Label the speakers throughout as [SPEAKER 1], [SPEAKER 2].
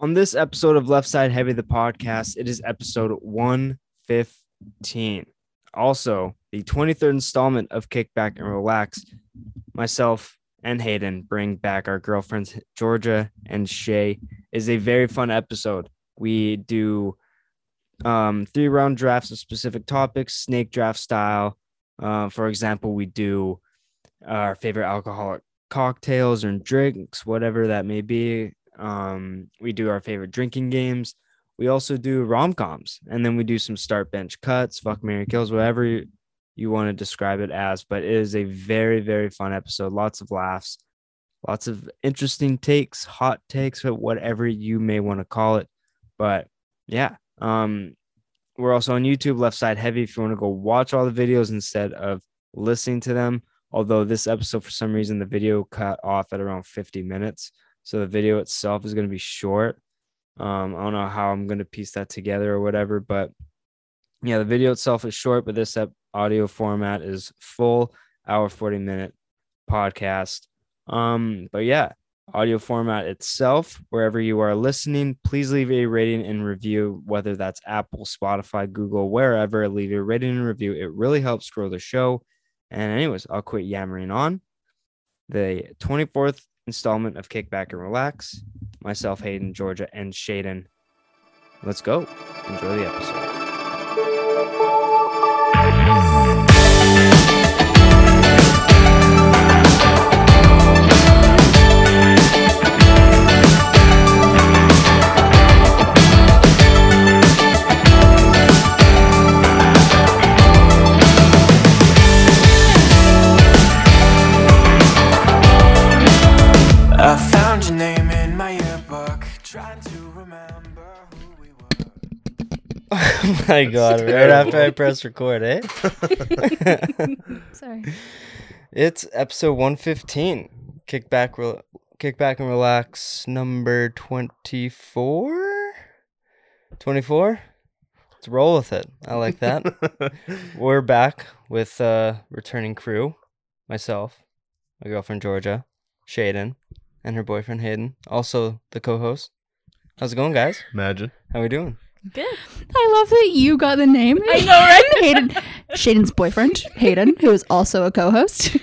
[SPEAKER 1] On this episode of Left Side Heavy, the podcast, it is episode 115. Also, the 23rd installment of Kickback and Relax. Myself and Hayden bring back our girlfriends, Georgia and Shay. It is a very fun episode. We do um, three round drafts of specific topics, snake draft style. Uh, for example, we do our favorite alcoholic cocktails and drinks, whatever that may be. Um, we do our favorite drinking games. We also do rom coms, and then we do some start bench cuts, fuck Mary kills, whatever you, you want to describe it as. But it is a very very fun episode. Lots of laughs, lots of interesting takes, hot takes, whatever you may want to call it. But yeah, um, we're also on YouTube, Left Side Heavy. If you want to go watch all the videos instead of listening to them, although this episode for some reason the video cut off at around 50 minutes so the video itself is going to be short um, i don't know how i'm going to piece that together or whatever but yeah the video itself is short but this audio format is full hour 40 minute podcast um, but yeah audio format itself wherever you are listening please leave a rating and review whether that's apple spotify google wherever leave a rating and review it really helps grow the show and, anyways, I'll quit yammering on. The 24th installment of Kickback and Relax. Myself, Hayden, Georgia, and Shaden. Let's go. Enjoy the episode.
[SPEAKER 2] I found your name in my yearbook, trying to remember who we were.
[SPEAKER 1] Oh my god, right after I press record, eh?
[SPEAKER 3] Sorry.
[SPEAKER 1] It's episode 115. Kickback rel kickback and relax number 24. 24? Let's roll with it. I like that. We're back with uh returning crew. Myself, my girlfriend Georgia, Shaden, and her boyfriend Hayden, also the co-host. How's it going, guys?
[SPEAKER 4] Imagine.
[SPEAKER 1] How we doing?
[SPEAKER 3] Good. I love that you got the name. I know, right? Hayden, Shaden's boyfriend, Hayden, who is also a co-host.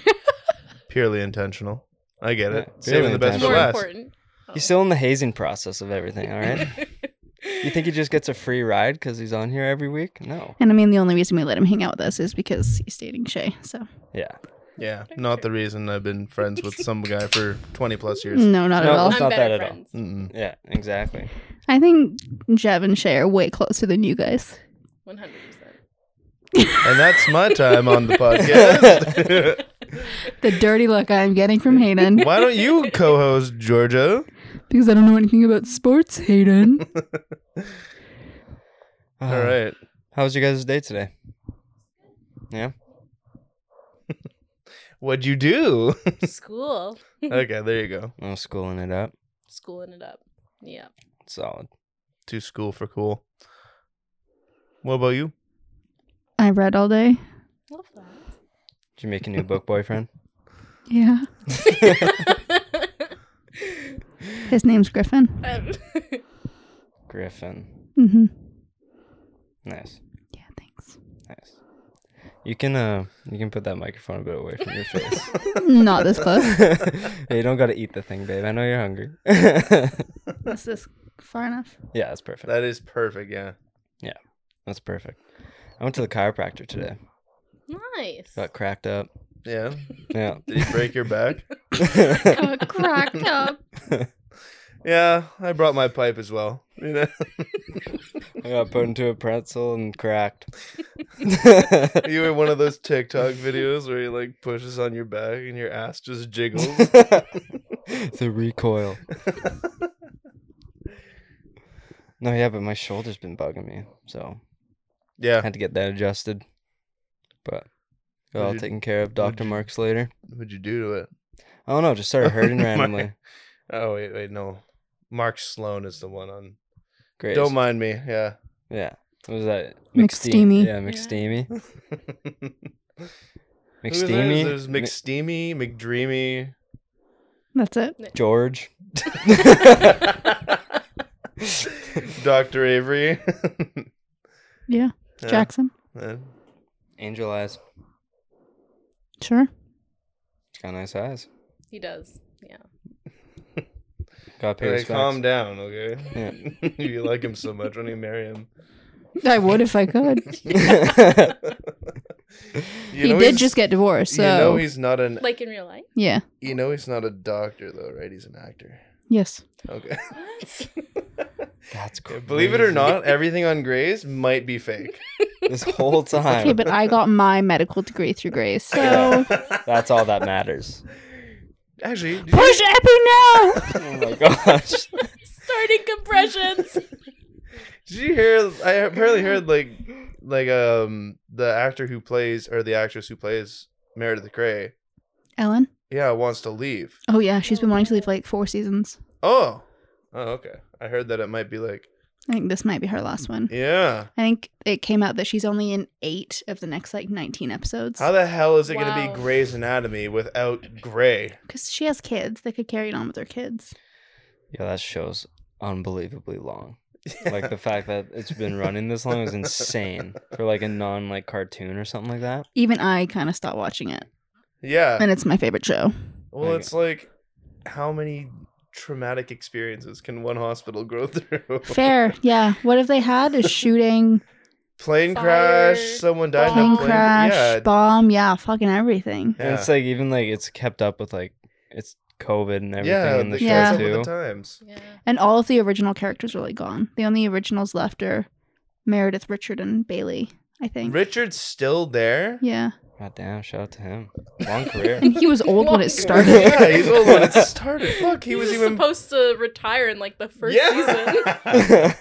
[SPEAKER 4] Purely intentional. I get it.
[SPEAKER 1] Yeah, purely
[SPEAKER 4] Saving the best for
[SPEAKER 1] intentional.
[SPEAKER 5] more
[SPEAKER 4] last.
[SPEAKER 5] important.
[SPEAKER 1] He's still in the hazing process of everything, all right? You think he just gets a free ride because he's on here every week? No.
[SPEAKER 3] And I mean, the only reason we let him hang out with us is because he's dating Shay. So
[SPEAKER 1] Yeah.
[SPEAKER 4] Yeah. Not the reason I've been friends with some guy for 20 plus years.
[SPEAKER 5] Mm.
[SPEAKER 3] no, not
[SPEAKER 1] No.
[SPEAKER 3] at all.
[SPEAKER 1] It's
[SPEAKER 5] I'm
[SPEAKER 1] not
[SPEAKER 5] better
[SPEAKER 1] that at all.
[SPEAKER 5] friends.
[SPEAKER 4] Mm-mm.
[SPEAKER 1] Yeah, exactly.
[SPEAKER 3] I think Jev and Shay are way closer than you guys.
[SPEAKER 5] One hundred percent.
[SPEAKER 4] And that's my time on the podcast.
[SPEAKER 3] The dirty look I'm getting from Hayden
[SPEAKER 4] Why don't you co host, Georgia?
[SPEAKER 3] because I don't know anything about sports, Hayden.
[SPEAKER 1] Uh.
[SPEAKER 4] All right.
[SPEAKER 1] How was your guys' day today? Yeah.
[SPEAKER 4] What'd you do?
[SPEAKER 5] School,
[SPEAKER 4] okay, there you go.
[SPEAKER 1] I was schooling it up.
[SPEAKER 5] schooling it up. Yeah.
[SPEAKER 1] Solid.
[SPEAKER 4] To school for cool. What about you?
[SPEAKER 3] I read all day.
[SPEAKER 5] Love
[SPEAKER 1] Did you make a new book boyfriend?
[SPEAKER 3] Yeah.
[SPEAKER 5] that.
[SPEAKER 3] His name's Griffin.
[SPEAKER 5] Um,
[SPEAKER 1] Griffin.
[SPEAKER 3] Mm-hmm.
[SPEAKER 1] Nice.
[SPEAKER 3] Yeah, thanks.
[SPEAKER 1] Nice. You can uh you can put that microphone a bit away from your face.
[SPEAKER 3] Not this close.
[SPEAKER 1] yeah, you don't gotta eat the thing, babe. I know you're hungry. yeah,
[SPEAKER 3] Is this far enough?
[SPEAKER 1] that's perfect.
[SPEAKER 4] That is perfect. Yeah.
[SPEAKER 1] That's perfect. I went to the chiropractor today.
[SPEAKER 5] nice.
[SPEAKER 1] Got cracked up.
[SPEAKER 4] Yeah.
[SPEAKER 1] Yeah.
[SPEAKER 4] Did he break your back?
[SPEAKER 3] Oh, cracked up.
[SPEAKER 4] Yeah. I brought my pipe as well. You know?
[SPEAKER 1] I got put into a pretzel and cracked.
[SPEAKER 4] You were one of those TikTok videos where you like pushes on your back and your ass just jiggles.
[SPEAKER 1] the recoil. no, yeah, but my shoulder's been bugging me, so I
[SPEAKER 4] yeah.
[SPEAKER 1] had to get that adjusted. But got
[SPEAKER 4] What'd
[SPEAKER 1] all
[SPEAKER 4] you-
[SPEAKER 1] taken care of.
[SPEAKER 4] what'd
[SPEAKER 1] Doctor
[SPEAKER 4] you-
[SPEAKER 1] Marks later.
[SPEAKER 4] What'd you do to it?
[SPEAKER 1] I don't know. Just started hurting
[SPEAKER 4] My-
[SPEAKER 1] randomly.
[SPEAKER 4] Oh wait, wait, no. Mark Sloan is the one on.
[SPEAKER 1] Great.
[SPEAKER 4] Don't mind me. Yeah.
[SPEAKER 1] Yeah. What was that?
[SPEAKER 3] McSteamy.
[SPEAKER 1] Yeah, McSteamy. McSteamy.
[SPEAKER 4] There's
[SPEAKER 1] Mi-
[SPEAKER 4] McSteamy, McDreamy.
[SPEAKER 3] That's it.
[SPEAKER 1] George.
[SPEAKER 4] Dr. Avery.
[SPEAKER 3] Yeah.
[SPEAKER 4] Yeah,
[SPEAKER 3] Jackson.
[SPEAKER 4] yeah.
[SPEAKER 1] Angel eyes.
[SPEAKER 3] Sure.
[SPEAKER 1] He's got nice eyes.
[SPEAKER 5] He does. Yeah.
[SPEAKER 1] Got
[SPEAKER 4] Hey,
[SPEAKER 1] Paris
[SPEAKER 4] calm down, okay?
[SPEAKER 1] Yeah.
[SPEAKER 4] you like him so much, why don't you marry him?
[SPEAKER 3] I would if I could.
[SPEAKER 4] You
[SPEAKER 3] he
[SPEAKER 4] know
[SPEAKER 3] did
[SPEAKER 4] he's-
[SPEAKER 3] just get divorced, so
[SPEAKER 4] You know he's not an.
[SPEAKER 5] Like in real life.
[SPEAKER 3] yeah.
[SPEAKER 4] You know he's not a doctor though, right? He's an actor.
[SPEAKER 3] Yes.
[SPEAKER 4] Okay.
[SPEAKER 1] That's crazy.
[SPEAKER 4] Believe it or not, everything on Grays might be fake.
[SPEAKER 1] this whole time.
[SPEAKER 3] Okay, but I got my medical degree through Grace, so
[SPEAKER 1] That's all that matters.
[SPEAKER 4] Actually, did you-
[SPEAKER 3] push Epi now.
[SPEAKER 1] Oh my gosh.
[SPEAKER 5] Starting compressions.
[SPEAKER 4] Did you hear? I apparently heard like, like um, the actor who plays or the actress who plays Meredith Grey,
[SPEAKER 3] Ellen.
[SPEAKER 4] yeah, wants to leave.
[SPEAKER 3] Oh yeah, she's been wanting to leave for like four seasons.
[SPEAKER 4] Oh, oh, okay. I heard that it might be like,
[SPEAKER 3] I think this might be her last one.
[SPEAKER 4] yeah.
[SPEAKER 3] I think it came out that she's only in eight of the next like nineteen episodes
[SPEAKER 4] How the hell is it going to
[SPEAKER 5] Wow.
[SPEAKER 4] be Grey's Anatomy without Grey?
[SPEAKER 3] because she has kids. They could carry it on with her kids.
[SPEAKER 1] Yeah, that show's unbelievably long. Like the fact that it's been running this long is insane for like a non like cartoon or something like that.
[SPEAKER 3] Even I kind of stopped watching it,
[SPEAKER 4] yeah.
[SPEAKER 3] and it's my favorite show.
[SPEAKER 4] Well,
[SPEAKER 1] Like-
[SPEAKER 4] it's like, how many traumatic experiences can one hospital grow through?
[SPEAKER 3] Fair, yeah. What if they had a shooting,
[SPEAKER 4] plane
[SPEAKER 5] Fire,
[SPEAKER 4] crash, someone died in
[SPEAKER 3] plane
[SPEAKER 4] a plane
[SPEAKER 3] crash,
[SPEAKER 4] Yeah,
[SPEAKER 3] bomb, yeah, fucking everything?
[SPEAKER 4] yeah.
[SPEAKER 1] And it's like even like it's kept up with like it's COVID and everything
[SPEAKER 4] yeah,
[SPEAKER 1] in the
[SPEAKER 4] that
[SPEAKER 1] show
[SPEAKER 3] Yeah.
[SPEAKER 4] goes up with
[SPEAKER 1] too.
[SPEAKER 4] the times.
[SPEAKER 5] yeah.
[SPEAKER 3] And all of the original characters are like gone. The only originals left are Meredith, Richard, and Bailey. I think.
[SPEAKER 4] Richard's still there.
[SPEAKER 3] yeah,
[SPEAKER 1] God damn, shout out to him. Long career.
[SPEAKER 3] and he was old when it started.
[SPEAKER 4] yeah, he's old when it started. Fuck, he
[SPEAKER 5] He
[SPEAKER 4] was
[SPEAKER 5] was
[SPEAKER 4] even
[SPEAKER 5] supposed to retire in like the first season.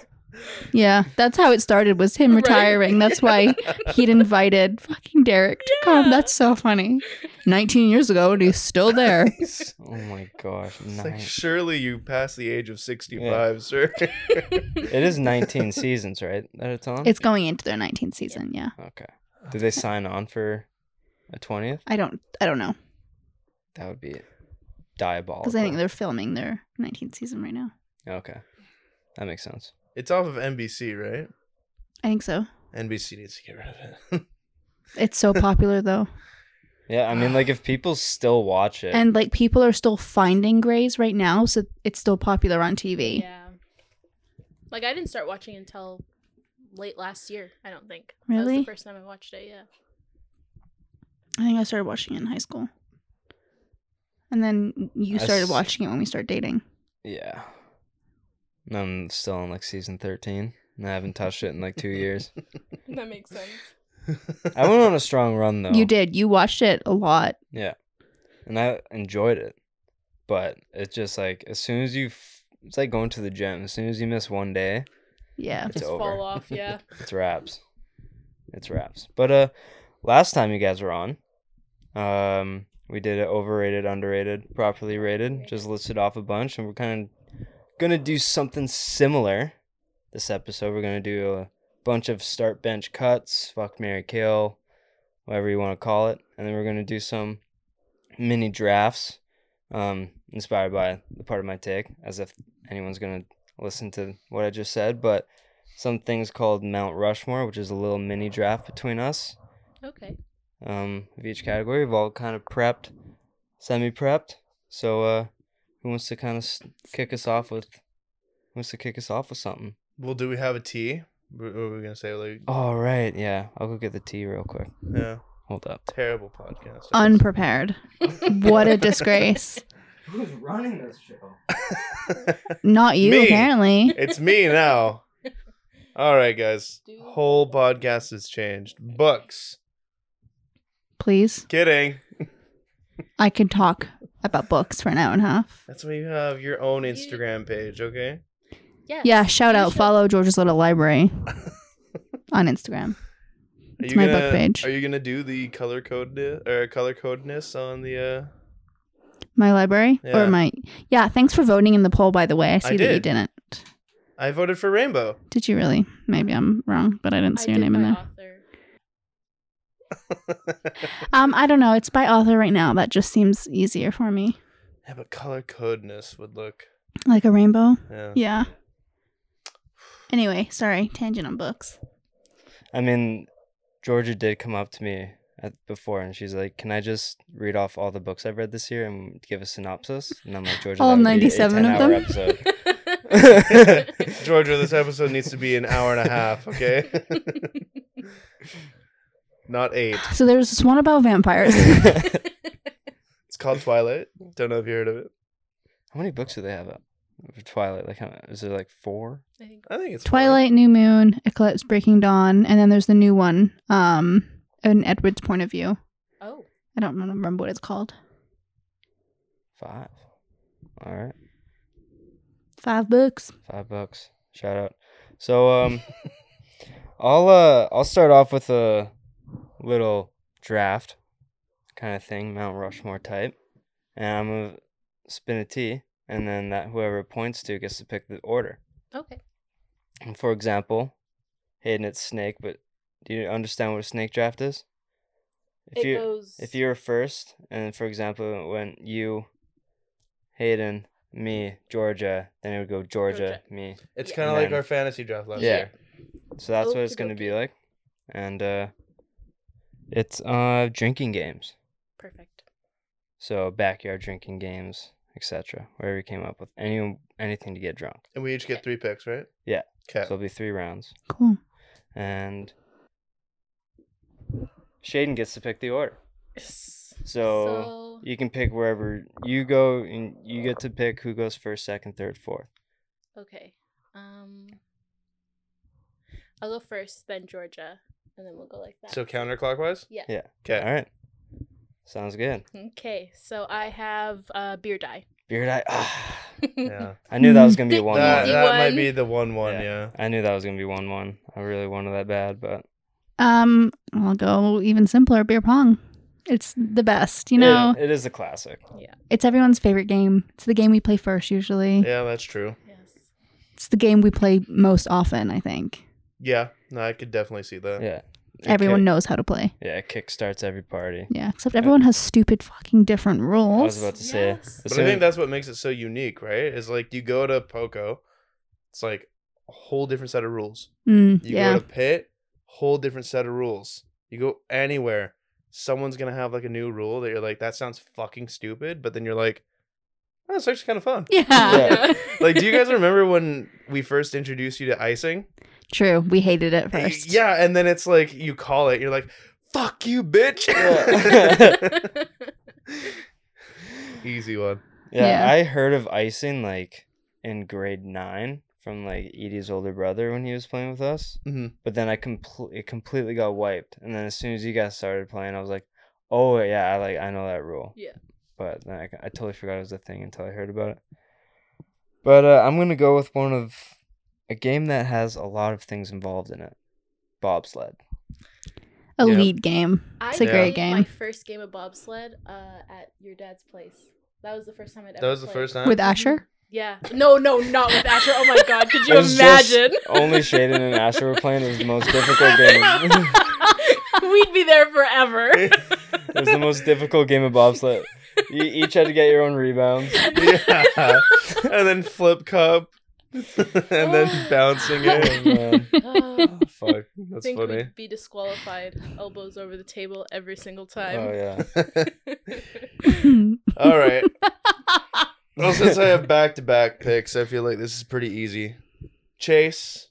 [SPEAKER 3] Yeah, that's how it started. Was him
[SPEAKER 5] Right.
[SPEAKER 3] retiring. That's why he'd invited fucking Derek to
[SPEAKER 5] Yeah.
[SPEAKER 3] come. That's so funny. Nineteen years ago, and he's still there.
[SPEAKER 4] It's
[SPEAKER 1] oh my gosh.
[SPEAKER 4] like
[SPEAKER 1] Nine.
[SPEAKER 4] surely you passed the age of sixty-five,
[SPEAKER 1] Yeah.
[SPEAKER 4] sir.
[SPEAKER 1] It is 19 seasons, right? That it's on?
[SPEAKER 3] It's going into their nineteenth season. Yeah,
[SPEAKER 1] okay. Did they sign on for a 20th?
[SPEAKER 3] I don't, I don't know
[SPEAKER 1] That would be diabolical.
[SPEAKER 3] because I think they're filming their nineteenth season right now.
[SPEAKER 1] Okay. That makes sense.
[SPEAKER 4] It's off of NBC, right?
[SPEAKER 3] I think so.
[SPEAKER 4] NBC needs to get rid of it.
[SPEAKER 3] It's so popular though,
[SPEAKER 1] Yeah, I mean, like if people still watch it,
[SPEAKER 3] and like people are still finding Grays right now, so it's still popular on TV.
[SPEAKER 5] Yeah. Like I didn't start watching until late last year, I don't think. That
[SPEAKER 3] Really?
[SPEAKER 5] was the first time I watched it, yeah.
[SPEAKER 3] I think I started watching it in high school, and then you
[SPEAKER 1] I
[SPEAKER 3] started
[SPEAKER 1] s-
[SPEAKER 3] watching it when we started dating.
[SPEAKER 1] yeah. And I'm still on like season 13, and I haven't touched it in like two years.
[SPEAKER 5] That makes sense.
[SPEAKER 1] I went on a strong run though.
[SPEAKER 3] You did. You watched it a lot.
[SPEAKER 1] Yeah. And I enjoyed it. But it's just like, as soon as you, f- it's like going to the gym. As soon as you miss one day,
[SPEAKER 3] Yeah.
[SPEAKER 1] it's
[SPEAKER 5] Just
[SPEAKER 1] over.
[SPEAKER 5] fall off, yeah.
[SPEAKER 1] It's wraps. It's wraps. But uh last time you guys were on, um we did it overrated, underrated, properly rated, just listed off a bunch and we're kind of going to do something similar this episode. We're going to do a bunch of start bench cuts, fuck Mary kill, whatever you want to call it, and then we're going to do some mini drafts um inspired by the part of my take as if anyone's going to listen to what I just said, but some things called Mount Rushmore, which is a little mini draft between us
[SPEAKER 5] Okay.
[SPEAKER 1] um, of each category. We've all kind of prepped, semi prepped. So, uh, who wants to kind of s- kick us off with? Who wants to kick us off with something?
[SPEAKER 4] well, do we have a tea? What were we gonna say? Like,
[SPEAKER 1] All right, yeah, I'll go get the tea real quick.
[SPEAKER 4] yeah,
[SPEAKER 1] Hold up.
[SPEAKER 4] terrible podcast.
[SPEAKER 3] Unprepared. What a disgrace.
[SPEAKER 1] Who's running this show?
[SPEAKER 3] Not you,
[SPEAKER 4] Me.
[SPEAKER 3] apparently.
[SPEAKER 4] it's me now. All right, guys.
[SPEAKER 5] Dude.
[SPEAKER 4] Whole podcast has changed. Books.
[SPEAKER 3] Please.
[SPEAKER 4] Kidding.
[SPEAKER 3] I could talk about books for an hour and a half.
[SPEAKER 4] That's why you have your own
[SPEAKER 5] You-
[SPEAKER 4] Instagram page, okay?
[SPEAKER 5] Yeah.
[SPEAKER 3] Yeah, shout
[SPEAKER 5] You
[SPEAKER 3] out.
[SPEAKER 5] should-
[SPEAKER 3] Follow George's Little Library on Instagram.
[SPEAKER 4] Are
[SPEAKER 3] It's
[SPEAKER 4] you
[SPEAKER 3] my
[SPEAKER 4] gonna,
[SPEAKER 3] book page.
[SPEAKER 4] Are you gonna do the color code or color codeness on the? uh
[SPEAKER 3] My library
[SPEAKER 4] Yeah.
[SPEAKER 3] or my. Yeah, thanks for voting in the poll, by the way. I see that you
[SPEAKER 4] did.
[SPEAKER 3] didn't.
[SPEAKER 4] I voted for Rainbow.
[SPEAKER 3] Did you really? Maybe I'm wrong, but I didn't
[SPEAKER 5] I
[SPEAKER 3] see your
[SPEAKER 5] did
[SPEAKER 3] name in
[SPEAKER 5] my
[SPEAKER 3] there.
[SPEAKER 5] author.
[SPEAKER 3] Um, I don't know. It's by author right now. That just seems easier for me.
[SPEAKER 4] Yeah, but color codeness would look.
[SPEAKER 3] Like a rainbow.
[SPEAKER 4] Yeah.
[SPEAKER 3] Yeah. Anyway, sorry, tangent on books.
[SPEAKER 1] I mean, Georgia did come up to me at, before, and she's like, "Can I just read off all the books I've read this year and give a synopsis?" And I'm like, "Georgia,
[SPEAKER 3] All
[SPEAKER 1] that would be a
[SPEAKER 3] 97 of
[SPEAKER 1] 10-hour
[SPEAKER 3] them?
[SPEAKER 1] episode."
[SPEAKER 4] Georgia, this episode needs to be an hour and a half, okay? Not eight.
[SPEAKER 3] So there was this one about vampires.
[SPEAKER 4] It's called Twilight. Don't know if you heard of it.
[SPEAKER 1] How many books do they have up for Twilight? Like, how, is there like four?
[SPEAKER 5] I think
[SPEAKER 4] I think it's four.
[SPEAKER 3] Twilight, New Moon, Eclipse, Breaking Dawn, and then there's the new one, um, an Edward's point of view.
[SPEAKER 5] Oh.
[SPEAKER 3] I don't remember what it's called.
[SPEAKER 1] Five. All right,
[SPEAKER 3] Five books.
[SPEAKER 1] five bucks. Shout out. So, um, I'll uh, I'll start off with a little draft kind of thing, Mount Rushmore type, and I'm gonna spin a T, and then that whoever it points to gets to pick the order.
[SPEAKER 5] Okay.
[SPEAKER 1] And For example, Hayden, it's snake, but do you understand what a snake draft is? If
[SPEAKER 5] it
[SPEAKER 1] you
[SPEAKER 5] goes.
[SPEAKER 1] if you're first, and for example, when you, Hayden, me, Georgia, then it would go Georgia,
[SPEAKER 5] Georgia.
[SPEAKER 1] me.
[SPEAKER 4] It's
[SPEAKER 5] Yeah.
[SPEAKER 4] kind of like
[SPEAKER 1] Man.
[SPEAKER 4] our fantasy draft last
[SPEAKER 1] Yeah.
[SPEAKER 4] year.
[SPEAKER 1] So that's what it's gonna be
[SPEAKER 5] Okey-dokey.
[SPEAKER 1] like, and uh, it's uh drinking games,
[SPEAKER 5] perfect.
[SPEAKER 1] so backyard drinking games, etc. Whatever you came up with, any anything to get drunk.
[SPEAKER 4] And we each get three picks, right?
[SPEAKER 1] Yeah. So
[SPEAKER 4] Okay.
[SPEAKER 1] it'll be three rounds,
[SPEAKER 3] Cool.
[SPEAKER 1] and Shaden gets to pick the order. You can pick wherever you go, and you get to pick who goes first, second, third, fourth.
[SPEAKER 5] okay. Um. I'll go first, then Georgia, and then we'll go like that.
[SPEAKER 4] So counterclockwise?
[SPEAKER 5] Yeah.
[SPEAKER 1] Yeah.
[SPEAKER 4] Okay.
[SPEAKER 1] All right, sounds good.
[SPEAKER 5] Okay. So I have uh, beer die.
[SPEAKER 1] Beard, I ah,
[SPEAKER 4] Yeah.
[SPEAKER 1] I knew that was gonna be
[SPEAKER 5] The
[SPEAKER 1] one.
[SPEAKER 4] That,
[SPEAKER 5] easy
[SPEAKER 1] one.
[SPEAKER 4] that might
[SPEAKER 5] one.
[SPEAKER 4] be the one one,
[SPEAKER 1] Yeah.
[SPEAKER 4] yeah.
[SPEAKER 1] I knew that was gonna be one one. I really wanted that bad, but
[SPEAKER 3] Um, I'll go even simpler. Beer pong. It's the best. You
[SPEAKER 1] it-
[SPEAKER 3] know,
[SPEAKER 1] it is a classic.
[SPEAKER 3] it's everyone's favorite game. It's the game we play first usually.
[SPEAKER 4] Yeah, that's true.
[SPEAKER 5] Yes.
[SPEAKER 3] It's the game we play most often. I think
[SPEAKER 4] Yeah. No, I could definitely see that.
[SPEAKER 1] Yeah, It
[SPEAKER 3] everyone
[SPEAKER 1] kick-
[SPEAKER 3] knows how to play.
[SPEAKER 1] Yeah, it kickstarts every party.
[SPEAKER 3] Yeah, except everyone has stupid fucking different
[SPEAKER 1] I was
[SPEAKER 3] rules.
[SPEAKER 1] about to say.
[SPEAKER 5] Yes.
[SPEAKER 1] as
[SPEAKER 4] But I
[SPEAKER 1] soon-
[SPEAKER 4] think that's what makes it so unique, right? Is like you go to Poco, it's like a whole different set of rules.
[SPEAKER 3] Mm,
[SPEAKER 4] You
[SPEAKER 3] yeah,
[SPEAKER 4] go to Pit, whole different set of rules. You go anywhere, someone's gonna have like a new rule that you're like, that sounds fucking stupid, but then you're like, oh, that's actually kind of fun.
[SPEAKER 3] yeah,
[SPEAKER 1] Yeah.
[SPEAKER 4] Like, do you guys remember when we first introduced you to icing?
[SPEAKER 3] True. We hated it
[SPEAKER 4] Y-
[SPEAKER 3] first.
[SPEAKER 4] Yeah, and then it's like you call it, you're like, fuck you, bitch.
[SPEAKER 1] Yeah.
[SPEAKER 4] Easy one.
[SPEAKER 1] Yeah,
[SPEAKER 3] Yeah.
[SPEAKER 1] I heard of icing like in grade nine from like Edie's older brother when he was playing with us.
[SPEAKER 4] Mhm.
[SPEAKER 1] But then I completely it completely got wiped. And then as soon as you guys started playing, I was like, oh yeah, I like I know that rule.
[SPEAKER 5] Yeah.
[SPEAKER 1] But then I, I totally forgot it was a thing until I heard about it. But uh, I'm gonna go with one of a game that has a lot of things involved in it. Bobsled.
[SPEAKER 3] a
[SPEAKER 4] Yeah.
[SPEAKER 3] lead game.
[SPEAKER 5] I
[SPEAKER 3] It's a
[SPEAKER 4] Yeah.
[SPEAKER 3] great
[SPEAKER 5] played My
[SPEAKER 3] game
[SPEAKER 5] first game of bobsled uh, at your dad's place. That was the first time I'd ever.
[SPEAKER 4] That was the
[SPEAKER 5] played.
[SPEAKER 4] first time.
[SPEAKER 3] with Asher.
[SPEAKER 5] Yeah. No, no, not with Asher. Oh my god, could you
[SPEAKER 1] It was just
[SPEAKER 5] imagine?
[SPEAKER 1] Only Shaden and Asher were playing. It was the most difficult game.
[SPEAKER 5] We'd be there forever.
[SPEAKER 1] It was the most difficult game of bobsled. You each had to get your own rebounds.
[SPEAKER 4] yeah. and then flip cup. and then bouncing it.
[SPEAKER 1] And, uh,
[SPEAKER 5] Oh,
[SPEAKER 4] Fuck.
[SPEAKER 5] I
[SPEAKER 4] That's
[SPEAKER 5] think
[SPEAKER 4] funny.
[SPEAKER 5] we'd be disqualified, elbows over the table every single
[SPEAKER 1] oh
[SPEAKER 5] time.
[SPEAKER 1] yeah.
[SPEAKER 4] All right. Well, since I have back to back picks, I feel like this is pretty easy. Chase.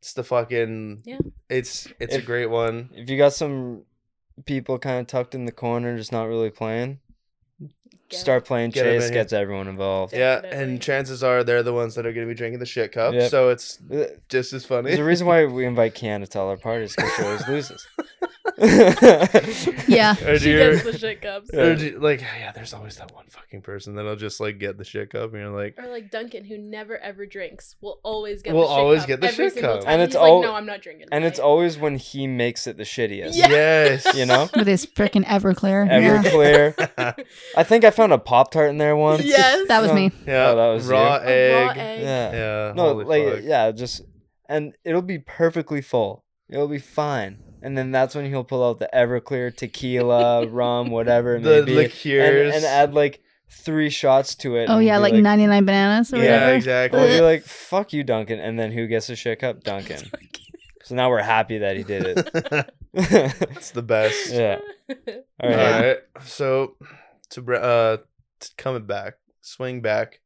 [SPEAKER 4] It's the fucking
[SPEAKER 5] Yeah.
[SPEAKER 4] it's it's a
[SPEAKER 1] If-
[SPEAKER 4] great one.
[SPEAKER 1] If you got some people kind of tucked in the corner, just not really playing,
[SPEAKER 5] Yeah.
[SPEAKER 1] start playing
[SPEAKER 4] Get 'em in
[SPEAKER 1] chase
[SPEAKER 4] here.
[SPEAKER 1] gets everyone involved.
[SPEAKER 4] Yeah,
[SPEAKER 5] Definitely.
[SPEAKER 4] and chances are they're the ones that are gonna be drinking the shit cup,
[SPEAKER 1] Yep.
[SPEAKER 4] so it's
[SPEAKER 1] Uh,
[SPEAKER 4] just as funny.
[SPEAKER 1] There's a reason why we invite Kiana to all our parties because she always loses.
[SPEAKER 3] yeah,
[SPEAKER 4] Or do
[SPEAKER 5] She
[SPEAKER 4] you-
[SPEAKER 5] gets the shit cups.
[SPEAKER 4] or do you- like yeah, there's always that one fucking person that'll just like get the shit cup and you're like
[SPEAKER 5] Or like Duncan, who never ever drinks, will always get.
[SPEAKER 4] Will
[SPEAKER 5] the shit
[SPEAKER 4] always
[SPEAKER 5] cup
[SPEAKER 4] get the
[SPEAKER 5] every
[SPEAKER 4] shit
[SPEAKER 5] single
[SPEAKER 4] cup.
[SPEAKER 5] time.
[SPEAKER 1] And
[SPEAKER 5] He's
[SPEAKER 1] it's
[SPEAKER 5] like,
[SPEAKER 1] all-
[SPEAKER 5] no, I'm not drinking.
[SPEAKER 1] and it's
[SPEAKER 5] tonight."
[SPEAKER 1] always when he makes it the shittiest.
[SPEAKER 5] Yeah.
[SPEAKER 4] Yes.
[SPEAKER 1] You know?
[SPEAKER 3] with his freaking Everclear.
[SPEAKER 1] Ever
[SPEAKER 3] yeah.
[SPEAKER 1] clear. I think I found a Pop Tart in there once.
[SPEAKER 5] Yes.
[SPEAKER 3] That was
[SPEAKER 1] No.
[SPEAKER 3] me.
[SPEAKER 4] yeah.
[SPEAKER 1] Oh, that was
[SPEAKER 4] raw
[SPEAKER 1] you.
[SPEAKER 5] A
[SPEAKER 4] egg.
[SPEAKER 5] raw egg.
[SPEAKER 1] Yeah.
[SPEAKER 4] Yeah.
[SPEAKER 1] No,
[SPEAKER 4] holy
[SPEAKER 1] like
[SPEAKER 4] fuck.
[SPEAKER 1] yeah, just and it'll be perfectly full. It'll be fine. And then that's when he'll pull out the Everclear tequila, rum, whatever it
[SPEAKER 4] the
[SPEAKER 1] may be, and,
[SPEAKER 4] liqueurs.
[SPEAKER 1] and add like three shots to it.
[SPEAKER 3] Oh
[SPEAKER 1] and
[SPEAKER 3] yeah,
[SPEAKER 1] be
[SPEAKER 3] like, 99 bananas or
[SPEAKER 4] Yeah,
[SPEAKER 3] whatever.
[SPEAKER 4] exactly.
[SPEAKER 1] Well, you're like, fuck you, Duncan. And then who gets the shit cup? Duncan. So now we're happy that he did
[SPEAKER 4] That's
[SPEAKER 1] it.
[SPEAKER 4] the best.
[SPEAKER 1] Yeah. All
[SPEAKER 4] All
[SPEAKER 1] right.
[SPEAKER 4] right. So to br- uh t- coming back, swing back.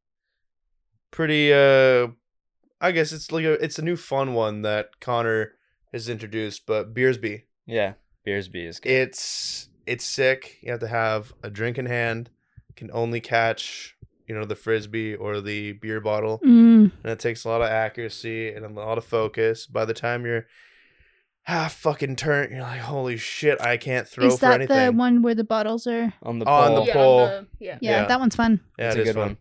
[SPEAKER 4] Pretty uh I guess it's like a, it's a new fun one that Connor has introduced, but Beersby.
[SPEAKER 1] Yeah. Beersby is good.
[SPEAKER 4] It's it's sick. You have to have a drink in hand. Can only catch, you know, the frisbee or the beer bottle.
[SPEAKER 3] Mm,
[SPEAKER 4] and it takes a lot of accuracy and a lot of focus. By the time you're half fucking turn, you're like, holy shit, I can't throw
[SPEAKER 3] is
[SPEAKER 4] for
[SPEAKER 3] that
[SPEAKER 4] anything.
[SPEAKER 3] the one where the bottles are?
[SPEAKER 1] on the
[SPEAKER 4] Oh, on
[SPEAKER 1] pole.
[SPEAKER 4] the
[SPEAKER 5] yeah,
[SPEAKER 4] pole.
[SPEAKER 5] on the- yeah.
[SPEAKER 3] Yeah,
[SPEAKER 4] Yeah.
[SPEAKER 3] that one's fun.
[SPEAKER 4] Yeah,
[SPEAKER 1] That's
[SPEAKER 4] it
[SPEAKER 1] a
[SPEAKER 4] is
[SPEAKER 1] good one.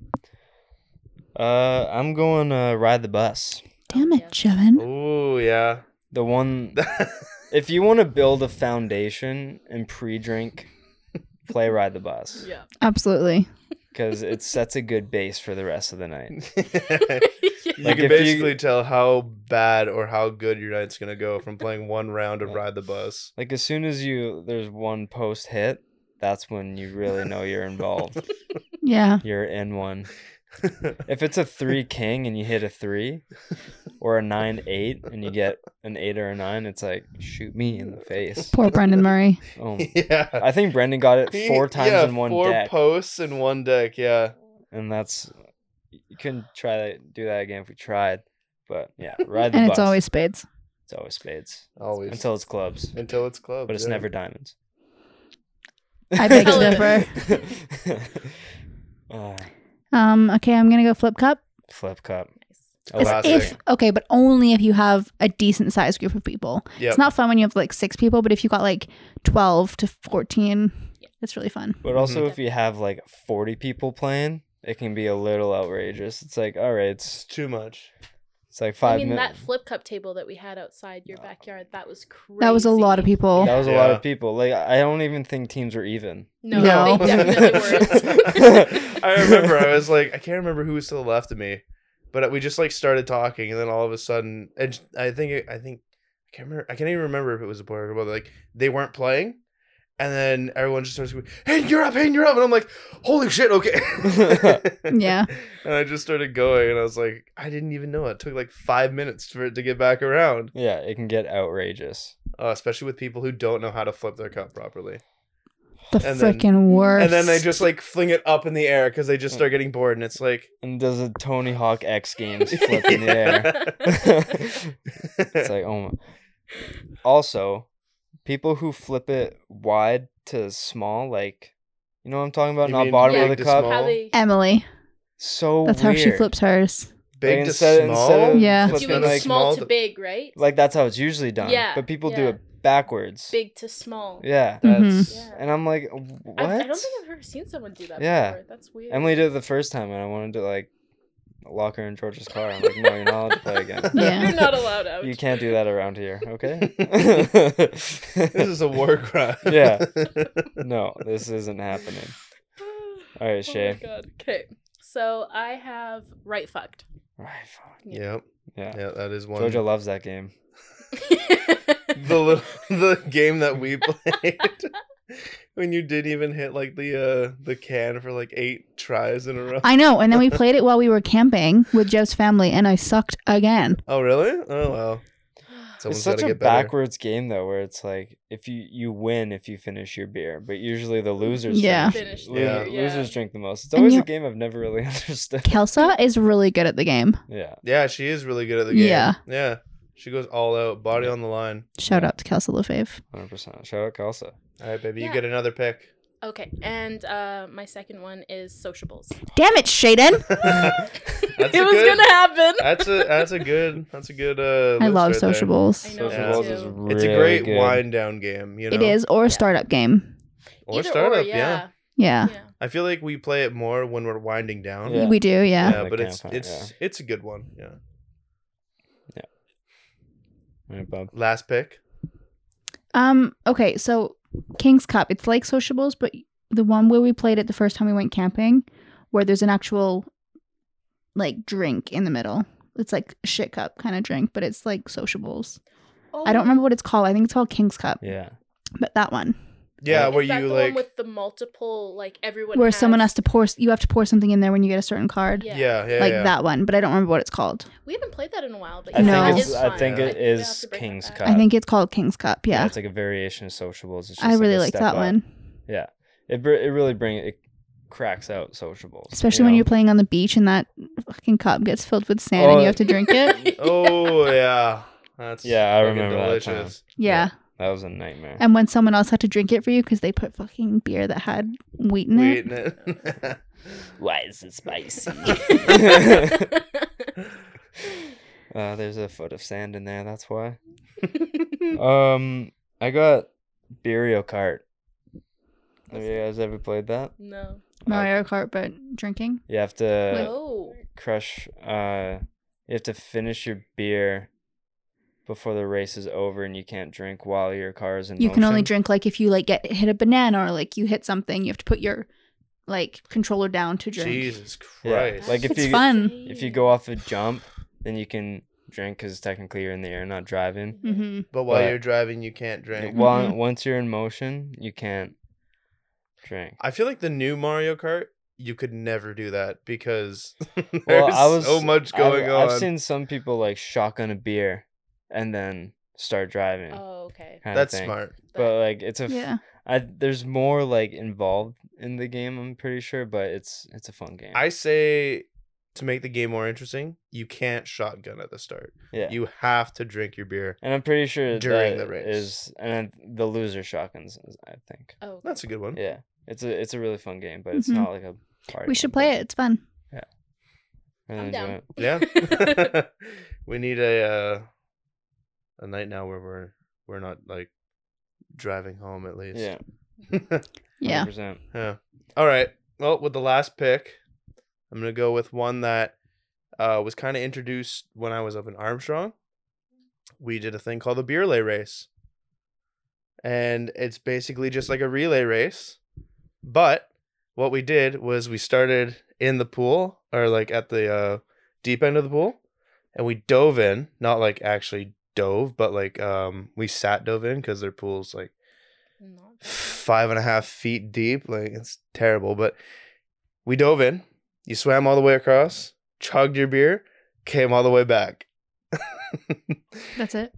[SPEAKER 1] Uh, I'm going uh, ride the bus.
[SPEAKER 3] Damn it,
[SPEAKER 5] Yeah.
[SPEAKER 4] Oh.
[SPEAKER 3] Jevin.
[SPEAKER 4] Ooh, yeah.
[SPEAKER 1] The one. if you want to build a foundation and pre-drink, play ride the bus
[SPEAKER 5] Yeah.
[SPEAKER 3] Absolutely.
[SPEAKER 1] because it sets a good base for the rest of the night.
[SPEAKER 4] you
[SPEAKER 1] Like, if
[SPEAKER 4] can
[SPEAKER 1] you-
[SPEAKER 4] basically tell how bad or how good your night's gonna go from playing one round of ride the bus.
[SPEAKER 1] Like as soon as you there's one post hit, that's when you really know you're involved.
[SPEAKER 3] Yeah.
[SPEAKER 1] you're in one. If it's a three king and you hit a three, or a nine eight and you get an eight or a nine, it's like shoot me in the face.
[SPEAKER 3] Poor Brendan Murray.
[SPEAKER 1] Oh,
[SPEAKER 4] yeah.
[SPEAKER 1] I think Brendan got it four
[SPEAKER 4] He-
[SPEAKER 1] times
[SPEAKER 4] yeah,
[SPEAKER 1] in one
[SPEAKER 4] four
[SPEAKER 1] deck,
[SPEAKER 4] posts in one deck, yeah.
[SPEAKER 1] and that's you couldn't try that do that again if we tried. But yeah, ride the
[SPEAKER 3] And
[SPEAKER 1] bus.
[SPEAKER 3] it's always spades.
[SPEAKER 1] it's always spades
[SPEAKER 4] Always.
[SPEAKER 1] until it's clubs,
[SPEAKER 4] until it's club.
[SPEAKER 1] but it's never diamonds.
[SPEAKER 3] I beg
[SPEAKER 5] to
[SPEAKER 1] differ. uh,
[SPEAKER 3] Um, okay, I'm gonna go flip cup.
[SPEAKER 1] flip cup. I
[SPEAKER 3] It's
[SPEAKER 1] like
[SPEAKER 3] if
[SPEAKER 1] it.
[SPEAKER 3] okay, but only if you have a decent sized group of people.
[SPEAKER 4] Yep.
[SPEAKER 3] It's not fun when you have like six people, but if you got like twelve to fourteen, it's really fun.
[SPEAKER 1] But also, if you have like 40 people playing, it can be a little outrageous. It's like, all right, it's,
[SPEAKER 4] it's too much.
[SPEAKER 1] it's like
[SPEAKER 5] I
[SPEAKER 1] five
[SPEAKER 5] mean, that
[SPEAKER 1] minutes.
[SPEAKER 5] flip cup table that we had outside your backyard, that was crazy.
[SPEAKER 3] That was a lot of people.
[SPEAKER 1] That was a lot
[SPEAKER 4] Yeah.
[SPEAKER 1] of people. Like, I don't even think teams were even.
[SPEAKER 5] No,
[SPEAKER 3] No.
[SPEAKER 5] they definitely weren't.
[SPEAKER 4] I remember I was like, I can't remember who was to the left of me, but we just like started talking, and then all of a sudden, and j- I think it- I think I can't remember. I can't even remember if it was a boy or a girl. But like they weren't playing, and then everyone just starts going, "Hey, you're up! Hey, you're up!" And I'm like, "Holy shit! Okay."
[SPEAKER 3] Yeah.
[SPEAKER 4] And I just started going, and I was like, I didn't even know. It took like five minutes for it to get back around,
[SPEAKER 1] yeah, it can get outrageous.
[SPEAKER 4] uh, especially with people who don't know how to flip their cup properly.
[SPEAKER 3] The
[SPEAKER 4] And then-
[SPEAKER 3] freaking worst.
[SPEAKER 4] And then they just like fling it up in the air because they just start getting bored, and it's like.
[SPEAKER 1] And does a Tony Hawk X Games flip in the air? It's like, oh my. Also, people who flip it wide to small, like, you know what I'm talking about?
[SPEAKER 4] You
[SPEAKER 1] Not
[SPEAKER 4] mean
[SPEAKER 1] bottom
[SPEAKER 5] big
[SPEAKER 1] of the
[SPEAKER 4] to
[SPEAKER 1] cup.
[SPEAKER 4] small?
[SPEAKER 5] How they
[SPEAKER 3] Emily.
[SPEAKER 1] So
[SPEAKER 3] That's how she
[SPEAKER 1] weird.
[SPEAKER 3] flips hers.
[SPEAKER 4] big
[SPEAKER 1] Like,
[SPEAKER 4] to
[SPEAKER 1] instead-
[SPEAKER 4] small.
[SPEAKER 1] instead of
[SPEAKER 3] Yeah.
[SPEAKER 5] you
[SPEAKER 1] flipping,
[SPEAKER 5] mean
[SPEAKER 1] like,
[SPEAKER 5] small to
[SPEAKER 4] small-
[SPEAKER 5] big, right?
[SPEAKER 1] Like that's how it's usually done.
[SPEAKER 5] Yeah,
[SPEAKER 1] But people do
[SPEAKER 5] yeah.
[SPEAKER 1] it backwards.
[SPEAKER 5] big to small.
[SPEAKER 1] Yeah.
[SPEAKER 3] Mm-hmm.
[SPEAKER 4] That's
[SPEAKER 5] Yeah.
[SPEAKER 1] And I'm like,
[SPEAKER 5] I,
[SPEAKER 1] what?
[SPEAKER 5] I don't think I've ever seen someone do that
[SPEAKER 1] Yeah.
[SPEAKER 5] before. That's weird.
[SPEAKER 1] Emily did it the first time, and I wanted to like lock her in George's car. I'm like, no, you're not allowed to play again.
[SPEAKER 3] Yeah.
[SPEAKER 5] You're not allowed out.
[SPEAKER 1] You can't do that around here, okay?
[SPEAKER 4] this is a war crime.
[SPEAKER 1] Yeah. no, this isn't happening. All right,
[SPEAKER 5] Oh my
[SPEAKER 1] Shay.
[SPEAKER 5] god. Okay. So I have right fucked.
[SPEAKER 1] Right, fuck.
[SPEAKER 4] yep.
[SPEAKER 1] Yeah.
[SPEAKER 4] Yeah, that is one.
[SPEAKER 1] Georgia loves that game.
[SPEAKER 4] The little, the game that we played when you didn't even hit like the uh the can for like eight tries in a row.
[SPEAKER 3] I know. And then we played it while we were camping with Jeff's family and I sucked again.
[SPEAKER 4] oh really? Oh well.
[SPEAKER 1] It's
[SPEAKER 4] Someone's
[SPEAKER 1] such
[SPEAKER 4] gotta
[SPEAKER 1] a
[SPEAKER 4] get better.
[SPEAKER 1] backwards game though, where it's like if you you win if you finish your beer, but usually the losers
[SPEAKER 3] Yeah.
[SPEAKER 1] finish,
[SPEAKER 5] Finish
[SPEAKER 1] lo-
[SPEAKER 4] Yeah.
[SPEAKER 5] yeah.
[SPEAKER 1] losers drink the most. It's
[SPEAKER 3] And
[SPEAKER 1] always
[SPEAKER 3] you-
[SPEAKER 1] a game I've never really understood.
[SPEAKER 3] Kelsa is really good at the game.
[SPEAKER 1] Yeah,
[SPEAKER 4] Yeah, she is really good at the game.
[SPEAKER 3] Yeah.
[SPEAKER 4] Yeah. She goes all out, body on the line.
[SPEAKER 3] Shout out to Kelsa Lefave.
[SPEAKER 1] hundred percent. Shout out Kalsa.
[SPEAKER 4] All right, baby,
[SPEAKER 5] Yeah.
[SPEAKER 4] you get another pick.
[SPEAKER 5] Okay. And uh, my second one is sociables.
[SPEAKER 3] Damn it, Shaden.
[SPEAKER 4] That's
[SPEAKER 5] it
[SPEAKER 4] a
[SPEAKER 5] was
[SPEAKER 4] good-
[SPEAKER 5] gonna happen.
[SPEAKER 4] That's a that's a good that's a good uh
[SPEAKER 3] I
[SPEAKER 4] list
[SPEAKER 3] love
[SPEAKER 4] right there.
[SPEAKER 3] sociables.
[SPEAKER 5] I know.
[SPEAKER 1] Social
[SPEAKER 4] Yeah.
[SPEAKER 1] Balls is
[SPEAKER 5] too.
[SPEAKER 1] really
[SPEAKER 4] It's a great
[SPEAKER 1] good.
[SPEAKER 4] wind down game, you know.
[SPEAKER 3] It is, or a startup game.
[SPEAKER 4] Or
[SPEAKER 5] Either
[SPEAKER 4] startup,
[SPEAKER 5] or,
[SPEAKER 4] yeah.
[SPEAKER 3] Yeah.
[SPEAKER 5] yeah.
[SPEAKER 4] I feel like we play it more when we're winding down.
[SPEAKER 1] Yeah.
[SPEAKER 3] We do, yeah.
[SPEAKER 4] Yeah,
[SPEAKER 1] Yeah,
[SPEAKER 4] but it's
[SPEAKER 1] campfire,
[SPEAKER 4] it's it's a good one. Yeah.
[SPEAKER 1] Right, Bob.
[SPEAKER 4] Last pick.
[SPEAKER 3] Um, okay, so King's Cup, it's like sociables, but the one where we played it the first time we went camping, where there's an actual like drink in the middle. It's like shit cup kind of drink, but it's like sociables. I don't remember what it's called. I think it's called King's Cup.
[SPEAKER 1] Yeah.
[SPEAKER 3] But that one.
[SPEAKER 4] Yeah,
[SPEAKER 5] Is
[SPEAKER 4] where
[SPEAKER 5] that
[SPEAKER 4] you
[SPEAKER 5] the
[SPEAKER 4] like
[SPEAKER 5] one with the multiple like everyone
[SPEAKER 3] Where someone has to pour, you have to pour something in there when you get a certain card,
[SPEAKER 5] Yeah.
[SPEAKER 4] yeah, yeah, yeah,
[SPEAKER 3] like that one. But I don't remember what it's called.
[SPEAKER 5] We haven't played that in a while, but
[SPEAKER 1] I
[SPEAKER 5] yeah,
[SPEAKER 3] No.
[SPEAKER 5] that
[SPEAKER 3] think
[SPEAKER 5] is
[SPEAKER 4] it's- I
[SPEAKER 5] fun.
[SPEAKER 4] think it
[SPEAKER 5] we'll have
[SPEAKER 1] is
[SPEAKER 5] to bring that
[SPEAKER 1] King's
[SPEAKER 5] back.
[SPEAKER 1] Cup.
[SPEAKER 3] I think it's called King's Cup. Yeah,
[SPEAKER 1] it's like a variation of sociables. It's just
[SPEAKER 3] I really
[SPEAKER 1] a
[SPEAKER 3] like
[SPEAKER 1] step
[SPEAKER 3] that
[SPEAKER 1] up.
[SPEAKER 3] one,
[SPEAKER 1] Yeah, it br- it really bring it cracks out sociables,
[SPEAKER 3] especially when
[SPEAKER 1] know?
[SPEAKER 3] you're playing on the beach and that fucking cup gets filled with sand
[SPEAKER 1] Oh.
[SPEAKER 3] and you have to drink it.
[SPEAKER 4] Oh yeah, that's
[SPEAKER 1] Yeah, I
[SPEAKER 4] fucking
[SPEAKER 1] remember that time.
[SPEAKER 3] Yeah.
[SPEAKER 1] That was a nightmare.
[SPEAKER 3] And when someone else had to drink it for you because they put fucking beer that had wheat in
[SPEAKER 4] We
[SPEAKER 3] it.
[SPEAKER 4] eating it.
[SPEAKER 1] Why is it spicy? uh, there's a foot of sand in there. That's why.
[SPEAKER 4] Oh.
[SPEAKER 1] Um, I got Burial Cart. Have you guys ever played that?
[SPEAKER 4] Uh,
[SPEAKER 5] no.
[SPEAKER 3] Mario Kart, but drinking.
[SPEAKER 1] You have to.
[SPEAKER 5] No.
[SPEAKER 1] crush uh you have to finish your beer before the race is over and you can't drink while your car is in
[SPEAKER 3] You can only
[SPEAKER 1] motion.
[SPEAKER 3] drink like if you like get hit a banana or like you hit something. You have to put your like controller down to drink.
[SPEAKER 4] Jesus
[SPEAKER 1] Yeah,
[SPEAKER 4] Christ!
[SPEAKER 1] like if
[SPEAKER 3] It's
[SPEAKER 1] you
[SPEAKER 3] fun.
[SPEAKER 1] if you go off a jump then you can drink because technically you're in the air not driving
[SPEAKER 3] hmm
[SPEAKER 4] but while
[SPEAKER 1] but-
[SPEAKER 4] you're driving, you can't drink.
[SPEAKER 1] Wa- once you're in motion you can't drink
[SPEAKER 4] I feel like the new Mario Kart, you could never do that because there's
[SPEAKER 1] well i was
[SPEAKER 4] so much
[SPEAKER 1] I've-
[SPEAKER 4] going on.
[SPEAKER 1] i've seen some people like shotgun a beer and then start driving
[SPEAKER 5] Oh, okay.
[SPEAKER 1] kinda
[SPEAKER 4] That's
[SPEAKER 1] thing.
[SPEAKER 4] smart.
[SPEAKER 1] but like it's a f-
[SPEAKER 3] Yeah.
[SPEAKER 1] I there's more like involved in the game. I'm pretty sure, but it's it's a fun game.
[SPEAKER 4] I say to make the game more interesting, you can't shotgun at the start.
[SPEAKER 1] yeah.
[SPEAKER 4] You have to drink your beer.
[SPEAKER 1] and I'm pretty sure
[SPEAKER 4] during
[SPEAKER 1] during
[SPEAKER 4] the
[SPEAKER 1] the
[SPEAKER 4] race.
[SPEAKER 1] is and I- the loser shotguns. is- I think.
[SPEAKER 5] Oh, okay.
[SPEAKER 4] That's a good one.
[SPEAKER 1] Yeah, it's a it's a really fun game, but it's
[SPEAKER 3] Mhm.
[SPEAKER 1] not like a party.
[SPEAKER 3] We should play it. It's fun.
[SPEAKER 5] I'm down.
[SPEAKER 4] Yeah. we need a uh, a night now where we're we're not like driving home at least.
[SPEAKER 1] Yeah,
[SPEAKER 3] Yeah.
[SPEAKER 1] 100%.
[SPEAKER 4] Yeah. All right. Well, with the last pick, I'm gonna go with one that uh, was kind of introduced when I was up in Armstrong. We did a thing called the beer lay race, and it's basically just like a relay race, but what we did was we started in the pool or like at the uh, deep end of the pool, and we dove in. Not like actually dove, but like um, we sat dove in because their pool's like
[SPEAKER 5] Not
[SPEAKER 4] five and a half feet deep. Like it's terrible, but we dove in. You swam all the way across, chugged your beer, came all the way back.
[SPEAKER 3] That's it.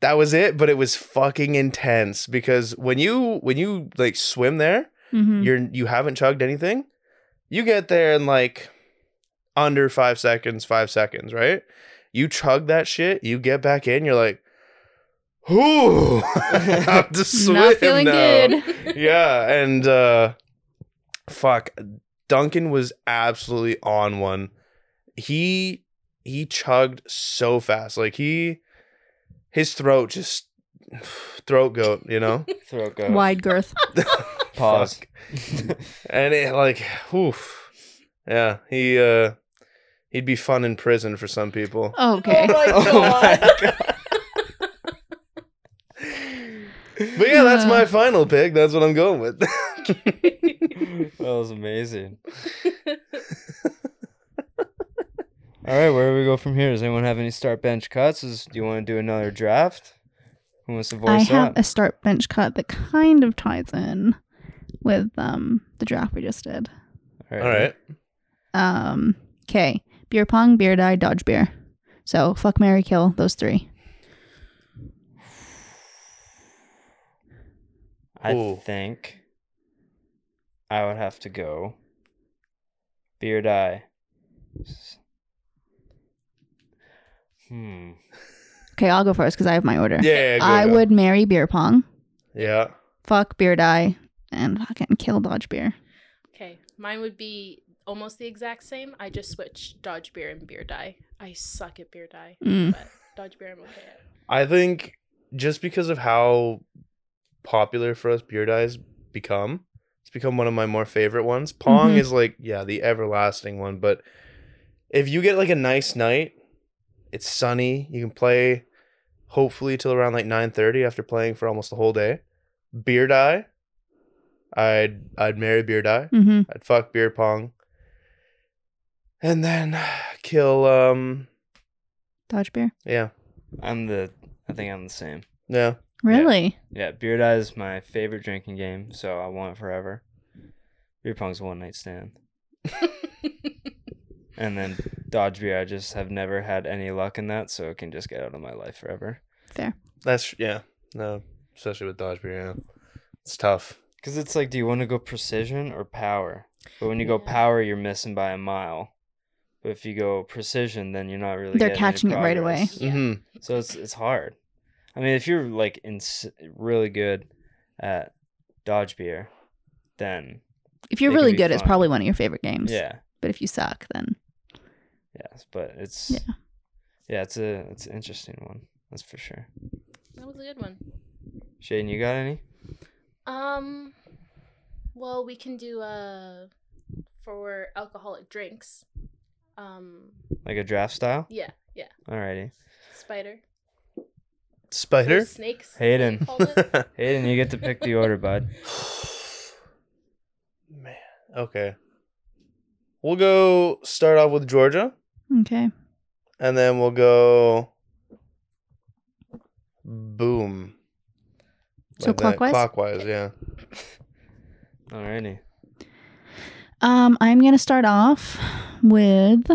[SPEAKER 4] that was it, but it was fucking intense because when you when you like swim there,
[SPEAKER 3] hmm
[SPEAKER 4] you're you haven't chugged anything. You get there in like under five seconds, five seconds, right? You chug that shit, you get back in, you're like, Ooh, I have to swim
[SPEAKER 3] Not feeling
[SPEAKER 4] now."
[SPEAKER 3] good.
[SPEAKER 4] yeah, and uh fuck, Duncan was absolutely on one. He he chugged so fast. Like he his throat just throat goat, you know?
[SPEAKER 1] Throat go.
[SPEAKER 3] Wide girth.
[SPEAKER 1] Pause.
[SPEAKER 4] Fuck. And it like oof. Yeah, he uh he'd be fun in prison for some people.
[SPEAKER 3] Okay.
[SPEAKER 5] Oh my
[SPEAKER 4] But yeah, that's my final pick. That's what I'm going with.
[SPEAKER 1] that was amazing. All right, where do we go from here? Does anyone have any start bench cuts? Is, do you want to do another draft? Who wants to
[SPEAKER 3] I
[SPEAKER 1] voice
[SPEAKER 3] have
[SPEAKER 1] up?
[SPEAKER 3] a start bench cut that kind of ties in with um the draft we just did.
[SPEAKER 4] All right.
[SPEAKER 3] Um. Okay. Beer pong, beer die, dodge beer. So fuck, Mary, kill those three.
[SPEAKER 1] I
[SPEAKER 4] Ooh.
[SPEAKER 1] think I would have to go beer die. S- Hmm.
[SPEAKER 3] Okay, I'll go first because I have my order.
[SPEAKER 4] Yeah, yeah, go,
[SPEAKER 3] I
[SPEAKER 4] go.
[SPEAKER 3] would marry beer pong,
[SPEAKER 4] Yeah.
[SPEAKER 3] fuck beer die, and fucking kill dodge beer.
[SPEAKER 5] okay, mine would be almost the exact same. I just switched Dodge beer and beer dye. I suck at beer dye,
[SPEAKER 3] Mm.
[SPEAKER 5] but Dodge beer I'm okay at.
[SPEAKER 4] I think just because of how popular for us beard eyes become, it's become one of my more favorite ones. Pong
[SPEAKER 3] Mhm.
[SPEAKER 4] is like, yeah, the everlasting one, but if you get like a nice night, it's sunny, you can play hopefully till around like 9:30 after playing for almost the whole day. Beard eye, I'd I'd marry beard eye.
[SPEAKER 3] Mm-hmm.
[SPEAKER 4] I'd fuck beer pong. And then kill um
[SPEAKER 3] Dodge beer.
[SPEAKER 4] yeah,
[SPEAKER 1] I'm the. I think I'm the same.
[SPEAKER 4] yeah.
[SPEAKER 3] Really?
[SPEAKER 1] Yeah, Beard Eye is my favorite drinking game, so I want it forever. Beer Pong's a one night stand. And then Dodge Beer, I just have never had any luck in that, so it can just get out of my life forever.
[SPEAKER 4] That's yeah. No, especially with Dodge Beer, yeah. It's tough.
[SPEAKER 1] Because it's like, do you want to go precision or power? But when you go
[SPEAKER 5] Yeah.
[SPEAKER 1] power, you're missing by a mile. But if you go precision, then you're not really.
[SPEAKER 3] They're
[SPEAKER 1] getting any
[SPEAKER 3] catching it right away.
[SPEAKER 1] progress.
[SPEAKER 5] Yeah.
[SPEAKER 4] Mhm.
[SPEAKER 1] So it's it's hard. I mean, if you're like in really good at Dodge Beer, then
[SPEAKER 3] If
[SPEAKER 1] It
[SPEAKER 3] you're
[SPEAKER 1] can
[SPEAKER 3] really
[SPEAKER 1] be
[SPEAKER 3] good, it's
[SPEAKER 1] fun.
[SPEAKER 3] probably one of your favorite games.
[SPEAKER 1] yeah,
[SPEAKER 3] But if you suck, then
[SPEAKER 1] yes. But it's
[SPEAKER 3] Yeah.
[SPEAKER 1] yeah, it's a it's an interesting one. That's for sure.
[SPEAKER 5] That was a good one.
[SPEAKER 1] Shaden, you got any?
[SPEAKER 5] Um, well, we can do uh for alcoholic drinks. Um,
[SPEAKER 1] Like a draft style?
[SPEAKER 5] yeah, yeah,
[SPEAKER 1] Alrighty.
[SPEAKER 5] spider, or
[SPEAKER 4] Spider.
[SPEAKER 5] snakes.
[SPEAKER 1] Hayden.
[SPEAKER 5] what do you call it?
[SPEAKER 1] Hayden, you get to pick the order, bud.
[SPEAKER 4] Man. Okay. We'll go start off with Georgia,
[SPEAKER 3] okay.
[SPEAKER 4] and then we'll go. Boom.
[SPEAKER 3] So
[SPEAKER 4] Like that.
[SPEAKER 3] clockwise?
[SPEAKER 4] Clockwise, yeah.
[SPEAKER 1] Alrighty.
[SPEAKER 3] Um, I'm gonna start off with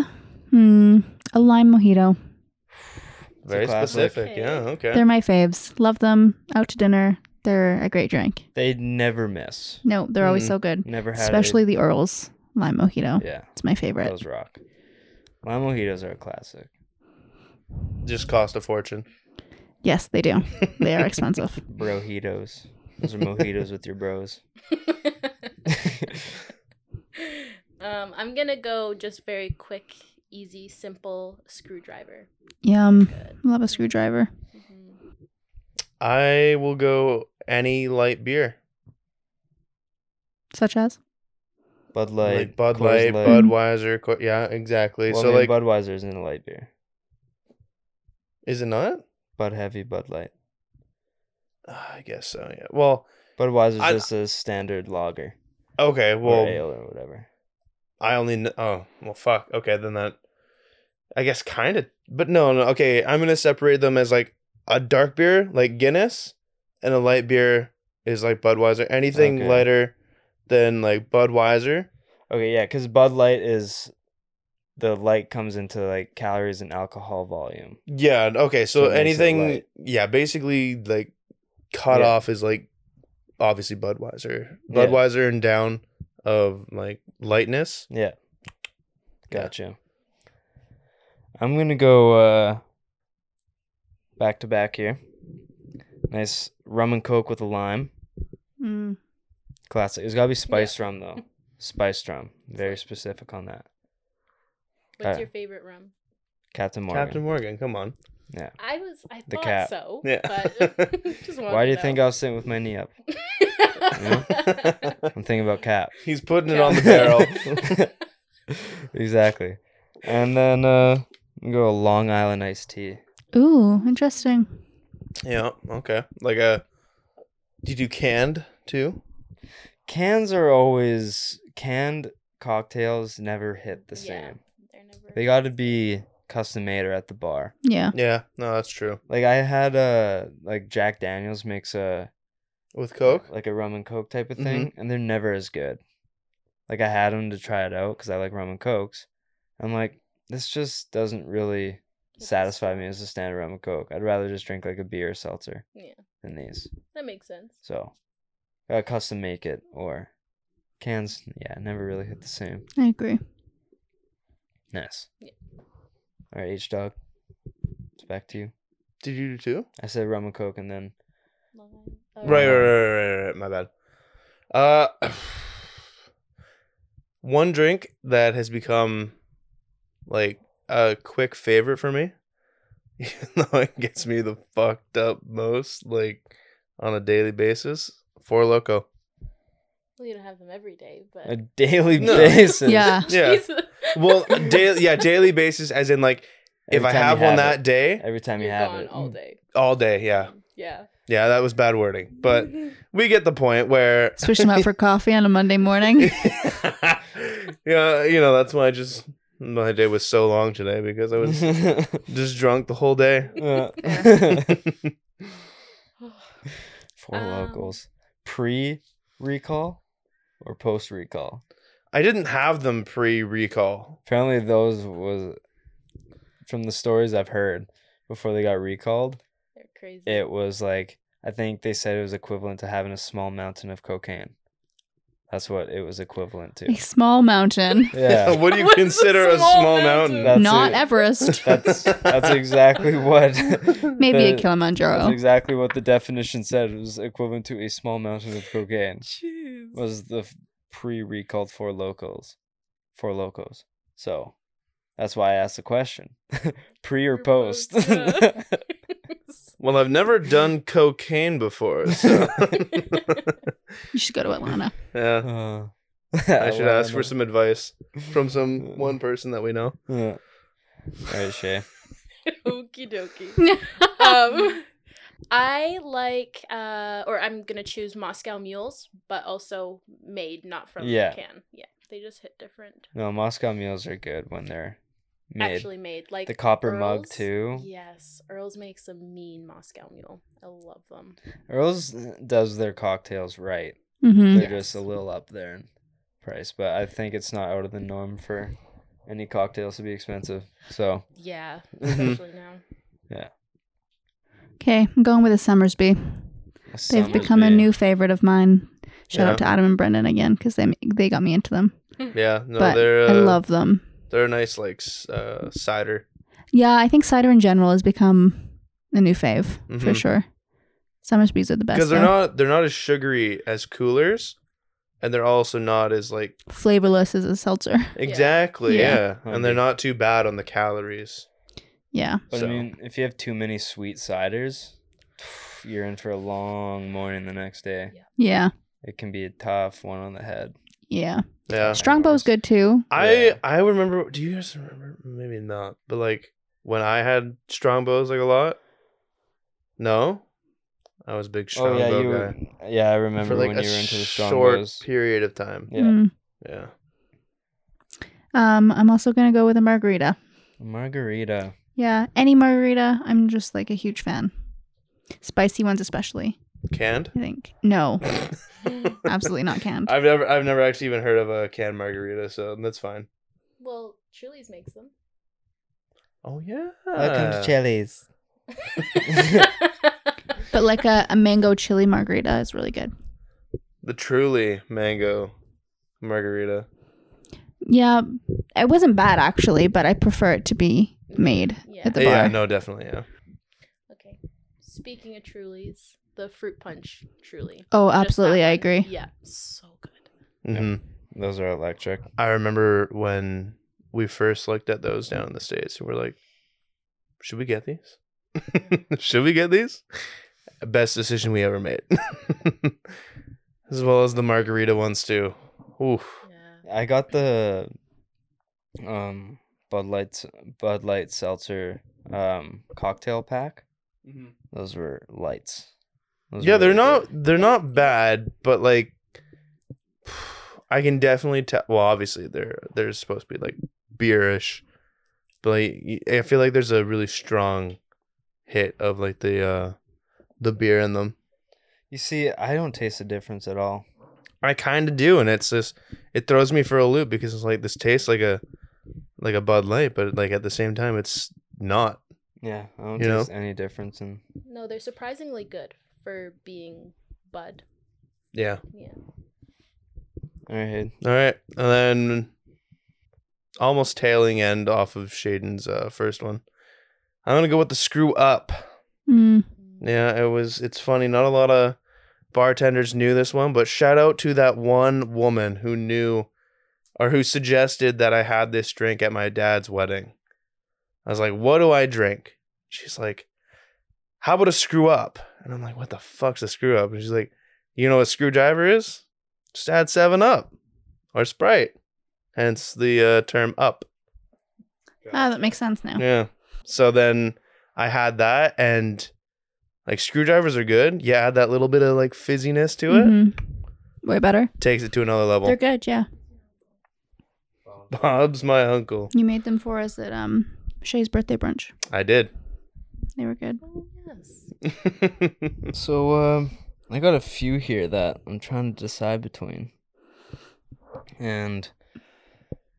[SPEAKER 3] hmm, a lime mojito.
[SPEAKER 1] It's a
[SPEAKER 4] Very
[SPEAKER 1] classic.
[SPEAKER 4] specific. Yeah. Okay.
[SPEAKER 3] They're my faves. Love them. Out to dinner. They're a great drink.
[SPEAKER 1] They never miss.
[SPEAKER 3] No, they're always
[SPEAKER 4] Mm.
[SPEAKER 3] so good.
[SPEAKER 1] Never had a-
[SPEAKER 3] Especially the Earl's lime mojito.
[SPEAKER 1] Yeah,
[SPEAKER 3] It's my favorite.
[SPEAKER 1] those rock. Lime mojitos are a classic.
[SPEAKER 4] Just cost a fortune.
[SPEAKER 3] Yes, they do. They are expensive.
[SPEAKER 1] Brojitos. Those are mojitos with your bros.
[SPEAKER 5] um, I'm gonna go just very quick, easy, simple screwdriver.
[SPEAKER 3] Yum.
[SPEAKER 5] Good.
[SPEAKER 3] Love a screwdriver.
[SPEAKER 4] Mm-hmm.
[SPEAKER 5] Mhm.
[SPEAKER 4] I will go any light beer.
[SPEAKER 3] Such as
[SPEAKER 1] Bud Light,
[SPEAKER 4] like Bud
[SPEAKER 1] Coors
[SPEAKER 4] Light,
[SPEAKER 3] Light.
[SPEAKER 4] Budweiser. Co- yeah, exactly.
[SPEAKER 1] Well,
[SPEAKER 4] so
[SPEAKER 1] I mean,
[SPEAKER 4] like,
[SPEAKER 1] Budweiser isn't a light beer.
[SPEAKER 4] is it not?
[SPEAKER 1] Bud Heavy, Bud Light.
[SPEAKER 4] Uh, I guess so. Yeah. Well,
[SPEAKER 1] Budweiser's
[SPEAKER 4] I-
[SPEAKER 1] just a standard lager
[SPEAKER 4] okay.
[SPEAKER 1] or
[SPEAKER 4] Well,
[SPEAKER 1] ale or whatever.
[SPEAKER 4] I only. Kn- oh, well, fuck. Okay, then that. I guess kind of, but no, no. Okay, I'm gonna separate them as like a dark beer, like Guinness, and a light beer is like Budweiser. Anything
[SPEAKER 1] Okay.
[SPEAKER 4] lighter than like Budweiser.
[SPEAKER 1] Okay, yeah, because Bud Light is the light comes into like calories and alcohol volume.
[SPEAKER 4] Yeah. Okay.
[SPEAKER 1] So
[SPEAKER 4] So,
[SPEAKER 1] it makes it
[SPEAKER 4] anything.
[SPEAKER 1] light.
[SPEAKER 4] Yeah. Basically, like cut
[SPEAKER 1] Yeah.
[SPEAKER 4] off is like obviously Budweiser.
[SPEAKER 1] Yeah.
[SPEAKER 4] Budweiser and down of like lightness.
[SPEAKER 1] Yeah.
[SPEAKER 4] Yeah.
[SPEAKER 1] Gotcha. I'm gonna go uh back to back here. Nice rum and coke with a lime.
[SPEAKER 3] mm,
[SPEAKER 1] Classic. It's gotta be spiced rum though. Spiced rum. Very specific on that.
[SPEAKER 5] What's
[SPEAKER 1] Uh,
[SPEAKER 5] your favorite rum?
[SPEAKER 1] Captain Morgan.
[SPEAKER 4] Captain Morgan. Come on.
[SPEAKER 5] I was I
[SPEAKER 1] the
[SPEAKER 5] thought
[SPEAKER 1] cat.
[SPEAKER 5] so.
[SPEAKER 4] Yeah.
[SPEAKER 5] But just wanted
[SPEAKER 1] Why do
[SPEAKER 5] to
[SPEAKER 1] you think I was sitting with my knee up?
[SPEAKER 5] know.
[SPEAKER 1] I'm thinking about cap.
[SPEAKER 4] He's Hmm? putting it
[SPEAKER 5] Yeah.
[SPEAKER 4] on the barrel.
[SPEAKER 1] exactly. And then uh I'm gonna go Long Island iced tea.
[SPEAKER 3] Ooh, interesting.
[SPEAKER 4] yeah. Okay. Like a. Did you do canned too?
[SPEAKER 1] Cans are always canned cocktails never hit the
[SPEAKER 5] Yeah.
[SPEAKER 1] same.
[SPEAKER 5] They're never-
[SPEAKER 1] They got to be custom made or at the bar.
[SPEAKER 3] Yeah.
[SPEAKER 4] Yeah. No, that's true.
[SPEAKER 1] Like I had a like Jack Daniels makes a
[SPEAKER 4] With Coke.
[SPEAKER 1] like a rum and coke type of thing, and they're never as good. Like I had them to try it out because I like rum and cokes. I'm like, this just doesn't really
[SPEAKER 5] It's-
[SPEAKER 1] satisfy me as a standard rum and coke. I'd rather just drink like a beer or seltzer
[SPEAKER 5] Yeah,
[SPEAKER 1] than these.
[SPEAKER 5] that makes sense.
[SPEAKER 1] So, gotta custom make it or cans. Yeah, never really hit the same.
[SPEAKER 3] I agree.
[SPEAKER 1] Nice.
[SPEAKER 5] Yeah.
[SPEAKER 1] All right, H dog. It's back to you.
[SPEAKER 4] Did you do two?
[SPEAKER 1] I said rum and coke, and then
[SPEAKER 5] Long Island- oh,
[SPEAKER 4] Right, right, right, right, right, right. My bad. Uh, one drink that has become like a quick favorite for me, even though it gets me the fucked up most, like on a daily basis. Four Loco.
[SPEAKER 5] Well, you don't have them every day, but
[SPEAKER 1] a daily
[SPEAKER 4] No.
[SPEAKER 1] basis.
[SPEAKER 3] Yeah.
[SPEAKER 4] Yeah.
[SPEAKER 5] Jesus.
[SPEAKER 4] Well, daily, yeah, daily basis, as in like if
[SPEAKER 1] Every
[SPEAKER 4] I
[SPEAKER 1] time you
[SPEAKER 4] have one
[SPEAKER 1] it.
[SPEAKER 4] that day,
[SPEAKER 1] every time you
[SPEAKER 5] You're
[SPEAKER 1] have
[SPEAKER 5] gone
[SPEAKER 1] it,
[SPEAKER 5] all day.
[SPEAKER 4] all day. Mm. Yeah,
[SPEAKER 5] Yeah.
[SPEAKER 4] yeah, that was bad wording, but we get the point where
[SPEAKER 3] Switch them out for coffee on a Monday morning.
[SPEAKER 4] yeah, you know that's why I just my day was so long today because I was just drunk the whole day.
[SPEAKER 1] Uh,
[SPEAKER 4] yeah,
[SPEAKER 1] Four
[SPEAKER 5] Um,
[SPEAKER 1] locals. Pre recall or post recall?
[SPEAKER 4] I didn't have them pre recall.
[SPEAKER 1] Apparently, those was from the stories I've heard before they got recalled.
[SPEAKER 5] They're crazy.
[SPEAKER 1] It was like I think they said it was equivalent to having a small mountain of cocaine. That's what it was equivalent
[SPEAKER 3] A
[SPEAKER 1] to.
[SPEAKER 3] small mountain,
[SPEAKER 1] Yeah,
[SPEAKER 4] what do you
[SPEAKER 5] What's a
[SPEAKER 4] consider a
[SPEAKER 5] small
[SPEAKER 4] small
[SPEAKER 5] mountain?
[SPEAKER 4] mountain?
[SPEAKER 1] That's
[SPEAKER 3] not
[SPEAKER 1] it.
[SPEAKER 3] Everest.
[SPEAKER 1] that's that's exactly what.
[SPEAKER 3] Maybe a
[SPEAKER 1] the- That's
[SPEAKER 3] Kilimanjaro.
[SPEAKER 1] exactly what the definition said. It was equivalent to a small mountain of cocaine.
[SPEAKER 5] Jeez.
[SPEAKER 1] Was the pre-recalled four locals, four locos. So that's why I asked the question: pre or
[SPEAKER 5] Or
[SPEAKER 1] post?
[SPEAKER 5] post, yeah.
[SPEAKER 4] Well, I've never done cocaine before, so
[SPEAKER 3] you should go to Atlanta.
[SPEAKER 4] yeah.
[SPEAKER 1] Uh,
[SPEAKER 4] I should ask for some advice from some
[SPEAKER 1] Yeah.
[SPEAKER 4] one person that we know.
[SPEAKER 1] Yeah. All right, Shay.
[SPEAKER 5] Okie dokie. um, I like, uh, or I'm gonna choose Moscow Mules, but also made, not from
[SPEAKER 1] Yeah.
[SPEAKER 5] can. Yeah, they just hit different.
[SPEAKER 1] No, Moscow mules are good when they're made.
[SPEAKER 5] Actually made, like
[SPEAKER 1] the copper mug
[SPEAKER 5] Earl's.
[SPEAKER 1] too.
[SPEAKER 5] Yes, Earl's makes a mean Moscow Mule. I love them.
[SPEAKER 1] Earl's does their cocktails right.
[SPEAKER 3] hmm
[SPEAKER 1] They're just a
[SPEAKER 5] Yes.
[SPEAKER 1] little up there in price, but I think it's not out of the norm for any cocktails to be expensive. So
[SPEAKER 5] Yeah,
[SPEAKER 4] Mhm.
[SPEAKER 3] Mm-hmm.
[SPEAKER 5] especially now.
[SPEAKER 3] Okay, I'm going with a Summersby. They've
[SPEAKER 1] Summersby-
[SPEAKER 3] become a new favorite of mine. Shout
[SPEAKER 4] Yeah.
[SPEAKER 3] out to Adam and Brendan again because they they got me into them.
[SPEAKER 4] Yeah, no,
[SPEAKER 3] but
[SPEAKER 4] they're uh,
[SPEAKER 3] I love them.
[SPEAKER 4] they're a nice like s-
[SPEAKER 1] Mm.
[SPEAKER 4] uh, cider.
[SPEAKER 3] Yeah, I think cider in general has become a new fave for
[SPEAKER 4] Mhm.
[SPEAKER 3] sure. Summersby's are the best.
[SPEAKER 4] because they're
[SPEAKER 3] though.
[SPEAKER 4] not they're not as sugary as coolers and they're also not as like
[SPEAKER 3] flavorless as a seltzer.
[SPEAKER 4] exactly yeah,
[SPEAKER 3] Yeah.
[SPEAKER 1] Oh,
[SPEAKER 4] and they're not too bad on the calories
[SPEAKER 3] Yeah.
[SPEAKER 1] But
[SPEAKER 4] so.
[SPEAKER 1] I mean, if you have too many sweet ciders, you're in for a long morning the next day.
[SPEAKER 3] Yeah.
[SPEAKER 1] It can be a tough one on the head.
[SPEAKER 3] Yeah.
[SPEAKER 4] yeah
[SPEAKER 3] Strongbow's good too.
[SPEAKER 4] i
[SPEAKER 1] Yeah.
[SPEAKER 4] i remember do you guys remember maybe not but like when i had strongbows like a lot no i was a big
[SPEAKER 1] Oh
[SPEAKER 4] strongbow
[SPEAKER 1] yeah, you
[SPEAKER 4] guy
[SPEAKER 1] were, yeah, I
[SPEAKER 4] for
[SPEAKER 1] remember
[SPEAKER 4] like
[SPEAKER 1] when
[SPEAKER 4] a
[SPEAKER 1] you were into the
[SPEAKER 4] short
[SPEAKER 1] strongbows.
[SPEAKER 4] period of time
[SPEAKER 1] Yeah.
[SPEAKER 3] Mm.
[SPEAKER 4] yeah
[SPEAKER 3] Um, I'm also gonna go with a margarita.
[SPEAKER 1] Margarita.
[SPEAKER 3] Yeah, any margarita, I'm just like a huge fan. Spicy ones especially,
[SPEAKER 4] canned
[SPEAKER 3] I think. No, absolutely not canned.
[SPEAKER 4] i've never i've never actually even heard of a canned margarita so that's fine
[SPEAKER 5] Well, Chili's makes them.
[SPEAKER 4] oh yeah
[SPEAKER 1] Chili's.
[SPEAKER 3] But like a, a mango chili margarita is really good.
[SPEAKER 4] The truly mango margarita.
[SPEAKER 3] Yeah, it wasn't bad actually, but I prefer it to be made.
[SPEAKER 5] yeah.
[SPEAKER 3] The
[SPEAKER 4] yeah,
[SPEAKER 3] bar.
[SPEAKER 4] no, definitely, yeah.
[SPEAKER 5] Okay. Speaking of Trulies, the fruit punch Truly.
[SPEAKER 3] Oh,
[SPEAKER 5] Just that
[SPEAKER 3] absolutely, I
[SPEAKER 5] one.
[SPEAKER 3] agree.
[SPEAKER 5] Yeah, so good.
[SPEAKER 3] Mm-hmm.
[SPEAKER 4] Mhm.
[SPEAKER 1] Those are electric.
[SPEAKER 4] I remember when we first looked at those down in the States and we're like, should we get these? should we get these? Best decision we ever made. as well as the margarita ones, too. Oof.
[SPEAKER 5] Yeah.
[SPEAKER 1] I got the um Bud Light Bud Light seltzer um cocktail pack. Those were lights. Those
[SPEAKER 4] yeah,
[SPEAKER 1] were
[SPEAKER 4] they're
[SPEAKER 1] really
[SPEAKER 4] not
[SPEAKER 1] good.
[SPEAKER 4] they're not bad, but like I can definitely tell. Well, obviously they're they're supposed to be like beerish, but like, y- I feel like there's a really strong hit of like the uh the beer in them.
[SPEAKER 1] You see, I don't taste the difference at all.
[SPEAKER 4] I kind of do, and it's just it throws me for a loop because it's like this tastes like a like a Bud Light, but like at the same time it's not.
[SPEAKER 1] Yeah, I don't
[SPEAKER 4] You know?
[SPEAKER 1] taste any difference in
[SPEAKER 5] No, they're surprisingly good for being bud.
[SPEAKER 4] Yeah.
[SPEAKER 5] Yeah.
[SPEAKER 1] All right.
[SPEAKER 4] All right, and then almost tailing end off of Shaden's uh, first one. I'm gonna go with the screw up.
[SPEAKER 3] Mm.
[SPEAKER 4] Yeah, it was. It's funny. Not a lot of bartenders knew this one, but shout out to that one woman who knew, or who suggested that I had this drink at my dad's wedding. I was like, "What do I drink?" She's like, "How about a screw up?" And I'm like, "What the fuck's a screw up?" And she's like, "You know what screwdriver is? Just add Seven Up or Sprite." Hence the uh, term "up."
[SPEAKER 3] Ah, that makes sense now.
[SPEAKER 4] Yeah. So then I had that and like screwdrivers are good. You add that little bit of like fizziness to it,
[SPEAKER 3] Mhm. Way better.
[SPEAKER 4] takes it to another
[SPEAKER 3] They're
[SPEAKER 4] level.
[SPEAKER 3] good. Yeah,
[SPEAKER 4] Bob's my uncle.
[SPEAKER 3] you made them for us at um Shay's birthday brunch.
[SPEAKER 4] I did.
[SPEAKER 3] They were good.
[SPEAKER 5] Oh, yes.
[SPEAKER 1] So um, I got a few here that I'm trying to decide between, and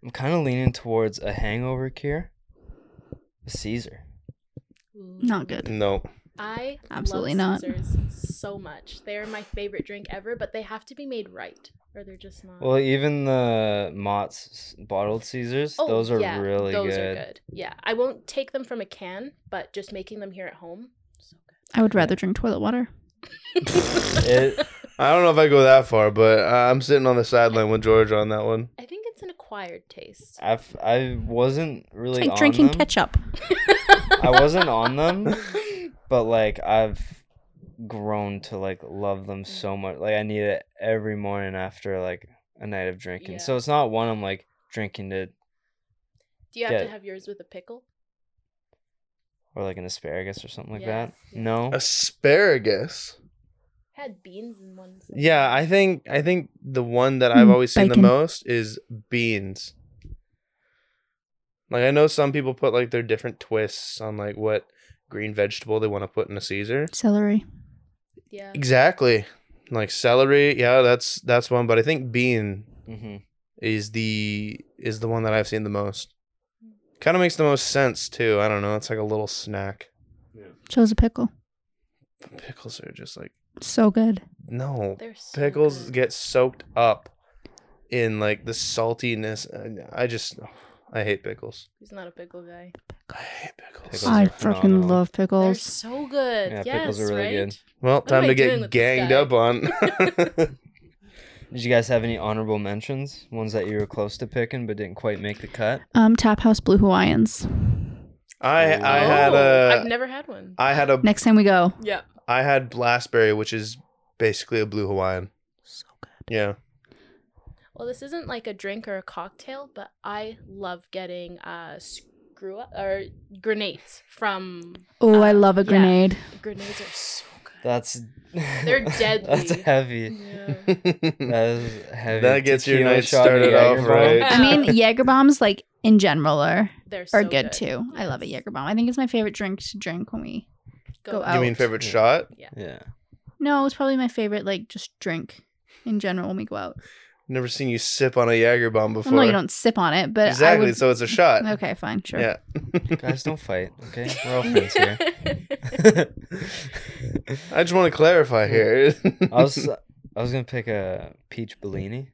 [SPEAKER 1] I'm kind of leaning towards a hangover cure, a Caesar.
[SPEAKER 3] Not good.
[SPEAKER 4] no.
[SPEAKER 5] I
[SPEAKER 3] Absolutely
[SPEAKER 5] absolutely
[SPEAKER 3] not.
[SPEAKER 5] love Caesars so much. They are my favorite drink ever, but they have to be made right, or they're just not.
[SPEAKER 1] Well, even the Mott's bottled Caesars,
[SPEAKER 5] Mm-hmm. Oh,
[SPEAKER 1] those are
[SPEAKER 5] yeah,
[SPEAKER 1] really
[SPEAKER 5] those
[SPEAKER 1] good.
[SPEAKER 5] are good. Yeah, I won't take them from a can, but just making them here at home, so
[SPEAKER 3] I would rather drink toilet water.
[SPEAKER 5] good.
[SPEAKER 1] It-
[SPEAKER 4] I don't know if I go that far, but I- I'm sitting on the sideline with George on that one.
[SPEAKER 5] I think it's an acquired taste.
[SPEAKER 1] I've, I wasn't
[SPEAKER 3] It's
[SPEAKER 1] really
[SPEAKER 3] like
[SPEAKER 1] on
[SPEAKER 3] drinking
[SPEAKER 1] them.
[SPEAKER 3] ketchup.
[SPEAKER 1] I wasn't on them, but like I've grown to like love them
[SPEAKER 5] Mm-hmm.
[SPEAKER 1] so much. Like I need it every morning after like a night of drinking. So
[SPEAKER 5] Yeah.
[SPEAKER 1] it's not one I'm like drinking to
[SPEAKER 5] Do you have
[SPEAKER 1] Yeah.
[SPEAKER 5] to have yours with a pickle?
[SPEAKER 1] or like an asparagus or something like
[SPEAKER 5] Yeah,
[SPEAKER 1] that.
[SPEAKER 5] yeah.
[SPEAKER 1] No.
[SPEAKER 4] Asparagus.
[SPEAKER 5] had beans in one. so-
[SPEAKER 4] Yeah, I think I think the one that I've
[SPEAKER 3] Mm,
[SPEAKER 4] always seen
[SPEAKER 3] bacon.
[SPEAKER 4] the most is beans. Like I know some people put like their different twists on like what green vegetable they want to put in a Caesar.
[SPEAKER 3] Celery.
[SPEAKER 5] yeah.
[SPEAKER 4] Exactly. Like celery, yeah, that's that's one, but I think bean
[SPEAKER 1] hmm
[SPEAKER 4] is the is the one that I've seen the most. Kind of makes the most sense too. I don't know. It's like a little snack.
[SPEAKER 3] So is a pickle.
[SPEAKER 4] Pickles are just like
[SPEAKER 3] So good.
[SPEAKER 4] no.
[SPEAKER 5] They're so
[SPEAKER 4] Pickles
[SPEAKER 5] good.
[SPEAKER 4] get soaked up in like the saltiness. I I just I hate pickles.
[SPEAKER 5] He's not a pickle guy.
[SPEAKER 4] I hate pickles.
[SPEAKER 1] Pickles
[SPEAKER 3] I
[SPEAKER 1] are
[SPEAKER 3] freaking
[SPEAKER 1] phenomenal.
[SPEAKER 3] love
[SPEAKER 5] They're
[SPEAKER 3] pickles.
[SPEAKER 5] so good.
[SPEAKER 1] Yeah,
[SPEAKER 5] yes,
[SPEAKER 1] pickles are really
[SPEAKER 5] right?
[SPEAKER 1] good.
[SPEAKER 4] Well,
[SPEAKER 5] am
[SPEAKER 4] time
[SPEAKER 5] I
[SPEAKER 4] to
[SPEAKER 5] doing
[SPEAKER 4] get
[SPEAKER 5] with this
[SPEAKER 4] ganged
[SPEAKER 5] guy?
[SPEAKER 4] up on.
[SPEAKER 1] Did you guys have any honorable mentions? Ones that you were close to picking but didn't quite make the cut?
[SPEAKER 3] Um, Tap House Blue Hawaiians.
[SPEAKER 4] I I
[SPEAKER 1] Oh,
[SPEAKER 4] had
[SPEAKER 5] I've
[SPEAKER 4] a
[SPEAKER 5] never had one.
[SPEAKER 4] I had a
[SPEAKER 3] Next time we go.
[SPEAKER 5] yeah.
[SPEAKER 4] I had blastberry, which is basically a blue Hawaiian.
[SPEAKER 3] So good.
[SPEAKER 4] Yeah.
[SPEAKER 5] Well, this isn't like a drink or a cocktail, but I love getting uh screw up or grenades from.
[SPEAKER 3] Oh, I
[SPEAKER 5] Uh,
[SPEAKER 3] love a
[SPEAKER 5] yeah.
[SPEAKER 3] grenade.
[SPEAKER 5] Grenades are so good.
[SPEAKER 1] That's
[SPEAKER 5] They're
[SPEAKER 1] That's
[SPEAKER 5] deadly.
[SPEAKER 1] heavy.
[SPEAKER 5] Yeah.
[SPEAKER 4] that
[SPEAKER 1] That is heavy.
[SPEAKER 4] gets your
[SPEAKER 1] Tequila
[SPEAKER 4] night
[SPEAKER 1] shot and
[SPEAKER 4] started off
[SPEAKER 1] Jagerbomb.
[SPEAKER 4] right.
[SPEAKER 5] Yeah.
[SPEAKER 3] I mean, Jaeger bombs, like in general, are,
[SPEAKER 5] They're so
[SPEAKER 3] are good, too. I love a Jaeger bomb. I think it's my favorite drink to drink when we. Go
[SPEAKER 4] You
[SPEAKER 3] out.
[SPEAKER 4] mean favorite
[SPEAKER 1] Yeah.
[SPEAKER 4] shot?
[SPEAKER 1] Yeah.
[SPEAKER 3] No, it's probably my favorite, like just drink in general when we go out.
[SPEAKER 4] Never seen you sip on a Jagerbomb before.
[SPEAKER 3] Well, no, you don't sip on it, but I
[SPEAKER 4] exactly.
[SPEAKER 3] would,
[SPEAKER 4] So it's a shot.
[SPEAKER 3] okay, fine, sure.
[SPEAKER 4] Yeah.
[SPEAKER 1] Guys, don't fight, okay? We're all friends here.
[SPEAKER 4] I just want to clarify here.
[SPEAKER 1] I was uh, I was gonna pick a peach Bellini.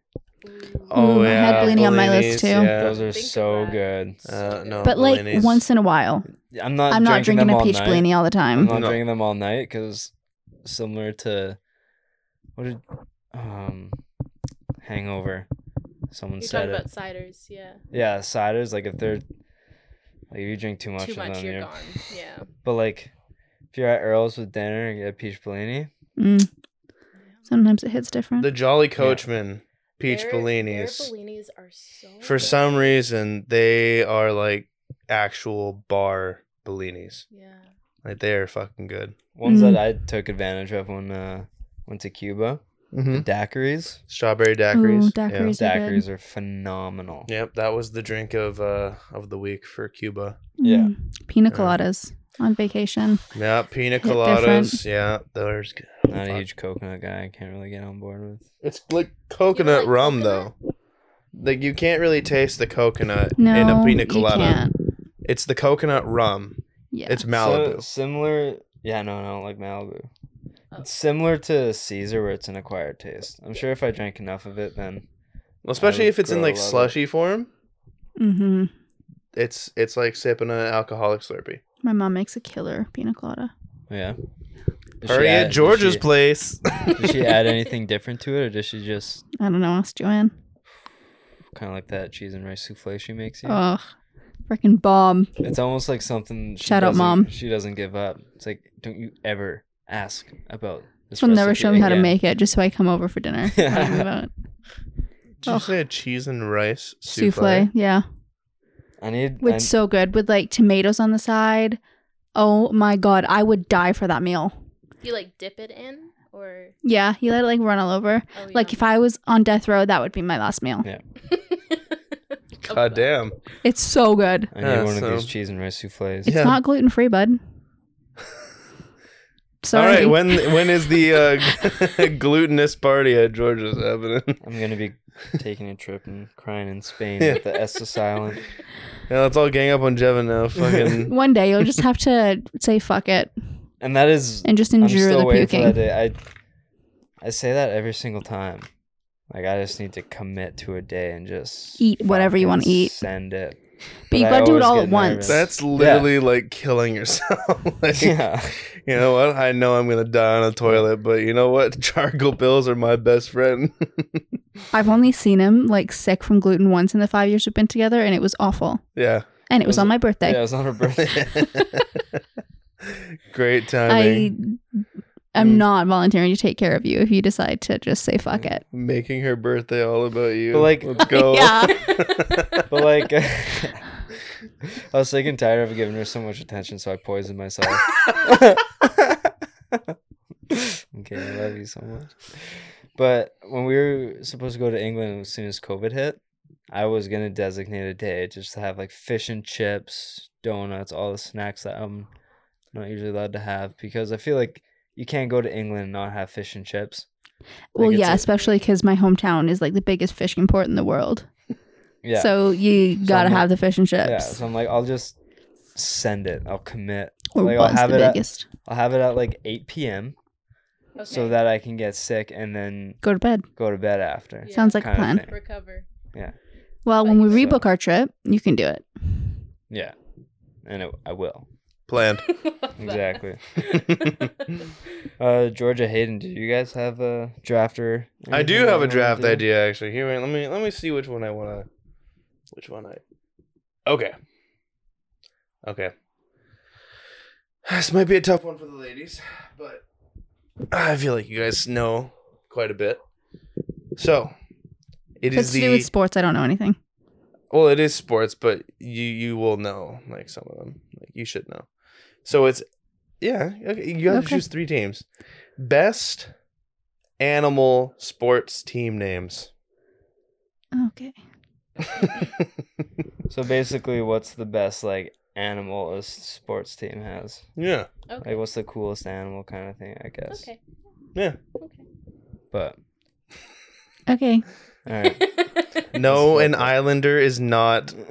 [SPEAKER 3] Ooh, Mm, I had Bellini on my list,
[SPEAKER 4] Oh, Bellinis,
[SPEAKER 3] too.
[SPEAKER 4] yeah.
[SPEAKER 1] Those are
[SPEAKER 5] Think of
[SPEAKER 1] so
[SPEAKER 5] that.
[SPEAKER 1] good.
[SPEAKER 4] Uh, no.
[SPEAKER 3] But like
[SPEAKER 4] Bellinis.
[SPEAKER 3] once in a while,
[SPEAKER 1] I'm not.
[SPEAKER 3] I'm not
[SPEAKER 1] drinking,
[SPEAKER 3] drinking
[SPEAKER 1] them
[SPEAKER 3] a
[SPEAKER 1] all
[SPEAKER 3] peach
[SPEAKER 1] night.
[SPEAKER 3] Bellini all the
[SPEAKER 1] I'm
[SPEAKER 3] time.
[SPEAKER 1] not
[SPEAKER 4] No.
[SPEAKER 1] drinking them all night because similar to what did um hangover someone
[SPEAKER 5] You're
[SPEAKER 1] said it.
[SPEAKER 5] talking about ciders, yeah.
[SPEAKER 1] yeah, ciders like if they're like if you drink too much
[SPEAKER 5] Too
[SPEAKER 1] of
[SPEAKER 5] much,
[SPEAKER 1] them,
[SPEAKER 5] you're
[SPEAKER 1] you're-
[SPEAKER 5] gone. Yeah.
[SPEAKER 1] But like if you're at Earl's with dinner and get a peach Bellini,
[SPEAKER 3] Mm. Sometimes it hits different.
[SPEAKER 4] the Jolly Coachman peach
[SPEAKER 5] Their-
[SPEAKER 4] Bellinis.
[SPEAKER 5] Their Bellinis are so
[SPEAKER 4] For
[SPEAKER 5] good.
[SPEAKER 4] some reason, they are like actual bar Bellinis.
[SPEAKER 5] Yeah.
[SPEAKER 4] Like they are fucking good.
[SPEAKER 1] ones
[SPEAKER 3] Mm.
[SPEAKER 1] that I took advantage of when uh went to Cuba,
[SPEAKER 4] Mm-hmm.
[SPEAKER 1] daiquiris.
[SPEAKER 4] Strawberry daiquiris.
[SPEAKER 3] Ooh,
[SPEAKER 4] Yeah.
[SPEAKER 3] daiquiris. These are good.
[SPEAKER 1] Daiquiris are phenomenal.
[SPEAKER 4] Yep, that was the drink of uh of the week for Cuba.
[SPEAKER 1] yeah.
[SPEAKER 3] Mm. Pina
[SPEAKER 4] Yeah.
[SPEAKER 3] coladas on vacation.
[SPEAKER 4] Yeah, pina
[SPEAKER 3] Hit
[SPEAKER 4] coladas. Yeah, those. good.
[SPEAKER 1] Not a huge coconut guy. I can't really get on board with.
[SPEAKER 4] It's like coconut
[SPEAKER 5] like
[SPEAKER 4] rum
[SPEAKER 5] coconut?
[SPEAKER 4] though. Like you can't really taste the coconut
[SPEAKER 3] No,
[SPEAKER 4] in a pina
[SPEAKER 3] you
[SPEAKER 4] colada.
[SPEAKER 3] can't.
[SPEAKER 4] It's the coconut rum.
[SPEAKER 3] Yeah,
[SPEAKER 4] It's
[SPEAKER 1] So,
[SPEAKER 4] Malibu.
[SPEAKER 1] similar. Yeah, no, no, like Malibu.
[SPEAKER 5] Oh.
[SPEAKER 1] It's similar to Caesar, where it's an acquired taste. I'm sure if I drank enough of it, then
[SPEAKER 4] Well, especially
[SPEAKER 1] would
[SPEAKER 4] if it's in
[SPEAKER 1] grow
[SPEAKER 4] like
[SPEAKER 1] love it.
[SPEAKER 4] slushy form.
[SPEAKER 3] hmm
[SPEAKER 4] It's it's like sipping an alcoholic Slurpee.
[SPEAKER 3] My mom makes a killer pina colada.
[SPEAKER 1] yeah. Does she
[SPEAKER 4] Hurry
[SPEAKER 1] add-
[SPEAKER 4] at
[SPEAKER 1] does
[SPEAKER 4] George's
[SPEAKER 1] she-
[SPEAKER 4] place.
[SPEAKER 1] Does she add anything different to it, or does she just
[SPEAKER 3] I don't know. Ask Joanne.
[SPEAKER 1] kind of like that cheese and rice souffle she makes you?
[SPEAKER 3] Ugh, freaking bomb.
[SPEAKER 1] It's almost like something. She
[SPEAKER 3] Shout out,
[SPEAKER 1] doesn't-
[SPEAKER 3] Mom.
[SPEAKER 1] She doesn't give up. It's like, don't you ever ask about. This
[SPEAKER 3] She'll never
[SPEAKER 1] recipe
[SPEAKER 3] show me how to
[SPEAKER 1] again."
[SPEAKER 3] make it, just so I come over for dinner. when I move out.
[SPEAKER 4] Did you
[SPEAKER 3] Ugh.
[SPEAKER 4] say a cheese and rice souffle?
[SPEAKER 3] Oh. Souffle, yeah,
[SPEAKER 1] I need.
[SPEAKER 3] which
[SPEAKER 1] I-
[SPEAKER 3] so good with like tomatoes on the side. Oh my god, I would die for that meal.
[SPEAKER 5] Do you like dip it in or
[SPEAKER 3] Yeah, you let it like run all over.
[SPEAKER 5] oh,
[SPEAKER 3] Like if I was on death row, that would be my last meal.
[SPEAKER 1] Yeah.
[SPEAKER 4] God damn.
[SPEAKER 3] It's so good.
[SPEAKER 1] I need
[SPEAKER 4] Yeah,
[SPEAKER 1] one of
[SPEAKER 4] so-
[SPEAKER 1] these cheese and rice souffles.
[SPEAKER 3] It's
[SPEAKER 4] Yeah.
[SPEAKER 3] not gluten free, bud. Sorry.
[SPEAKER 4] All right, when when is the uh, glutinous party at Georgia's happening?
[SPEAKER 1] I'm gonna be taking a trip and crying in Spain at the Estes Island.
[SPEAKER 4] Yeah, let's all gang up on Jevin now. Fucking
[SPEAKER 3] One day you'll just have to say fuck it
[SPEAKER 1] And that is
[SPEAKER 3] and just
[SPEAKER 1] I'm
[SPEAKER 3] endure
[SPEAKER 1] still
[SPEAKER 3] the
[SPEAKER 1] waiting for that
[SPEAKER 3] puking.
[SPEAKER 1] day. I I say that every single time. Like I just need to commit to a day and just
[SPEAKER 3] Eat whatever you wanna
[SPEAKER 1] fucking
[SPEAKER 3] eat.
[SPEAKER 1] Send it.
[SPEAKER 3] But you
[SPEAKER 1] I
[SPEAKER 3] gotta do it
[SPEAKER 1] always
[SPEAKER 3] all
[SPEAKER 1] get
[SPEAKER 3] at once.
[SPEAKER 4] that's literally like killing yourself. like,
[SPEAKER 1] Yeah.
[SPEAKER 4] You know what? I know I'm gonna die on a toilet, but you know what? Charcoal pills are my best friend.
[SPEAKER 3] I've only seen him like sick from gluten once in the five years we've been together, and it was awful.
[SPEAKER 4] yeah.
[SPEAKER 3] And it was
[SPEAKER 1] Was
[SPEAKER 3] on
[SPEAKER 1] it-
[SPEAKER 3] my birthday.
[SPEAKER 1] Yeah, it was on her birthday.
[SPEAKER 4] Great
[SPEAKER 3] I
[SPEAKER 4] timing.
[SPEAKER 3] am
[SPEAKER 4] Mm.
[SPEAKER 3] not volunteering to take care of you if you decide to just say fuck
[SPEAKER 1] Mm.
[SPEAKER 3] it.
[SPEAKER 4] Making her birthday all about you.
[SPEAKER 1] But, like-
[SPEAKER 4] let's go.
[SPEAKER 3] Yeah.
[SPEAKER 1] but like I was sick and tired of giving her so much attention, so I poisoned myself. okay, I love you so much. But when we were supposed to go to England as soon as COVID hit, I was gonna designate a day just to have like fish and chips, donuts, all the snacks that I'm not usually allowed to have because I feel like you can't go to England and not have fish and chips.
[SPEAKER 3] Well,
[SPEAKER 1] it's
[SPEAKER 3] yeah,
[SPEAKER 1] a-
[SPEAKER 3] especially because my hometown is like the biggest fishing port in the world.
[SPEAKER 1] Yeah.
[SPEAKER 3] So you gotta
[SPEAKER 1] I'm like-
[SPEAKER 3] have the fish and chips.
[SPEAKER 1] yeah. So I'm like, I'll just send it. I'll commit.
[SPEAKER 3] or
[SPEAKER 1] like, I'll
[SPEAKER 3] was
[SPEAKER 1] have
[SPEAKER 3] the
[SPEAKER 1] it at-
[SPEAKER 3] biggest.
[SPEAKER 1] I'll have it at like 8 p.m. so
[SPEAKER 5] Okay.
[SPEAKER 1] that I can get sick and then
[SPEAKER 3] Go to bed.
[SPEAKER 1] go to bed after.
[SPEAKER 5] Yeah.
[SPEAKER 3] Sounds like a
[SPEAKER 1] Kinda
[SPEAKER 3] plan.
[SPEAKER 1] thing.
[SPEAKER 5] recover.
[SPEAKER 3] Well, when we
[SPEAKER 5] Like,
[SPEAKER 1] so-
[SPEAKER 3] rebook our trip, you can do it.
[SPEAKER 1] Yeah. And it, I will.
[SPEAKER 4] Planned.
[SPEAKER 1] Exactly. Uh, Georgia Hayden, do you guys have a drafter?
[SPEAKER 4] I do have a draft idea actually. Here, wait, let me let me see which one I wanna which one I Okay. Okay. This might be a tough one for the ladies, but I feel like you guys know quite a bit. So it
[SPEAKER 3] If it's
[SPEAKER 4] is
[SPEAKER 3] to do
[SPEAKER 4] the
[SPEAKER 3] with sports. I don't know anything.
[SPEAKER 4] well, it is sports, but you you will know like some of them. Like you should know. So it's yeah, okay, you have to
[SPEAKER 3] Okay.
[SPEAKER 4] choose three teams. Best animal sports team names.
[SPEAKER 3] Okay.
[SPEAKER 1] So basically, what's the best like animal a s- sports team has?
[SPEAKER 4] yeah.
[SPEAKER 5] Okay.
[SPEAKER 1] Like, what's the coolest animal kind of thing? I guess.
[SPEAKER 5] Okay.
[SPEAKER 4] Yeah.
[SPEAKER 1] But
[SPEAKER 3] Okay.
[SPEAKER 1] all right.
[SPEAKER 4] No, an
[SPEAKER 1] Fuck it.
[SPEAKER 4] islander is not.
[SPEAKER 3] Well,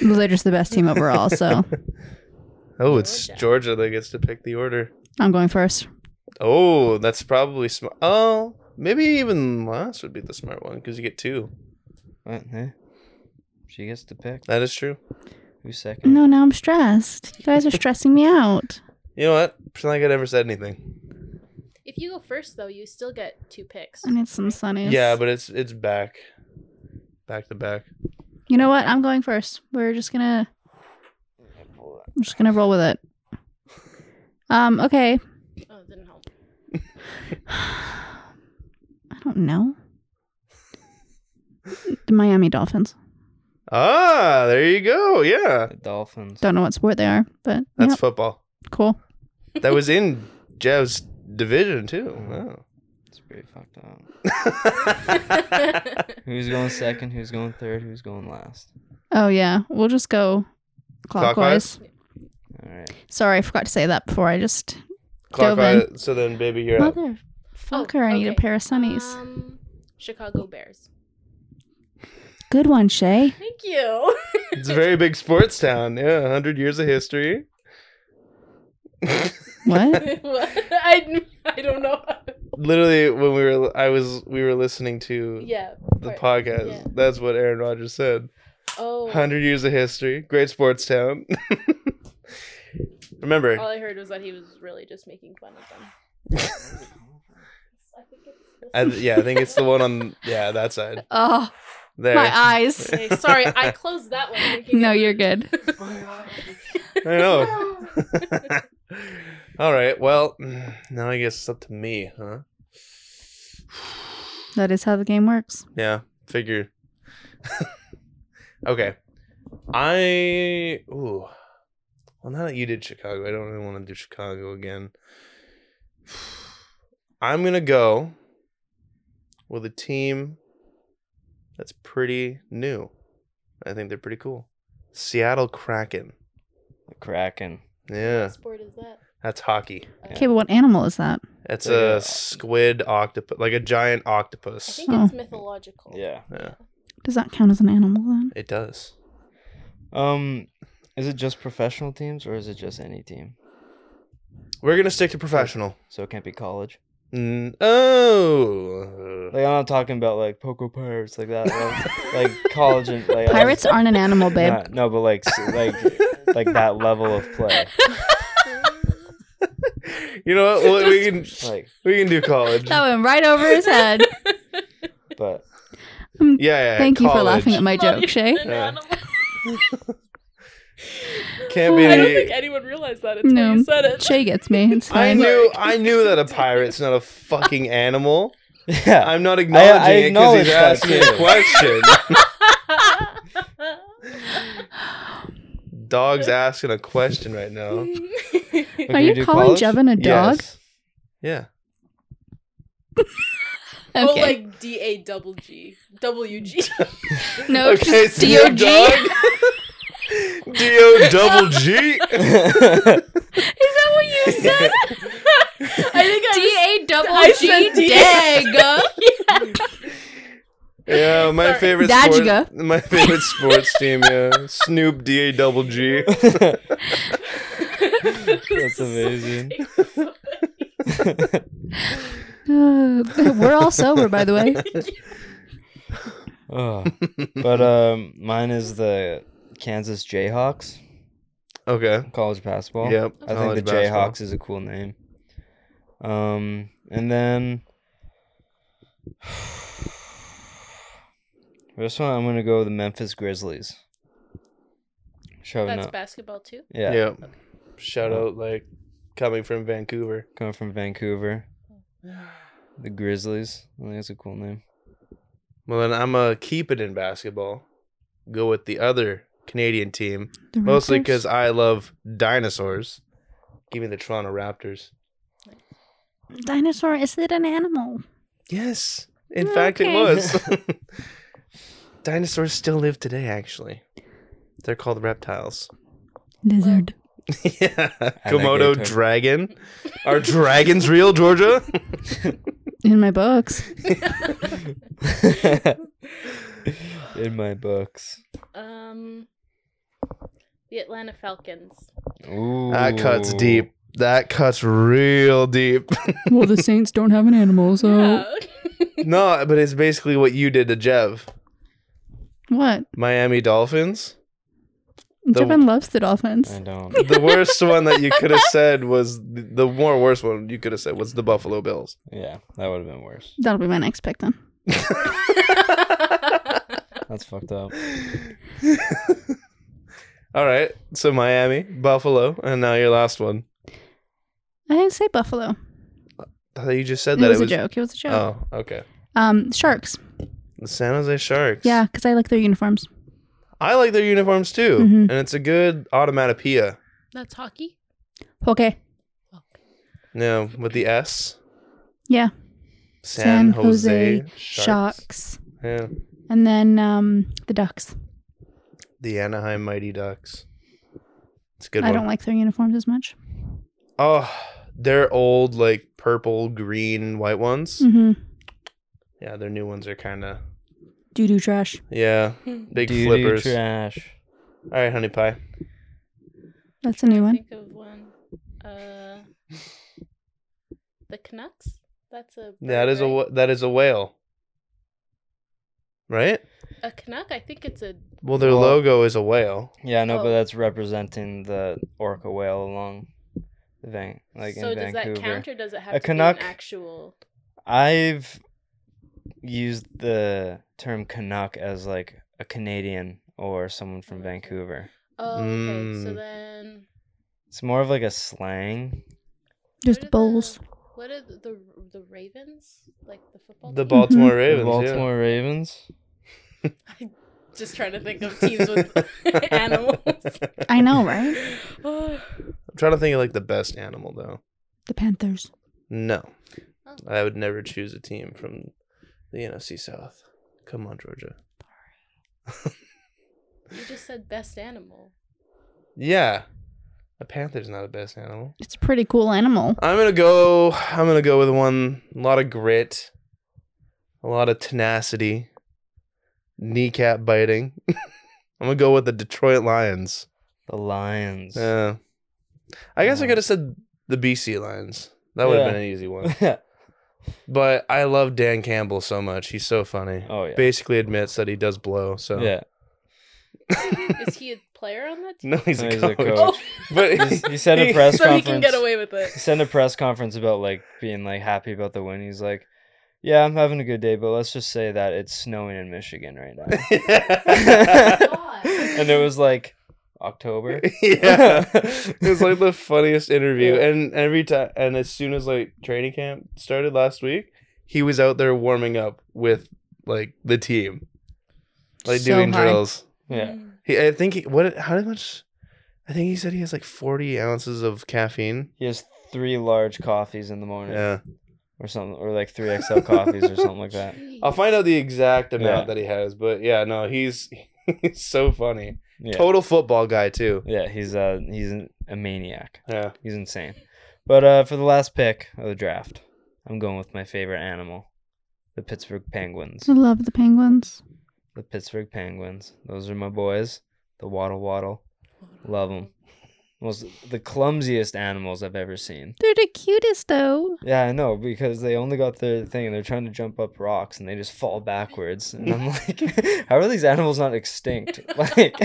[SPEAKER 3] they're just the best team overall. So
[SPEAKER 4] oh, it's
[SPEAKER 5] Georgia.
[SPEAKER 4] Georgia that gets to pick the order.
[SPEAKER 3] I'm going first.
[SPEAKER 4] Oh, that's probably smart. Oh, maybe even last would be the smart one because you get two.
[SPEAKER 1] What? Huh? She gets to pick.
[SPEAKER 4] That is true.
[SPEAKER 1] Who's second?
[SPEAKER 3] No, now I'm stressed. You guys are stressing me out.
[SPEAKER 4] You know what? It's not like I'd ever said anything.
[SPEAKER 5] If you go first, though, you still get two picks.
[SPEAKER 3] I need some sunnies.
[SPEAKER 4] Yeah, but it's it's back, back to back.
[SPEAKER 3] you know what? I'm going first. We're just gonna I'm just gonna roll with it. Um, okay.
[SPEAKER 5] Oh, it didn't help.
[SPEAKER 3] I don't know. The Miami Dolphins.
[SPEAKER 4] Ah, there you go. Yeah,
[SPEAKER 1] The Dolphins.
[SPEAKER 3] Don't know what sport they are, but
[SPEAKER 4] that's
[SPEAKER 3] yep,
[SPEAKER 4] football.
[SPEAKER 3] cool.
[SPEAKER 4] That was in Jev's division too. Wow.
[SPEAKER 1] It's pretty fucked up.
[SPEAKER 4] Clockwise.
[SPEAKER 1] Who's going second? Who's going third? Who's going last?
[SPEAKER 3] Oh yeah, we'll just go clockwise.
[SPEAKER 1] All right.
[SPEAKER 3] Sorry, I forgot to say that before. I just
[SPEAKER 4] Clockwise. So then, baby, you're up.
[SPEAKER 3] mother fucker.
[SPEAKER 5] Oh,
[SPEAKER 3] I need a
[SPEAKER 5] okay.
[SPEAKER 3] pair of sunnies.
[SPEAKER 5] Um, Chicago Bears.
[SPEAKER 3] Good one, Shay.
[SPEAKER 5] Thank you.
[SPEAKER 4] It's a very big sports town. Yeah, 100 years of history.
[SPEAKER 3] What?
[SPEAKER 5] I, I don't know.
[SPEAKER 4] Literally when we were I was we were listening to
[SPEAKER 5] Yeah.
[SPEAKER 4] the
[SPEAKER 5] part-
[SPEAKER 4] podcast.
[SPEAKER 5] yeah.
[SPEAKER 4] That's what Aaron Rodgers said.
[SPEAKER 5] Oh.
[SPEAKER 4] 100 years of history. Great sports town. Remember,
[SPEAKER 5] All I heard was that he was really just making fun of them. I think it's
[SPEAKER 4] I, yeah, I think it's the one on yeah, that side.
[SPEAKER 3] oh,
[SPEAKER 4] There.
[SPEAKER 3] my eyes.
[SPEAKER 5] Okay, sorry, I closed that one. thinking
[SPEAKER 3] No,
[SPEAKER 5] it
[SPEAKER 3] you're
[SPEAKER 5] was-
[SPEAKER 3] good.
[SPEAKER 4] I know. All right. Well, now I guess it's up to me, huh?
[SPEAKER 3] That is how the game works.
[SPEAKER 4] Yeah, figure. okay. I ooh. Well, now that you did Chicago, I don't really want to do Chicago again. I'm gonna go with a team that's pretty new. I think they're pretty cool. Seattle Kraken.
[SPEAKER 1] The Kraken.
[SPEAKER 4] Yeah.
[SPEAKER 5] What sport is that? Uh,
[SPEAKER 4] That's hockey.
[SPEAKER 3] Okay, but what animal is that?
[SPEAKER 4] That's
[SPEAKER 1] Like
[SPEAKER 4] a
[SPEAKER 1] a-
[SPEAKER 4] squid octopus, like a giant
[SPEAKER 5] I
[SPEAKER 4] octopus.
[SPEAKER 5] think it's mythological.
[SPEAKER 1] Yeah.
[SPEAKER 4] Yeah,
[SPEAKER 3] Does that count as an animal then?
[SPEAKER 4] it does.
[SPEAKER 1] Um, is it just professional teams or is it just any team?
[SPEAKER 4] We're gonna stick to professional.
[SPEAKER 1] So it can't be college.
[SPEAKER 4] Mm, oh,
[SPEAKER 1] Like I'm not talking about like Poco Pirates like that. Like, like college and like I was-
[SPEAKER 3] Pirates aren't an animal, babe.
[SPEAKER 1] Nah, no, but like s- like like that level of play.
[SPEAKER 4] you know what? Well, we can
[SPEAKER 1] Like,
[SPEAKER 4] we can do college.
[SPEAKER 3] That went right over his head.
[SPEAKER 1] but
[SPEAKER 3] Um,
[SPEAKER 4] Yeah, yeah.
[SPEAKER 3] Thank you for
[SPEAKER 4] college.
[SPEAKER 3] laughing at my joke, Shay.
[SPEAKER 5] An
[SPEAKER 4] Yeah.
[SPEAKER 5] animal.
[SPEAKER 4] Can't
[SPEAKER 5] I don't think
[SPEAKER 4] be.
[SPEAKER 5] anyone realized that until
[SPEAKER 3] No.
[SPEAKER 5] you said it.
[SPEAKER 3] Shay gets me. It's
[SPEAKER 4] I
[SPEAKER 3] fine.
[SPEAKER 4] knew I knew that a pirate's not a fucking animal.
[SPEAKER 1] yeah,
[SPEAKER 4] I'm not acknowledging
[SPEAKER 1] I
[SPEAKER 4] it because
[SPEAKER 1] acknowledge
[SPEAKER 4] he's
[SPEAKER 1] that
[SPEAKER 4] asking a
[SPEAKER 1] too.
[SPEAKER 4] question. Dog's asking a question right
[SPEAKER 5] Oh,
[SPEAKER 4] now.
[SPEAKER 1] But
[SPEAKER 3] Are
[SPEAKER 1] can we
[SPEAKER 3] you
[SPEAKER 1] do
[SPEAKER 3] calling
[SPEAKER 1] college?
[SPEAKER 3] Jevin a dog?
[SPEAKER 4] Yes. Yeah.
[SPEAKER 3] Okay.
[SPEAKER 5] Oh, like D A double G W G.
[SPEAKER 3] no,
[SPEAKER 4] okay,
[SPEAKER 3] just
[SPEAKER 4] see you,
[SPEAKER 3] DOG.
[SPEAKER 4] dog. D O double G.
[SPEAKER 3] Is that what you said?
[SPEAKER 5] I think I
[SPEAKER 3] D A double
[SPEAKER 5] I
[SPEAKER 3] G
[SPEAKER 5] said D-
[SPEAKER 3] Dag.
[SPEAKER 4] Yeah, my
[SPEAKER 5] Sorry.
[SPEAKER 4] favorite
[SPEAKER 3] Dajiga.
[SPEAKER 4] sport, my favorite sports team, yeah. Snoop D A double G.
[SPEAKER 5] was.
[SPEAKER 1] That's amazing.
[SPEAKER 3] Uh, We're all sober, by the way.
[SPEAKER 1] oh. But um, mine is the Kansas Jayhawks
[SPEAKER 4] Okay.
[SPEAKER 1] college basketball.
[SPEAKER 4] Yep.
[SPEAKER 1] I think
[SPEAKER 4] college
[SPEAKER 1] the
[SPEAKER 4] basketball.
[SPEAKER 1] Jayhawks is a cool name. Um, and then for this one, I'm gonna go with the Memphis Grizzlies. Showing
[SPEAKER 5] That's
[SPEAKER 1] up,
[SPEAKER 5] basketball too.
[SPEAKER 1] yeah,
[SPEAKER 4] Yep. Shout out like coming from Vancouver.
[SPEAKER 1] coming from Vancouver, the Grizzlies. I think that's a cool name.
[SPEAKER 4] Well then I'm uh keep it in basketball. Go with the other Canadian team.
[SPEAKER 3] The
[SPEAKER 4] Mostly
[SPEAKER 3] Raptors?
[SPEAKER 4] because I love dinosaurs. Give me the Toronto Raptors.
[SPEAKER 3] dinosaur is it an animal?
[SPEAKER 4] Yes. In fact, it
[SPEAKER 3] Okay.
[SPEAKER 4] was. Dinosaurs still live today, actually. They're called reptiles.
[SPEAKER 3] Lizard.
[SPEAKER 4] yeah.
[SPEAKER 1] Alligator.
[SPEAKER 4] Komodo dragon. Are dragons real, Georgia?
[SPEAKER 3] In my books.
[SPEAKER 1] In my books.
[SPEAKER 5] Um, the Atlanta Falcons.
[SPEAKER 1] Ooh.
[SPEAKER 4] that cuts deep. That cuts real deep.
[SPEAKER 3] Well, the Saints don't have an animal, so
[SPEAKER 4] no, but it's basically what you did to Jev.
[SPEAKER 3] what?
[SPEAKER 4] Miami Dolphins. The-
[SPEAKER 3] Jevin loves the dolphins.
[SPEAKER 1] I don't.
[SPEAKER 4] The worst one that you could have said was the more worst one you could have said was the Buffalo Bills.
[SPEAKER 1] Yeah, that would have been worse.
[SPEAKER 3] That'll be my next pick then.
[SPEAKER 1] That's fucked up.
[SPEAKER 4] All right. So Miami, Buffalo, and now your last one.
[SPEAKER 3] I didn't say buffalo.
[SPEAKER 4] I thought you just said
[SPEAKER 3] It
[SPEAKER 4] that
[SPEAKER 3] was, a joke. It was a joke.
[SPEAKER 4] Oh, okay.
[SPEAKER 3] Um, sharks.
[SPEAKER 4] The San Jose Sharks.
[SPEAKER 3] Yeah, because I like their uniforms.
[SPEAKER 4] I like their uniforms too,
[SPEAKER 3] Mhm.
[SPEAKER 4] and it's a good automatopoeia.
[SPEAKER 5] That's hockey.
[SPEAKER 3] Okay.
[SPEAKER 4] No, with the S.
[SPEAKER 3] Yeah.
[SPEAKER 4] San, Jose, Sharks.
[SPEAKER 3] Sharks.
[SPEAKER 4] Yeah.
[SPEAKER 3] And then um, the ducks.
[SPEAKER 4] The Anaheim Mighty Ducks. It's a good
[SPEAKER 3] I
[SPEAKER 4] one.
[SPEAKER 3] don't like their uniforms as much.
[SPEAKER 4] oh, they're old, like purple, green, white ones.
[SPEAKER 3] Mm-hmm.
[SPEAKER 4] Yeah, their new ones are kind of
[SPEAKER 3] Doo doo trash.
[SPEAKER 4] yeah, big
[SPEAKER 1] Doo-doo
[SPEAKER 4] flippers.
[SPEAKER 1] Trash.
[SPEAKER 4] All right, honey pie.
[SPEAKER 3] That's a new one.
[SPEAKER 5] Think of one. Uh, the Canucks. That's a.
[SPEAKER 4] That is a
[SPEAKER 5] bird,
[SPEAKER 4] wh- that is a whale. Right?
[SPEAKER 5] right? a Canuck. I think it's a.
[SPEAKER 4] Well, their
[SPEAKER 1] Well-
[SPEAKER 4] logo is a whale.
[SPEAKER 1] Yeah, no, but
[SPEAKER 5] Oh.
[SPEAKER 1] that's representing the orca whale along the van, like
[SPEAKER 5] so
[SPEAKER 1] in
[SPEAKER 5] does
[SPEAKER 1] Vancouver.
[SPEAKER 5] that count, or does it have
[SPEAKER 1] A
[SPEAKER 5] to
[SPEAKER 1] Canuck?
[SPEAKER 5] be an actual?
[SPEAKER 1] I've used the term Canuck as like a Canadian or someone from Vancouver.
[SPEAKER 5] Oh, okay. So
[SPEAKER 4] Mm.
[SPEAKER 5] then.
[SPEAKER 1] It's more of like a slang.
[SPEAKER 3] Just
[SPEAKER 5] what are
[SPEAKER 3] bulls.
[SPEAKER 5] The, what are the, the the Ravens like the football?
[SPEAKER 4] The
[SPEAKER 3] Mm-hmm.
[SPEAKER 5] team?
[SPEAKER 4] Baltimore
[SPEAKER 1] The
[SPEAKER 4] Ravens. yeah.
[SPEAKER 1] Baltimore Ravens.
[SPEAKER 5] Just trying to think of teams with animals.
[SPEAKER 3] I know, right?
[SPEAKER 5] Oh,
[SPEAKER 4] I'm trying to think of like the best animal though.
[SPEAKER 3] The Panthers.
[SPEAKER 4] No,
[SPEAKER 5] Oh.
[SPEAKER 4] I would never choose a team from the NFC South. Come on, Georgia.
[SPEAKER 5] you just said best animal.
[SPEAKER 4] Yeah, A panther's not a best animal.
[SPEAKER 3] It's a pretty cool animal.
[SPEAKER 4] I'm gonna go. I'm gonna go with one. A lot of grit, a lot of tenacity, kneecap biting. I'm gonna go with the Detroit Lions.
[SPEAKER 1] The Lions.
[SPEAKER 4] Yeah, I guess I
[SPEAKER 1] Yeah.
[SPEAKER 4] could have said the BC Lions. That would have
[SPEAKER 1] Yeah.
[SPEAKER 4] been an easy one. But I love Dan Campbell so much. He's so funny.
[SPEAKER 1] oh yeah.
[SPEAKER 4] Basically admits that he does blow. So
[SPEAKER 1] Yeah.
[SPEAKER 5] Is he a player on that team?
[SPEAKER 4] no, he's,
[SPEAKER 1] No,
[SPEAKER 4] a, coach.
[SPEAKER 5] Oh,
[SPEAKER 4] But
[SPEAKER 1] He's- he said a
[SPEAKER 4] he-
[SPEAKER 1] press
[SPEAKER 5] so he
[SPEAKER 1] conference.
[SPEAKER 5] can get away with
[SPEAKER 1] He
[SPEAKER 5] it.
[SPEAKER 1] said a press conference about like being like happy about the win. He's like, "Yeah, I'm having a good day, but let's just say that it's snowing in Michigan right now." and it was like October.
[SPEAKER 4] yeah. It was like the funniest interview.
[SPEAKER 1] Yeah.
[SPEAKER 4] And every time, and as soon as like training camp started last week, he was out there warming up with like the team, like
[SPEAKER 3] So
[SPEAKER 4] doing
[SPEAKER 3] high.
[SPEAKER 4] drills.
[SPEAKER 1] Yeah.
[SPEAKER 4] He, I think he, what, how much? I think he said he has like 40 ounces of caffeine.
[SPEAKER 1] He has three large coffees in the morning
[SPEAKER 4] Yeah.
[SPEAKER 1] or something or like 3 XL coffees or something like that.
[SPEAKER 5] Mm.
[SPEAKER 4] I'll find out the exact amount
[SPEAKER 1] Yeah.
[SPEAKER 4] that he has, but yeah, no, he's he's so funny.
[SPEAKER 1] Yeah.
[SPEAKER 4] Total football guy too.
[SPEAKER 1] Yeah, he's uh he's an- a maniac.
[SPEAKER 4] Yeah.
[SPEAKER 1] He's insane. But uh for the last pick of the draft, I'm going with my favorite animal, the Pittsburgh Penguins.
[SPEAKER 3] I love the penguins.
[SPEAKER 1] The Pittsburgh Penguins. Those are my boys. The Waddle Waddle. Love them. Was the clumsiest animals I've ever seen.
[SPEAKER 3] They're the cutest though.
[SPEAKER 1] Yeah, I know because they only got their thing and they're trying to jump up rocks and they just fall backwards. And I'm like, how are these animals not extinct? Like,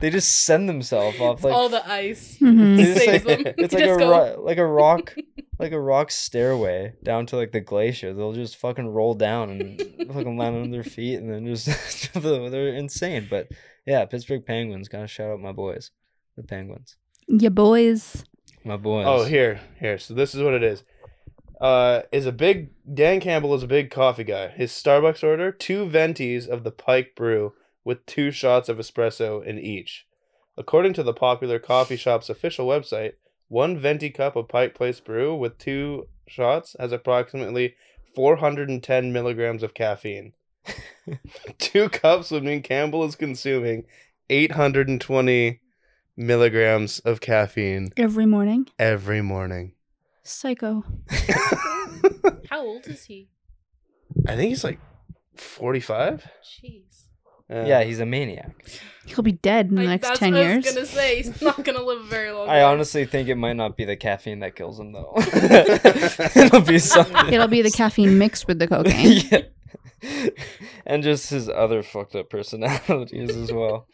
[SPEAKER 1] they just send themselves off. Like,
[SPEAKER 5] all the ice.
[SPEAKER 3] Mhm.
[SPEAKER 1] It's
[SPEAKER 5] saves
[SPEAKER 1] like-
[SPEAKER 5] them.
[SPEAKER 1] it's
[SPEAKER 5] You
[SPEAKER 1] like a
[SPEAKER 5] just go-
[SPEAKER 1] ro- like a rock, like a rock stairway down to like the glacier. They'll just fucking roll down and fucking land on their feet and then just they're insane. But yeah, Pittsburgh Penguins. Gotta shout out my boys, the Penguins.
[SPEAKER 3] Ya boys.
[SPEAKER 1] My boys.
[SPEAKER 4] Oh, here, here. So this is what it is. Uh, is a big Dan Campbell is a big coffee guy. His Starbucks order: two ventis of the Pike Brew with two shots of espresso in each. According to the popular coffee shop's official website, one venti cup of Pike Place Brew with two shots has approximately 410 milligrams of caffeine. two cups would mean Campbell is consuming 820 milligrams of caffeine
[SPEAKER 3] Every morning.
[SPEAKER 4] every morning.
[SPEAKER 3] Psycho.
[SPEAKER 4] I
[SPEAKER 5] How old is he?
[SPEAKER 4] think he's like 45.
[SPEAKER 5] Jeez.
[SPEAKER 1] Yeah,
[SPEAKER 4] uh,
[SPEAKER 1] he's a maniac.
[SPEAKER 3] He'll be dead in the
[SPEAKER 5] I-
[SPEAKER 3] next
[SPEAKER 5] that's
[SPEAKER 3] ten
[SPEAKER 5] what
[SPEAKER 3] years.
[SPEAKER 5] I was gonna say he's not gonna live very long.
[SPEAKER 1] I honestly think it might not be the caffeine that kills him though. It'll be something.
[SPEAKER 3] It'll be the
[SPEAKER 1] else.
[SPEAKER 3] caffeine mixed with the cocaine.
[SPEAKER 1] yeah. And just his other fucked up personalities as well.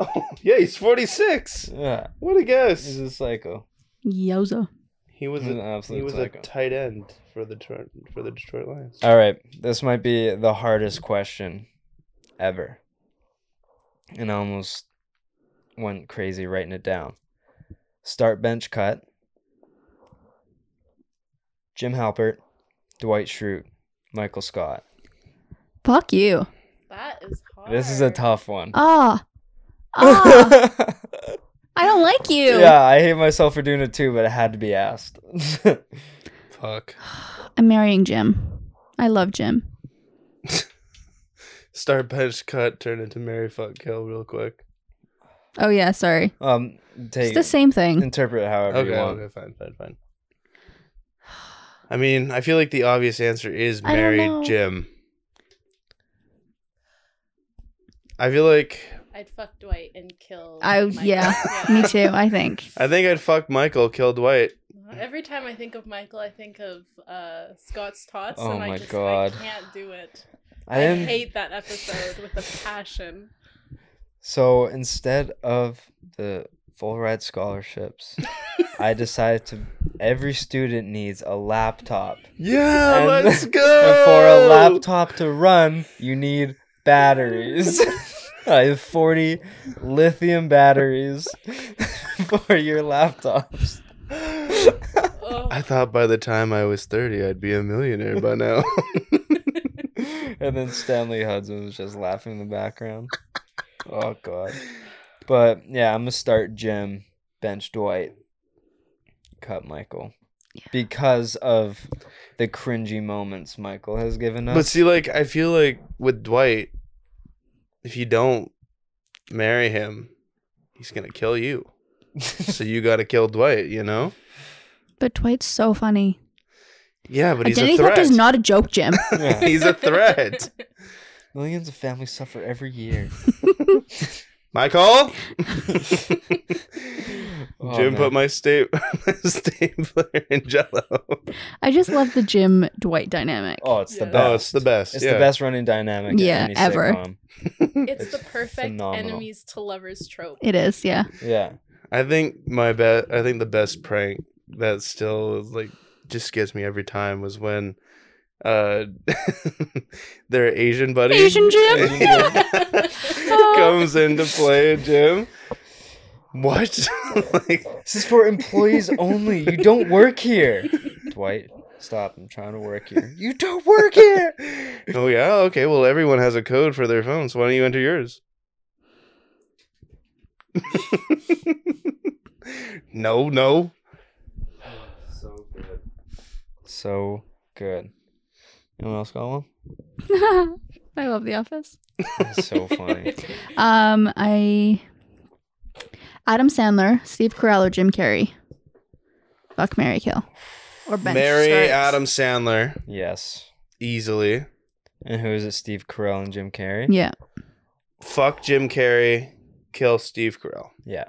[SPEAKER 4] Oh, yeah, he's 46.
[SPEAKER 1] Yeah.
[SPEAKER 4] What a
[SPEAKER 1] He's
[SPEAKER 4] guess.
[SPEAKER 1] a psycho.
[SPEAKER 3] Yozo.
[SPEAKER 4] He was
[SPEAKER 1] He's an
[SPEAKER 4] a, he
[SPEAKER 1] absolute
[SPEAKER 4] was a
[SPEAKER 1] psycho.
[SPEAKER 4] tight end for the Detroit, for the Detroit Lions.
[SPEAKER 1] All right. This might be the hardest question ever. And I almost went crazy writing it down. Start bench cut. Jim Halpert, Dwight Schrute, Michael Scott.
[SPEAKER 3] Fuck you.
[SPEAKER 5] That is hard.
[SPEAKER 1] This is a tough one.
[SPEAKER 3] Ah. Ah. I don't like you.
[SPEAKER 1] yeah, I hate myself for doing it too, but it had to be asked.
[SPEAKER 4] Fuck.
[SPEAKER 3] I'm marrying Jim. I love Jim.
[SPEAKER 4] Start bench cut, turn into Mary Fuck Kill real quick.
[SPEAKER 3] Oh yeah, sorry.
[SPEAKER 1] um, take
[SPEAKER 3] It's the same thing.
[SPEAKER 1] interpret it however
[SPEAKER 4] Okay,
[SPEAKER 1] you want.
[SPEAKER 4] okay, fine, fine, fine. I mean, I feel like the obvious answer is
[SPEAKER 3] I don't
[SPEAKER 4] marry
[SPEAKER 3] know.
[SPEAKER 4] Jim. I feel like
[SPEAKER 5] I'd fuck Dwight and kill.
[SPEAKER 3] I
[SPEAKER 5] Michael.
[SPEAKER 3] yeah, me too. I think.
[SPEAKER 4] I think I'd fuck Michael, kill Dwight.
[SPEAKER 5] Uh, Every time I think of Michael, I think of uh, Scott's tots,
[SPEAKER 1] Oh
[SPEAKER 5] and
[SPEAKER 1] my
[SPEAKER 5] I just
[SPEAKER 1] God.
[SPEAKER 5] I can't do it.
[SPEAKER 1] I
[SPEAKER 5] I,
[SPEAKER 1] am
[SPEAKER 5] hate that episode with a passion.
[SPEAKER 1] so instead of the full ride scholarships, I decided to every student needs a laptop.
[SPEAKER 4] Yeah,
[SPEAKER 1] And-
[SPEAKER 4] let's go.
[SPEAKER 1] And for a laptop to run, you need batteries. I have 40 lithium batteries for your laptops.
[SPEAKER 5] Oh,
[SPEAKER 4] I thought by the time I was 30, I'd be a millionaire by now.
[SPEAKER 1] and then Stanley Hudson was just laughing in the background. Oh god. But yeah, I'm gonna start Jim, bench Dwight, cut Michael. Because of the cringy moments Michael has given us.
[SPEAKER 4] but see, like, I feel like with Dwight, if you don't marry him, he's going to kill you. so you got to kill Dwight, you know?
[SPEAKER 3] But Dwight's so funny.
[SPEAKER 4] Yeah, but he's
[SPEAKER 3] Identity
[SPEAKER 4] a threat.
[SPEAKER 3] theft is not a joke, Jim.
[SPEAKER 1] Yeah.
[SPEAKER 4] he's a threat.
[SPEAKER 1] Millions of families suffer every year.
[SPEAKER 4] Michael,
[SPEAKER 1] Oh,
[SPEAKER 4] Jim
[SPEAKER 1] man.
[SPEAKER 4] put my sta- stapler in Jello.
[SPEAKER 3] I just love the Jim Dwight dynamic.
[SPEAKER 1] Oh, it's the
[SPEAKER 5] Yeah.
[SPEAKER 1] best.
[SPEAKER 4] Oh, it's the best.
[SPEAKER 1] It's
[SPEAKER 4] yeah.
[SPEAKER 1] the best running dynamic. in
[SPEAKER 3] Yeah,
[SPEAKER 1] any
[SPEAKER 3] ever.
[SPEAKER 1] sitcom.
[SPEAKER 5] It's, the
[SPEAKER 1] It's
[SPEAKER 5] perfect
[SPEAKER 1] phenomenal.
[SPEAKER 5] enemies to lovers trope.
[SPEAKER 3] It is, yeah.
[SPEAKER 1] Yeah,
[SPEAKER 4] I think my bet. I think the best prank that still is like just gets me every time was when uh their Asian buddy
[SPEAKER 3] Asian Jim?
[SPEAKER 5] Oh.
[SPEAKER 4] comes into play Jim. What? like
[SPEAKER 1] this is for employees only. You don't work here, Dwight. Stop! I'm trying to work here. You don't work here.
[SPEAKER 4] Oh yeah, okay. Well everyone has a code for their phone, so why don't you enter yours? no, no.
[SPEAKER 1] so good. So good. Anyone else got one?
[SPEAKER 3] I love The Office.
[SPEAKER 1] That's so funny.
[SPEAKER 3] Um, I Adam Sandler, Steve Carell, or Jim Carrey. Fuck Mary Kill, or bench
[SPEAKER 4] Mary
[SPEAKER 3] strikes.
[SPEAKER 4] Adam Sandler
[SPEAKER 1] yes.
[SPEAKER 4] easily.
[SPEAKER 1] And who is it? Steve Carell and Jim Carrey.
[SPEAKER 3] Yeah,
[SPEAKER 4] Fuck Jim Carrey, kill Steve Carell.
[SPEAKER 1] Yeah.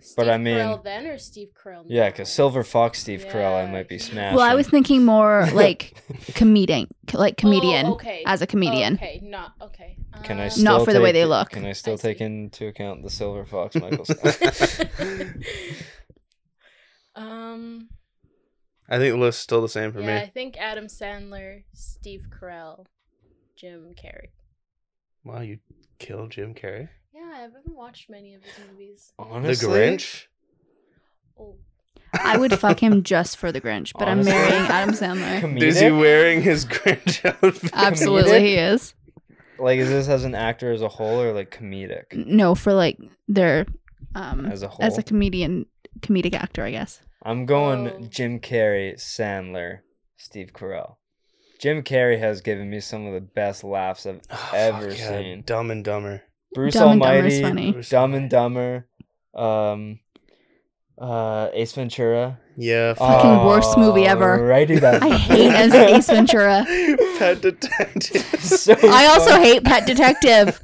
[SPEAKER 5] Steve
[SPEAKER 1] But I mean-
[SPEAKER 5] Carell then or Steve Carell?
[SPEAKER 1] Yeah,
[SPEAKER 5] now?
[SPEAKER 1] because Silver Fox Steve Carell, I
[SPEAKER 5] Yeah.
[SPEAKER 1] might be smashing.
[SPEAKER 3] well, I was thinking more like comedian, like comedian
[SPEAKER 5] Oh, okay.
[SPEAKER 3] as a comedian.
[SPEAKER 5] Okay, not okay.
[SPEAKER 1] Can I
[SPEAKER 5] Um,
[SPEAKER 1] still
[SPEAKER 3] Not for the way
[SPEAKER 1] take-
[SPEAKER 3] they look.
[SPEAKER 1] Can I
[SPEAKER 5] I
[SPEAKER 1] still
[SPEAKER 5] see.
[SPEAKER 1] take into account the Silver Fox Michael?
[SPEAKER 5] um.
[SPEAKER 4] I think the list's still the same for
[SPEAKER 5] yeah, I
[SPEAKER 4] me.
[SPEAKER 5] think Adam Sandler, Steve Carell, Jim Carrey.
[SPEAKER 4] Wow, you killed Jim Carrey.
[SPEAKER 5] Yeah, I haven't watched many of his movies.
[SPEAKER 1] Honestly,
[SPEAKER 4] The Grinch.
[SPEAKER 5] Oh,
[SPEAKER 3] I would fuck him just for the Grinch, but
[SPEAKER 1] Honestly.
[SPEAKER 3] I'm marrying Adam Sandler.
[SPEAKER 1] Comedic?
[SPEAKER 4] Is he wearing his Grinch outfit?
[SPEAKER 3] Absolutely, he is.
[SPEAKER 1] like, is this as an actor as a whole or like comedic
[SPEAKER 3] No, for like their um
[SPEAKER 1] as a whole?
[SPEAKER 3] as a comedian, comedic actor, I guess.
[SPEAKER 1] I'm going
[SPEAKER 5] Oh.
[SPEAKER 1] Jim Carrey, Sandler, Steve Carell. Jim Carrey has given me some of the best laughs I've
[SPEAKER 4] Oh,
[SPEAKER 1] ever
[SPEAKER 4] fuck yeah,
[SPEAKER 1] seen.
[SPEAKER 4] Dumb and Dumber.
[SPEAKER 1] Bruce
[SPEAKER 3] Dumb and Dumber
[SPEAKER 1] Almighty,
[SPEAKER 3] is funny.
[SPEAKER 4] Bruce
[SPEAKER 1] Dumb and Dumber, um, uh, Ace Ventura.
[SPEAKER 4] Yeah.
[SPEAKER 1] Oh,
[SPEAKER 3] Fucking worst movie ever.
[SPEAKER 1] Alrighty then.
[SPEAKER 3] I hate as Ace Ventura.
[SPEAKER 4] Pet Detective.
[SPEAKER 1] So
[SPEAKER 3] I also
[SPEAKER 1] funny.
[SPEAKER 3] hate Pet Detective.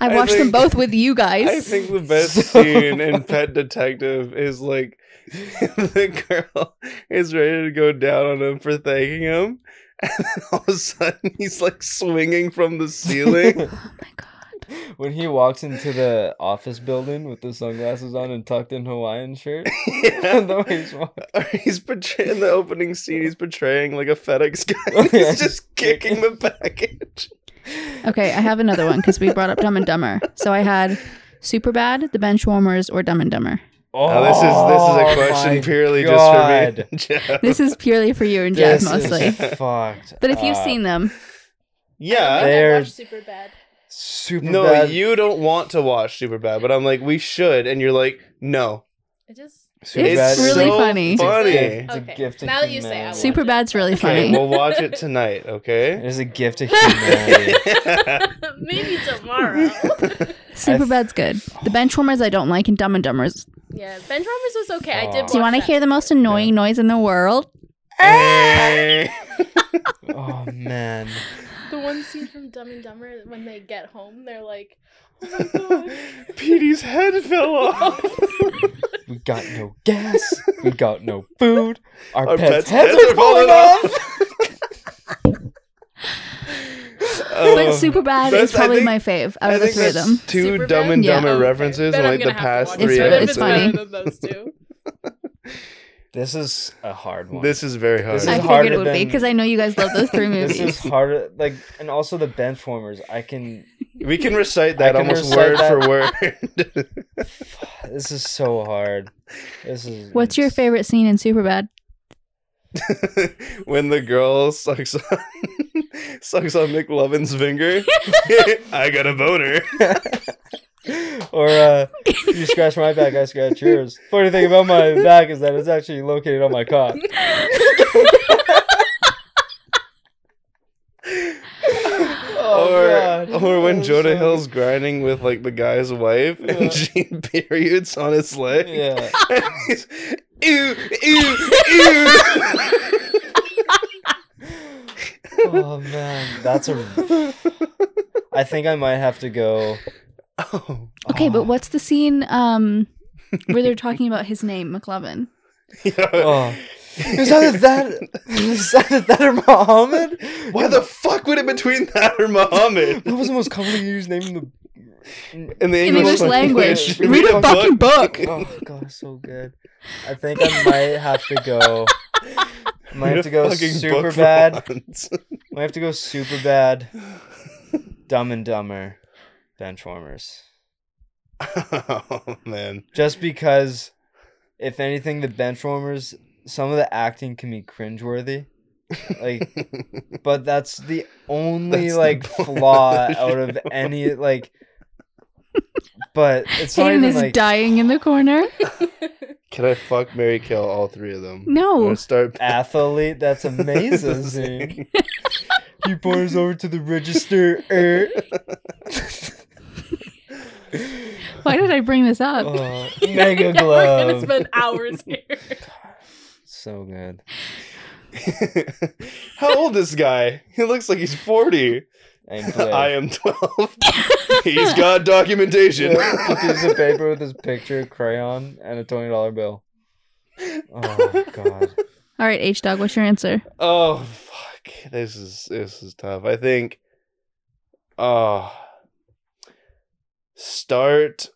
[SPEAKER 3] I watched them
[SPEAKER 4] think-
[SPEAKER 3] both with you guys.
[SPEAKER 4] I think the best
[SPEAKER 1] So
[SPEAKER 4] scene in
[SPEAKER 1] funny.
[SPEAKER 4] Pet Detective is like the girl is ready to go down on him for thanking him, and then all of a sudden he's like swinging from the ceiling.
[SPEAKER 3] oh my god.
[SPEAKER 1] when he walks into the office building with the sunglasses on and tucked in Hawaiian shirt.
[SPEAKER 4] Yeah.
[SPEAKER 1] The way he's walking.
[SPEAKER 4] He's portraying the opening scene. He's portraying like a FedEx guy.
[SPEAKER 1] Oh,
[SPEAKER 4] He's
[SPEAKER 1] yeah.
[SPEAKER 4] just kicking the package.
[SPEAKER 3] Okay, I have another one because we brought up Dumb and Dumber. So I had Superbad, The Benchwarmers, or Dumb and Dumber.
[SPEAKER 1] Oh,
[SPEAKER 4] Now, this is this is a question
[SPEAKER 1] my
[SPEAKER 4] purely
[SPEAKER 1] God.
[SPEAKER 4] just for me. Jeff.
[SPEAKER 3] This is purely for you and Jeff
[SPEAKER 1] This is Uh,
[SPEAKER 3] mostly.
[SPEAKER 1] fucked.
[SPEAKER 3] But if you've
[SPEAKER 1] up.
[SPEAKER 3] seen them,
[SPEAKER 5] I
[SPEAKER 4] yeah.
[SPEAKER 5] think I
[SPEAKER 1] They're-
[SPEAKER 5] watched Super Bad.
[SPEAKER 1] super
[SPEAKER 4] No,
[SPEAKER 1] bad,
[SPEAKER 4] you don't want to watch Superbad, but I'm like, we should, and you're like, no.
[SPEAKER 5] It just
[SPEAKER 1] super
[SPEAKER 3] It's
[SPEAKER 1] bad.
[SPEAKER 3] really
[SPEAKER 4] so
[SPEAKER 3] funny.
[SPEAKER 4] funny.
[SPEAKER 1] It's a
[SPEAKER 5] okay.
[SPEAKER 1] gift to
[SPEAKER 5] now that you say, I
[SPEAKER 1] humanity.
[SPEAKER 5] watch
[SPEAKER 3] Super
[SPEAKER 5] it.
[SPEAKER 3] Bad's really
[SPEAKER 4] Okay,
[SPEAKER 3] funny.
[SPEAKER 4] we'll watch it tonight,
[SPEAKER 1] it
[SPEAKER 4] okay?
[SPEAKER 1] is a gift to humanity.
[SPEAKER 5] Maybe tomorrow.
[SPEAKER 3] Superbad's good. The Benchwarmers I don't like, and Dumb and Dumber's.
[SPEAKER 5] yeah, Benchwarmers was okay. I did.
[SPEAKER 1] Oh.
[SPEAKER 5] Watch
[SPEAKER 3] Do you want to
[SPEAKER 5] that.
[SPEAKER 3] hear the most annoying noise in the world?
[SPEAKER 1] oh man,
[SPEAKER 5] the one scene from Dumb and Dumber when they get home? They're like, "Oh my god,
[SPEAKER 4] Petey's head fell off.
[SPEAKER 1] we got no gas. We got no food. Our,
[SPEAKER 4] Our
[SPEAKER 1] pets',
[SPEAKER 4] pets'
[SPEAKER 1] heads,
[SPEAKER 4] heads
[SPEAKER 1] are falling off.
[SPEAKER 3] but
[SPEAKER 4] Oh.
[SPEAKER 3] Superbad
[SPEAKER 4] that's-
[SPEAKER 3] is
[SPEAKER 4] I
[SPEAKER 3] probably
[SPEAKER 4] think-
[SPEAKER 3] my fave out
[SPEAKER 4] I
[SPEAKER 3] of the
[SPEAKER 4] think
[SPEAKER 3] three of
[SPEAKER 4] that's
[SPEAKER 3] them.
[SPEAKER 4] two
[SPEAKER 5] Superbad?
[SPEAKER 4] Dumb and
[SPEAKER 3] Yeah.
[SPEAKER 4] Dumber
[SPEAKER 5] Okay,
[SPEAKER 4] references
[SPEAKER 5] then
[SPEAKER 4] in
[SPEAKER 5] I'm
[SPEAKER 4] like the
[SPEAKER 5] gonna have to
[SPEAKER 4] past
[SPEAKER 5] watch
[SPEAKER 4] three
[SPEAKER 5] it.
[SPEAKER 3] It's- it's
[SPEAKER 4] episodes.
[SPEAKER 5] If
[SPEAKER 3] funny.
[SPEAKER 5] better than those two.
[SPEAKER 1] This is a hard one.
[SPEAKER 4] This is very hard.
[SPEAKER 1] This
[SPEAKER 3] I
[SPEAKER 1] is
[SPEAKER 3] figured
[SPEAKER 1] harder
[SPEAKER 3] it would be
[SPEAKER 1] than-
[SPEAKER 3] because I know you guys love those three
[SPEAKER 1] This
[SPEAKER 3] movies.
[SPEAKER 1] is harder. Like, and also the benchwarmers. I can.
[SPEAKER 4] We can recite that
[SPEAKER 1] can
[SPEAKER 4] almost
[SPEAKER 1] recite
[SPEAKER 4] word for word.
[SPEAKER 1] This is so hard. This is.
[SPEAKER 3] What's your favorite scene in Superbad?
[SPEAKER 4] when the girl sucks on sucks on McLovin's finger, I got a boner.
[SPEAKER 1] or uh, you scratch my back, I scratch yours. Funny thing about my back is that it's actually located on my cock.
[SPEAKER 4] Oh or or when Jonah Hill's grinding with like the guy's wife
[SPEAKER 1] Oh, Yeah.
[SPEAKER 4] and she periods on his leg.
[SPEAKER 1] Yeah.
[SPEAKER 4] And he's, ew, ew, ew.
[SPEAKER 1] Oh man, that's a. I think I might have to go.
[SPEAKER 4] oh.
[SPEAKER 3] Okay,
[SPEAKER 1] Oh.
[SPEAKER 3] but what's the scene um where they're talking about his name, McLovin?
[SPEAKER 4] Yeah.
[SPEAKER 1] Oh. It was either that, it was either that or Muhammad.
[SPEAKER 4] Why the fuck would it between that or Muhammad?
[SPEAKER 1] That was the most commonly used name in the.
[SPEAKER 4] In the
[SPEAKER 3] In English
[SPEAKER 4] English, language.
[SPEAKER 3] language. Read a fucking book.
[SPEAKER 1] Oh god, so good. I think I might have to go. Might have to go super bad. Might have to go super bad. Dumb and Dumber, Benchwarmers.
[SPEAKER 4] oh man.
[SPEAKER 1] Just because, if anything, the Benchwarmers, some of the acting can be cringeworthy. Like but that's the only
[SPEAKER 4] That's the
[SPEAKER 1] like
[SPEAKER 4] point of
[SPEAKER 1] flaw
[SPEAKER 4] the
[SPEAKER 1] out of
[SPEAKER 4] show.
[SPEAKER 1] any like but it's not
[SPEAKER 3] Hayden
[SPEAKER 1] even
[SPEAKER 3] is
[SPEAKER 1] like
[SPEAKER 3] dying in the corner.
[SPEAKER 4] Can I fuck Mary Kill all three of them? I'm
[SPEAKER 3] No.
[SPEAKER 4] gonna start
[SPEAKER 1] Ah. athlete that's amazing he pours over to the register er.
[SPEAKER 3] Why did I bring this up?
[SPEAKER 1] Oh, mega
[SPEAKER 5] yeah, We're gonna
[SPEAKER 1] glove
[SPEAKER 5] spend hours here.
[SPEAKER 1] so good
[SPEAKER 4] How old is this guy? He looks like he's 40.
[SPEAKER 1] and
[SPEAKER 4] I
[SPEAKER 1] I
[SPEAKER 4] am 12. he's got documentation.
[SPEAKER 1] a piece of paper with his picture crayon and a $20 bill oh god
[SPEAKER 3] All right, H Dog, what's your answer?
[SPEAKER 4] oh fuck. This is this is tough. I think oh start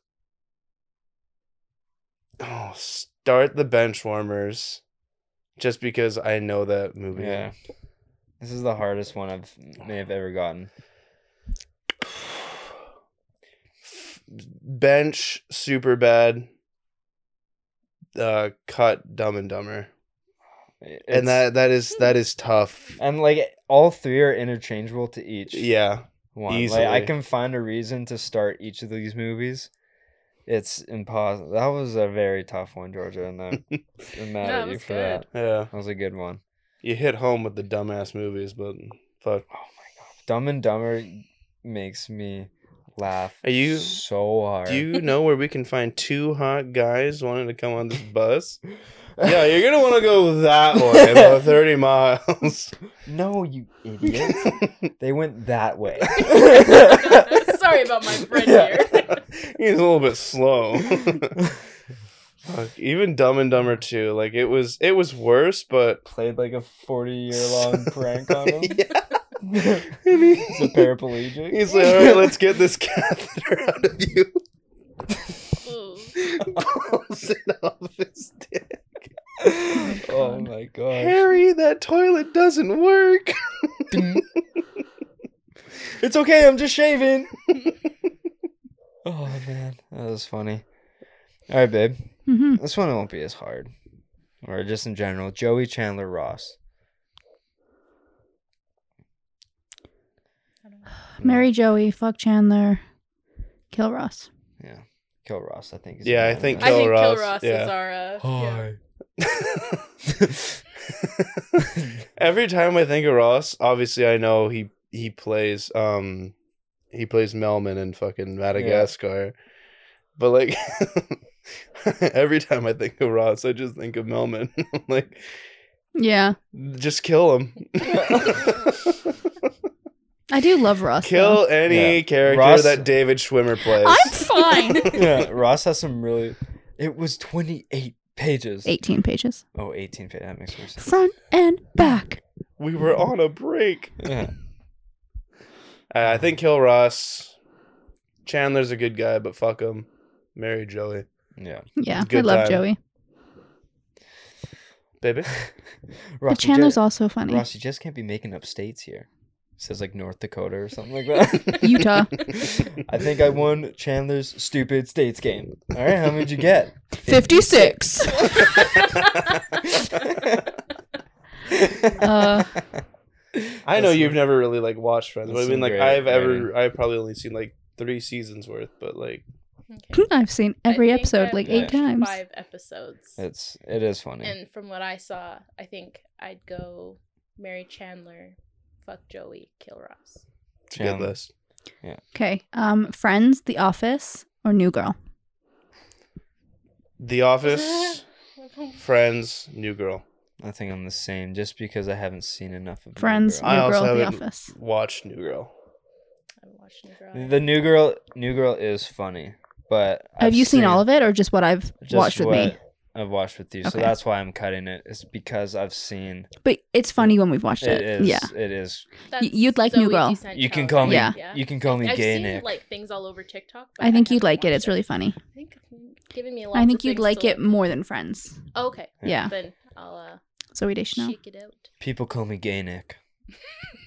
[SPEAKER 4] Oh, start the bench warmers just because I know that movie.
[SPEAKER 1] Yeah. This is the hardest one I've may have ever gotten.
[SPEAKER 4] bench super bad uh cut dumb and dumber
[SPEAKER 1] It's-
[SPEAKER 4] and that that is that is tough
[SPEAKER 1] and like all three are interchangeable to each
[SPEAKER 4] yeah
[SPEAKER 1] one. Like I
[SPEAKER 4] easily.
[SPEAKER 1] can find a reason to start each of these movies. It's impossible. That was a very tough one, Georgia, and I'm, I'm mad
[SPEAKER 5] That
[SPEAKER 1] at you
[SPEAKER 5] was
[SPEAKER 1] for
[SPEAKER 5] good.
[SPEAKER 1] that.
[SPEAKER 4] yeah
[SPEAKER 1] That was a good one.
[SPEAKER 4] you hit home with the dumbass movies but fuck
[SPEAKER 1] Oh my god, Dumb and Dumber makes me laugh.
[SPEAKER 4] Are you-
[SPEAKER 1] so hard?
[SPEAKER 4] do you know where we can find two hot guys wanting to come on this bus yeah you're gonna want to go that way about 30 miles
[SPEAKER 1] no, you idiot. they went that way.
[SPEAKER 5] Sorry about my friend
[SPEAKER 1] Yeah.
[SPEAKER 5] here.
[SPEAKER 4] He's a little bit slow. Fuck, even Dumb and Dumber 2, like it was it was worse, but
[SPEAKER 1] Played like a forty-year-long prank on him.
[SPEAKER 4] Yeah.
[SPEAKER 1] He's a paraplegic.
[SPEAKER 4] He's like, all right, let's get this catheter out of you.
[SPEAKER 5] Ooh.
[SPEAKER 4] Pulls it off his dick.
[SPEAKER 1] oh my god.
[SPEAKER 4] Harry, that toilet doesn't work.
[SPEAKER 1] it's okay, I'm just shaving. oh man, that was funny. All right, babe.
[SPEAKER 3] hmm
[SPEAKER 1] This one won't be as hard. Or just in general, Joey Chandler Ross.
[SPEAKER 3] Mary Joey, fuck Chandler, kill Ross.
[SPEAKER 1] Yeah. Kill Ross, I think. is
[SPEAKER 4] Yeah, I
[SPEAKER 1] the
[SPEAKER 4] think
[SPEAKER 5] I
[SPEAKER 1] one
[SPEAKER 5] think Kill
[SPEAKER 4] Ross,
[SPEAKER 5] Ross
[SPEAKER 4] yeah.
[SPEAKER 5] is our. Uh, yeah.
[SPEAKER 1] that-
[SPEAKER 4] Every time I think of Ross, obviously I know he he plays um he plays Melman in fucking Madagascar. But like every time I think of Ross, I just think of Melman. I'm like
[SPEAKER 3] Yeah,
[SPEAKER 4] just kill him.
[SPEAKER 3] I do love Ross.
[SPEAKER 4] kill any
[SPEAKER 1] Yeah.
[SPEAKER 4] character
[SPEAKER 1] Ross-
[SPEAKER 4] that David Schwimmer plays.
[SPEAKER 3] though. I'm fine.
[SPEAKER 1] yeah, Ross has some really. It was 28 pages.
[SPEAKER 3] Eighteen pages,
[SPEAKER 1] Oh, 18 pages. That makes more sense.
[SPEAKER 3] front and back.
[SPEAKER 4] we were on a break.
[SPEAKER 1] Yeah.
[SPEAKER 4] Uh, I think kill Ross. Chandler's a good guy, but fuck him. Marry Joey,
[SPEAKER 1] Yeah.
[SPEAKER 3] Yeah, I
[SPEAKER 4] Good
[SPEAKER 3] love
[SPEAKER 4] time.
[SPEAKER 3] Joey.
[SPEAKER 4] baby.
[SPEAKER 3] But Chandler's also funny.
[SPEAKER 1] Ross, you just can't be making up states here. It says like North Dakota or something like that.
[SPEAKER 3] Utah.
[SPEAKER 1] I think I won Chandler's stupid states game. All right, how many did you get?
[SPEAKER 3] 56. Uh,
[SPEAKER 4] I know
[SPEAKER 1] That's
[SPEAKER 4] you've
[SPEAKER 1] some-
[SPEAKER 4] never really like watched Friends, but I
[SPEAKER 1] that's
[SPEAKER 4] mean
[SPEAKER 1] some
[SPEAKER 4] like
[SPEAKER 1] great
[SPEAKER 4] I've ever
[SPEAKER 1] writing.
[SPEAKER 4] I've probably only seen like three seasons worth, but like
[SPEAKER 5] Okay.
[SPEAKER 3] I've seen
[SPEAKER 5] I
[SPEAKER 3] every
[SPEAKER 5] think
[SPEAKER 3] episode
[SPEAKER 5] I've
[SPEAKER 3] like eight
[SPEAKER 5] watched
[SPEAKER 3] times.
[SPEAKER 5] Five episodes.
[SPEAKER 1] It's it is funny.
[SPEAKER 5] And from what I saw, I think I'd go Mary Chandler, fuck Joey, kill Ross.
[SPEAKER 4] It's a good list.
[SPEAKER 3] Okay. Um, Friends, The Office, or New Girl.
[SPEAKER 4] The Office, Friends, New Girl.
[SPEAKER 1] I think I'm the same, just because I haven't seen enough of New
[SPEAKER 3] Friends, New
[SPEAKER 1] Girl.
[SPEAKER 4] I also
[SPEAKER 3] Girl, The
[SPEAKER 4] haven't-
[SPEAKER 3] Office.
[SPEAKER 4] Watch New Girl.
[SPEAKER 5] haven't watched New Girl.
[SPEAKER 1] The New Girl, New Girl is funny, but
[SPEAKER 3] Have you seen, all of it, or just what I've watched with me?
[SPEAKER 1] I've watched with you, so
[SPEAKER 3] Okay.
[SPEAKER 1] that's why I'm cutting it. It's because I've seen
[SPEAKER 3] But it's funny when we've watched
[SPEAKER 1] it
[SPEAKER 3] it.
[SPEAKER 1] is.
[SPEAKER 3] Yeah.
[SPEAKER 1] It is.
[SPEAKER 5] That's
[SPEAKER 3] you'd like New
[SPEAKER 5] Zoe
[SPEAKER 3] Girl.
[SPEAKER 5] DeSanto,
[SPEAKER 1] You can call me.
[SPEAKER 3] Yeah.
[SPEAKER 1] You can call me
[SPEAKER 5] I've
[SPEAKER 1] gay
[SPEAKER 5] seen
[SPEAKER 1] Nick.
[SPEAKER 5] like things all over TikTok. but
[SPEAKER 3] I think you'd
[SPEAKER 5] haven't
[SPEAKER 3] like it.
[SPEAKER 5] watched
[SPEAKER 3] It's really funny.
[SPEAKER 5] I think it's giving me a lot.
[SPEAKER 3] I
[SPEAKER 5] for
[SPEAKER 3] think you'd
[SPEAKER 5] things
[SPEAKER 3] like
[SPEAKER 5] to
[SPEAKER 3] it
[SPEAKER 5] look-
[SPEAKER 3] more than Friends.
[SPEAKER 5] Oh, okay.
[SPEAKER 3] Yeah.
[SPEAKER 5] Then I'll uh,
[SPEAKER 3] Zoe Deschanel.
[SPEAKER 5] check it out.
[SPEAKER 1] People call me gay Nick.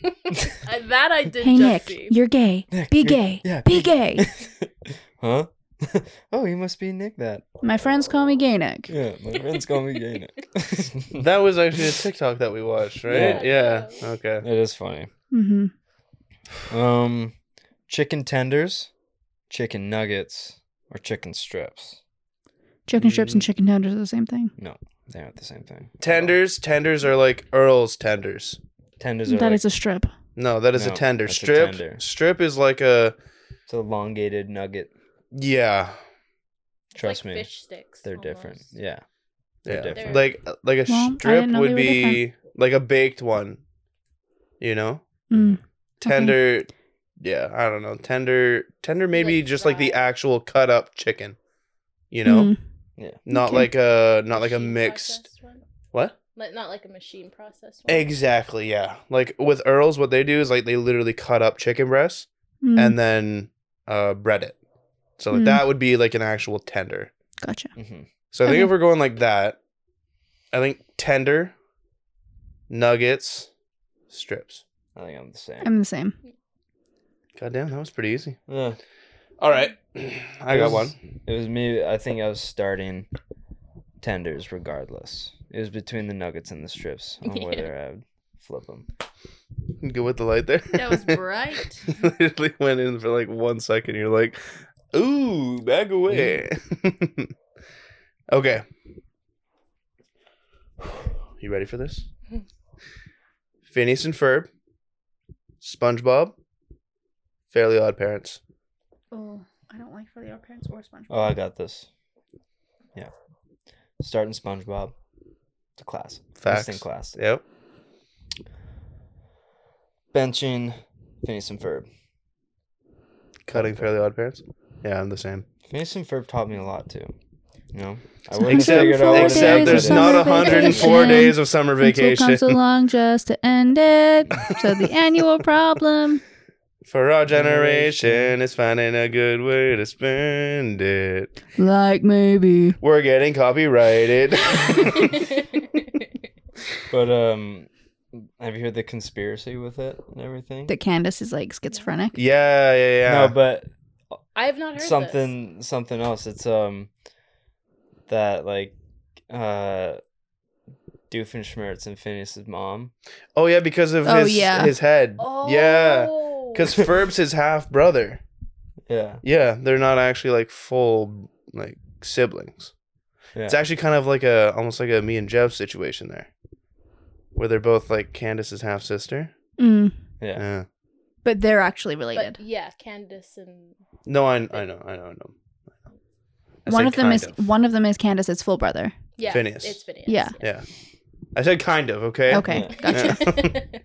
[SPEAKER 5] I, that I did.
[SPEAKER 3] Hey
[SPEAKER 5] just
[SPEAKER 3] Nick,
[SPEAKER 5] see.
[SPEAKER 3] you're gay.
[SPEAKER 1] Nick,
[SPEAKER 3] Be
[SPEAKER 1] you're-
[SPEAKER 3] gay.
[SPEAKER 1] yeah,
[SPEAKER 3] Be
[SPEAKER 1] be-
[SPEAKER 3] gay.
[SPEAKER 1] huh? oh, you must be Nick. That.
[SPEAKER 3] My friends call me gay Nick.
[SPEAKER 1] Yeah, my friends call me gay Nick.
[SPEAKER 4] That was actually a TikTok that we watched, right?
[SPEAKER 5] Yeah.
[SPEAKER 4] Yeah. Okay.
[SPEAKER 1] It is funny.
[SPEAKER 3] hmm
[SPEAKER 1] Um, chicken tenders, chicken nuggets, or chicken strips.
[SPEAKER 3] Chicken strips
[SPEAKER 1] Mm.
[SPEAKER 3] and chicken tenders are the same thing.
[SPEAKER 1] They aren't the same thing.
[SPEAKER 4] Tenders. Tenders are like Earl's tenders.
[SPEAKER 1] Tenders
[SPEAKER 3] That
[SPEAKER 1] are
[SPEAKER 3] is
[SPEAKER 1] like,
[SPEAKER 3] a strip.
[SPEAKER 4] No, that is
[SPEAKER 1] No,
[SPEAKER 4] a tender.
[SPEAKER 1] that's a
[SPEAKER 4] Strip.
[SPEAKER 1] tender.
[SPEAKER 4] Strip is like a
[SPEAKER 1] it's an elongated nugget.
[SPEAKER 4] yeah.
[SPEAKER 5] It's
[SPEAKER 1] Trust
[SPEAKER 5] like
[SPEAKER 1] me,
[SPEAKER 5] Fish sticks.
[SPEAKER 1] they're different.
[SPEAKER 5] almost.
[SPEAKER 1] Yeah, They're
[SPEAKER 4] Yeah.
[SPEAKER 1] different.
[SPEAKER 4] Like like a
[SPEAKER 3] Well, I didn't
[SPEAKER 4] strip
[SPEAKER 3] know they
[SPEAKER 4] would
[SPEAKER 3] were
[SPEAKER 4] be like a baked one. You know?
[SPEAKER 3] Mm.
[SPEAKER 4] Tender yeah, I don't know. Tender tender maybe
[SPEAKER 5] Like
[SPEAKER 4] just like the
[SPEAKER 5] fried.
[SPEAKER 4] actual cut up chicken. You know?
[SPEAKER 3] Mm.
[SPEAKER 4] Not
[SPEAKER 3] Okay.
[SPEAKER 4] like a not like a
[SPEAKER 5] Machine
[SPEAKER 4] mixed
[SPEAKER 5] processed one?
[SPEAKER 4] what?
[SPEAKER 5] Like, not like a machine processed one.
[SPEAKER 4] Exactly, yeah. Like with Earl's what they do is like they literally cut up chicken breasts
[SPEAKER 3] Mm.
[SPEAKER 4] and then uh bread it. So like
[SPEAKER 3] Mm.
[SPEAKER 4] that would be like an actual tender.
[SPEAKER 3] gotcha.
[SPEAKER 1] hmm
[SPEAKER 4] So I think
[SPEAKER 3] Okay.
[SPEAKER 4] if we're going like that, I think tender, nuggets, strips.
[SPEAKER 1] I think I'm the same.
[SPEAKER 3] I'm the same.
[SPEAKER 4] God damn, that was pretty easy.
[SPEAKER 1] Yeah.
[SPEAKER 4] All right. I
[SPEAKER 1] It
[SPEAKER 4] got
[SPEAKER 1] was-
[SPEAKER 4] one.
[SPEAKER 1] It was me. I think I was starting tenders regardless. It was between the nuggets and the strips on
[SPEAKER 5] Yeah.
[SPEAKER 1] whether I would flip them.
[SPEAKER 4] Good with the light there.
[SPEAKER 5] That was bright.
[SPEAKER 4] Literally went in for like one second. You're like, ooh, back away. okay. You ready for this? Phineas and Ferb, SpongeBob, Fairly Odd Parents.
[SPEAKER 3] Oh, I don't like for the parents or SpongeBob.
[SPEAKER 1] Oh, I got this. Yeah. Starting SpongeBob. It's a class. Best in
[SPEAKER 4] Facts.
[SPEAKER 1] class.
[SPEAKER 4] Yep.
[SPEAKER 1] Benching Phineas and Ferb.
[SPEAKER 4] Cutting Fairly Odd Parents. Yeah, I'm the same.
[SPEAKER 1] Phineas and Ferb taught me a lot too. You know, I
[SPEAKER 3] Except-
[SPEAKER 1] wouldn't
[SPEAKER 3] Except-
[SPEAKER 1] figured out. what it is,
[SPEAKER 3] Except days of
[SPEAKER 4] there's
[SPEAKER 1] but-
[SPEAKER 4] not
[SPEAKER 3] summer
[SPEAKER 4] 104
[SPEAKER 3] vacation.
[SPEAKER 4] days of summer
[SPEAKER 3] Until
[SPEAKER 4] vacation
[SPEAKER 3] comes along just to end it. So the annual problem.
[SPEAKER 4] for our generation. It's finding a good way to spend it.
[SPEAKER 3] Like maybe.
[SPEAKER 4] We're getting copyrighted.
[SPEAKER 1] But um, have you heard the conspiracy with it and everything?
[SPEAKER 3] That Candace is like schizophrenic.
[SPEAKER 4] yeah, yeah, yeah.
[SPEAKER 1] No, but
[SPEAKER 5] I have not heard this.
[SPEAKER 1] something something else it's um that like uh doofenshmirtz and phineas's mom
[SPEAKER 4] oh yeah, because of
[SPEAKER 3] Oh,
[SPEAKER 4] his
[SPEAKER 3] yeah.
[SPEAKER 4] his head.
[SPEAKER 5] Oh.
[SPEAKER 4] Yeah, because Ferb's his half brother.
[SPEAKER 1] yeah
[SPEAKER 4] Yeah, they're not actually like full like siblings.
[SPEAKER 1] yeah
[SPEAKER 4] It's actually kind of like a almost like a me and Jeff situation there, where they're both like Candace's half sister.
[SPEAKER 3] Mm.
[SPEAKER 1] yeah
[SPEAKER 4] Yeah.
[SPEAKER 3] But they're actually
[SPEAKER 5] But
[SPEAKER 3] related.
[SPEAKER 5] yeah, Candace and
[SPEAKER 4] No, I, I know, I know, I know. I
[SPEAKER 3] one
[SPEAKER 4] said
[SPEAKER 3] of them
[SPEAKER 4] kind
[SPEAKER 3] is one of them is Candace's full brother.
[SPEAKER 5] yeah,
[SPEAKER 4] Phineas.
[SPEAKER 5] It's Phineas.
[SPEAKER 3] Yeah.
[SPEAKER 4] Yeah, I said kind of. Okay.
[SPEAKER 3] Okay,
[SPEAKER 1] Yeah.
[SPEAKER 3] gotcha.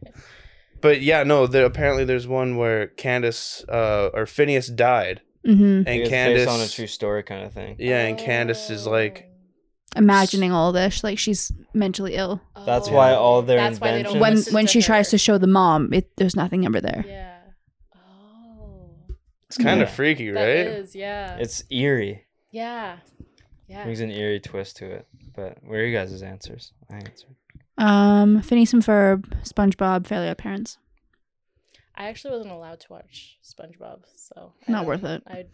[SPEAKER 4] But yeah, no. There, apparently, there's one where Candace uh, or Phineas died,
[SPEAKER 3] hmm
[SPEAKER 4] and
[SPEAKER 1] it's
[SPEAKER 4] Candace.
[SPEAKER 1] based on a true story kind of thing
[SPEAKER 4] yeah, and Candace is like,
[SPEAKER 3] Imagining all this, like she's mentally ill.
[SPEAKER 5] Oh.
[SPEAKER 1] That's why all their
[SPEAKER 5] That's why they don't
[SPEAKER 1] inventions-
[SPEAKER 3] When
[SPEAKER 5] listen
[SPEAKER 3] when
[SPEAKER 5] to
[SPEAKER 3] she tries to
[SPEAKER 5] her.
[SPEAKER 3] show the mom, it there's nothing ever there.
[SPEAKER 5] Yeah. Oh.
[SPEAKER 4] it's kind of
[SPEAKER 1] Yeah.
[SPEAKER 4] freaky,
[SPEAKER 5] That
[SPEAKER 4] right?
[SPEAKER 5] is, yeah.
[SPEAKER 1] it's eerie
[SPEAKER 5] yeah. Yeah.
[SPEAKER 1] there's an eerie twist to it but where are you guys' answers i answered
[SPEAKER 3] Um, Phineas and Ferb, SpongeBob, Fairly Odd Parents.
[SPEAKER 5] I actually wasn't allowed to watch SpongeBob, so I
[SPEAKER 3] Not
[SPEAKER 5] don't-
[SPEAKER 3] worth it.
[SPEAKER 5] I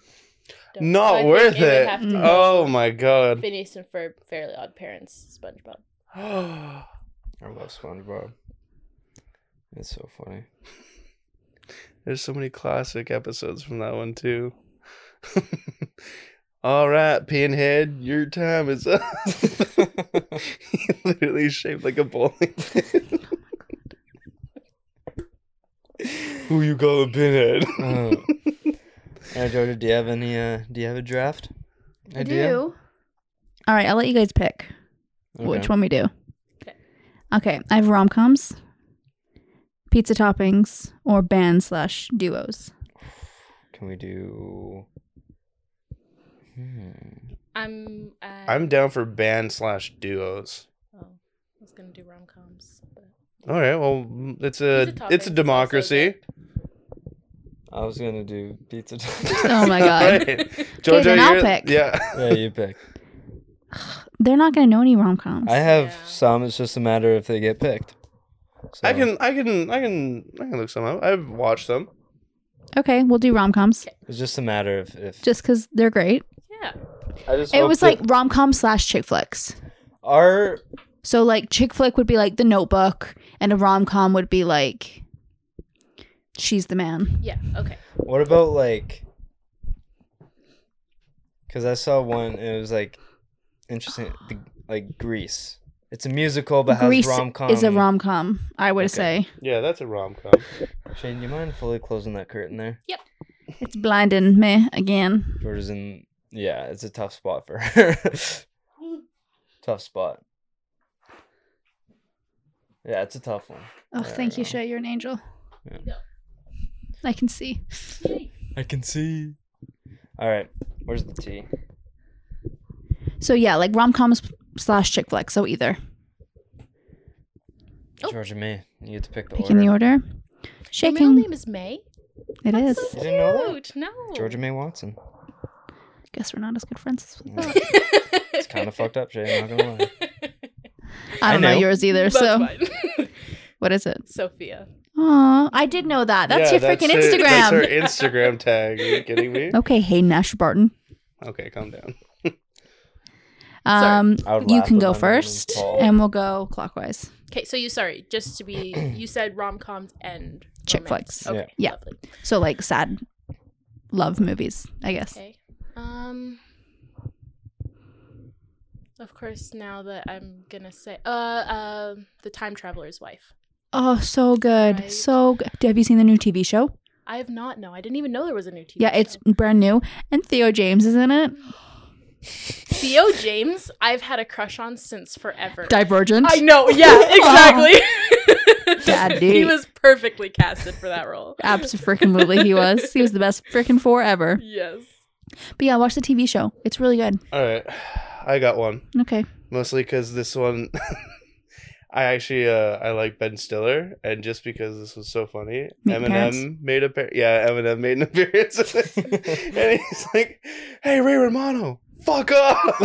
[SPEAKER 5] don't-
[SPEAKER 4] Not
[SPEAKER 5] I think
[SPEAKER 4] worth
[SPEAKER 5] would
[SPEAKER 4] it.
[SPEAKER 5] have to
[SPEAKER 3] Mm.
[SPEAKER 5] be
[SPEAKER 4] Oh my god.
[SPEAKER 5] Phineas and Ferb, Fairly Odd Parents, SpongeBob.
[SPEAKER 4] There's
[SPEAKER 1] i love spongebob it's so funny
[SPEAKER 4] so many classic episodes from that one too. All right, Pinhead, your time is up. he
[SPEAKER 5] Oh
[SPEAKER 4] literally shaped like a bowling pin. Who you calling pinhead?
[SPEAKER 1] Uh, uh, Georgia, do you have any? Uh, do you have a draft?
[SPEAKER 3] All right, I'll let you guys pick which one we do.
[SPEAKER 5] Okay.
[SPEAKER 3] Okay, I have rom coms, pizza toppings, or band slash duos.
[SPEAKER 1] Can we do? Hmm.
[SPEAKER 5] I'm. Uh,
[SPEAKER 4] I'm down for band slash duos.
[SPEAKER 5] Oh, I was gonna do rom coms.
[SPEAKER 4] All right. Well, mm, it's a
[SPEAKER 5] These are
[SPEAKER 4] it's
[SPEAKER 5] topics.
[SPEAKER 4] a
[SPEAKER 5] It's
[SPEAKER 4] democracy.
[SPEAKER 5] also
[SPEAKER 1] I was gonna do pizza.
[SPEAKER 3] Oh my god,
[SPEAKER 4] Right.
[SPEAKER 3] Okay, then I'll
[SPEAKER 4] you're-
[SPEAKER 3] pick.
[SPEAKER 4] Yeah.
[SPEAKER 1] yeah, you pick.
[SPEAKER 3] they're not gonna know any rom coms.
[SPEAKER 1] I have
[SPEAKER 5] Yeah.
[SPEAKER 1] some. It's just a matter if they get picked.
[SPEAKER 4] I
[SPEAKER 1] So-
[SPEAKER 4] can I can I can I can look some up. I've watched them.
[SPEAKER 3] Okay, we'll do rom coms
[SPEAKER 1] It's just a matter of if.
[SPEAKER 3] just because they're great.
[SPEAKER 5] Yeah.
[SPEAKER 1] I just
[SPEAKER 3] It
[SPEAKER 1] hope
[SPEAKER 3] was
[SPEAKER 1] that
[SPEAKER 3] like rom com slash chick flicks.
[SPEAKER 1] our
[SPEAKER 3] So like chick flick would be like The Notebook, and a rom com would be like She's the Man.
[SPEAKER 5] Yeah. Okay.
[SPEAKER 1] What about like? Because I saw one. And it was like interesting, the, like Grease. It's a musical, but
[SPEAKER 3] Grease
[SPEAKER 1] has rom com.
[SPEAKER 3] is a rom com, I would
[SPEAKER 1] Okay.
[SPEAKER 3] say.
[SPEAKER 4] Yeah, that's a rom com.
[SPEAKER 1] Shane, you mind fully closing that curtain there?
[SPEAKER 3] It's blinding me again.
[SPEAKER 1] Georgia's in. Yeah, it's a tough spot for her. tough spot. Yeah, it's a tough one.
[SPEAKER 3] Oh,
[SPEAKER 1] There
[SPEAKER 3] thank
[SPEAKER 1] we
[SPEAKER 3] you,
[SPEAKER 1] go.
[SPEAKER 3] Shay. You're an angel.
[SPEAKER 1] Yeah.
[SPEAKER 5] Yeah.
[SPEAKER 3] I can see.
[SPEAKER 1] I can see. All right, where's the tea?
[SPEAKER 3] So yeah, like rom coms slash chick flick. So either
[SPEAKER 5] Oh.
[SPEAKER 1] Georgia May, you get to pick the
[SPEAKER 3] picking
[SPEAKER 1] order.
[SPEAKER 3] the order.
[SPEAKER 5] Your middle
[SPEAKER 3] Shaking.
[SPEAKER 5] name is May.
[SPEAKER 3] It is.
[SPEAKER 5] That's so
[SPEAKER 1] You didn't know that?
[SPEAKER 5] cute. No.
[SPEAKER 1] Georgia May Watson.
[SPEAKER 3] Guess we're not as good friends. As we
[SPEAKER 1] Yeah,
[SPEAKER 3] thought.
[SPEAKER 5] it's
[SPEAKER 1] It's kind of fucked up, Jay. I'm not gonna lie.
[SPEAKER 3] I don't know.
[SPEAKER 1] know.
[SPEAKER 3] yours either.
[SPEAKER 5] That's
[SPEAKER 3] so
[SPEAKER 5] fine.
[SPEAKER 3] what is it?
[SPEAKER 5] Sophia.
[SPEAKER 3] Aw, I did know that. That's
[SPEAKER 4] Yeah,
[SPEAKER 3] your freaking
[SPEAKER 4] her-
[SPEAKER 3] Instagram.
[SPEAKER 4] That's her Instagram tag. Are you kidding me?
[SPEAKER 3] Okay, hey Nash Barton.
[SPEAKER 4] Okay, calm down.
[SPEAKER 5] Sorry.
[SPEAKER 3] Um,
[SPEAKER 1] I would
[SPEAKER 3] you
[SPEAKER 1] laugh,
[SPEAKER 3] can
[SPEAKER 1] but
[SPEAKER 3] go
[SPEAKER 1] my name is
[SPEAKER 3] first,
[SPEAKER 1] Paul.
[SPEAKER 3] and we'll go clockwise.
[SPEAKER 5] Okay, so you sorry, just to be you said rom coms and
[SPEAKER 3] Chick
[SPEAKER 5] romantics.
[SPEAKER 3] flicks.
[SPEAKER 5] Okay,
[SPEAKER 3] Yeah.
[SPEAKER 5] lovely.
[SPEAKER 3] So like sad love movies, I guess.
[SPEAKER 5] Okay. Um. Of course, now that I'm gonna say, uh, uh, the time traveler's wife.
[SPEAKER 3] Oh, so good,
[SPEAKER 5] Right.
[SPEAKER 3] so good. Have you seen the new TV show?
[SPEAKER 5] I have not. No, I didn't even know there was a new TV.
[SPEAKER 3] Yeah, it's
[SPEAKER 5] show.
[SPEAKER 3] brand new, and Theo James is in it.
[SPEAKER 5] Theo James. I've had a crush on since forever.
[SPEAKER 3] Divergent.
[SPEAKER 5] I know. Yeah, exactly. he
[SPEAKER 3] Daddy.
[SPEAKER 5] was perfectly casted for that role.
[SPEAKER 3] Absolutely, he was. He was the best freaking four ever.
[SPEAKER 5] Yes.
[SPEAKER 3] But yeah, watch the TV show. It's really good.
[SPEAKER 4] All right, I got one.
[SPEAKER 3] Okay.
[SPEAKER 4] mostly because this one i actually uh i like ben stiller and just because this was so funny
[SPEAKER 3] Meet
[SPEAKER 4] eminem
[SPEAKER 3] parents.
[SPEAKER 4] made a par- yeah eminem made an appearance in it. and he's like hey ray romano fuck off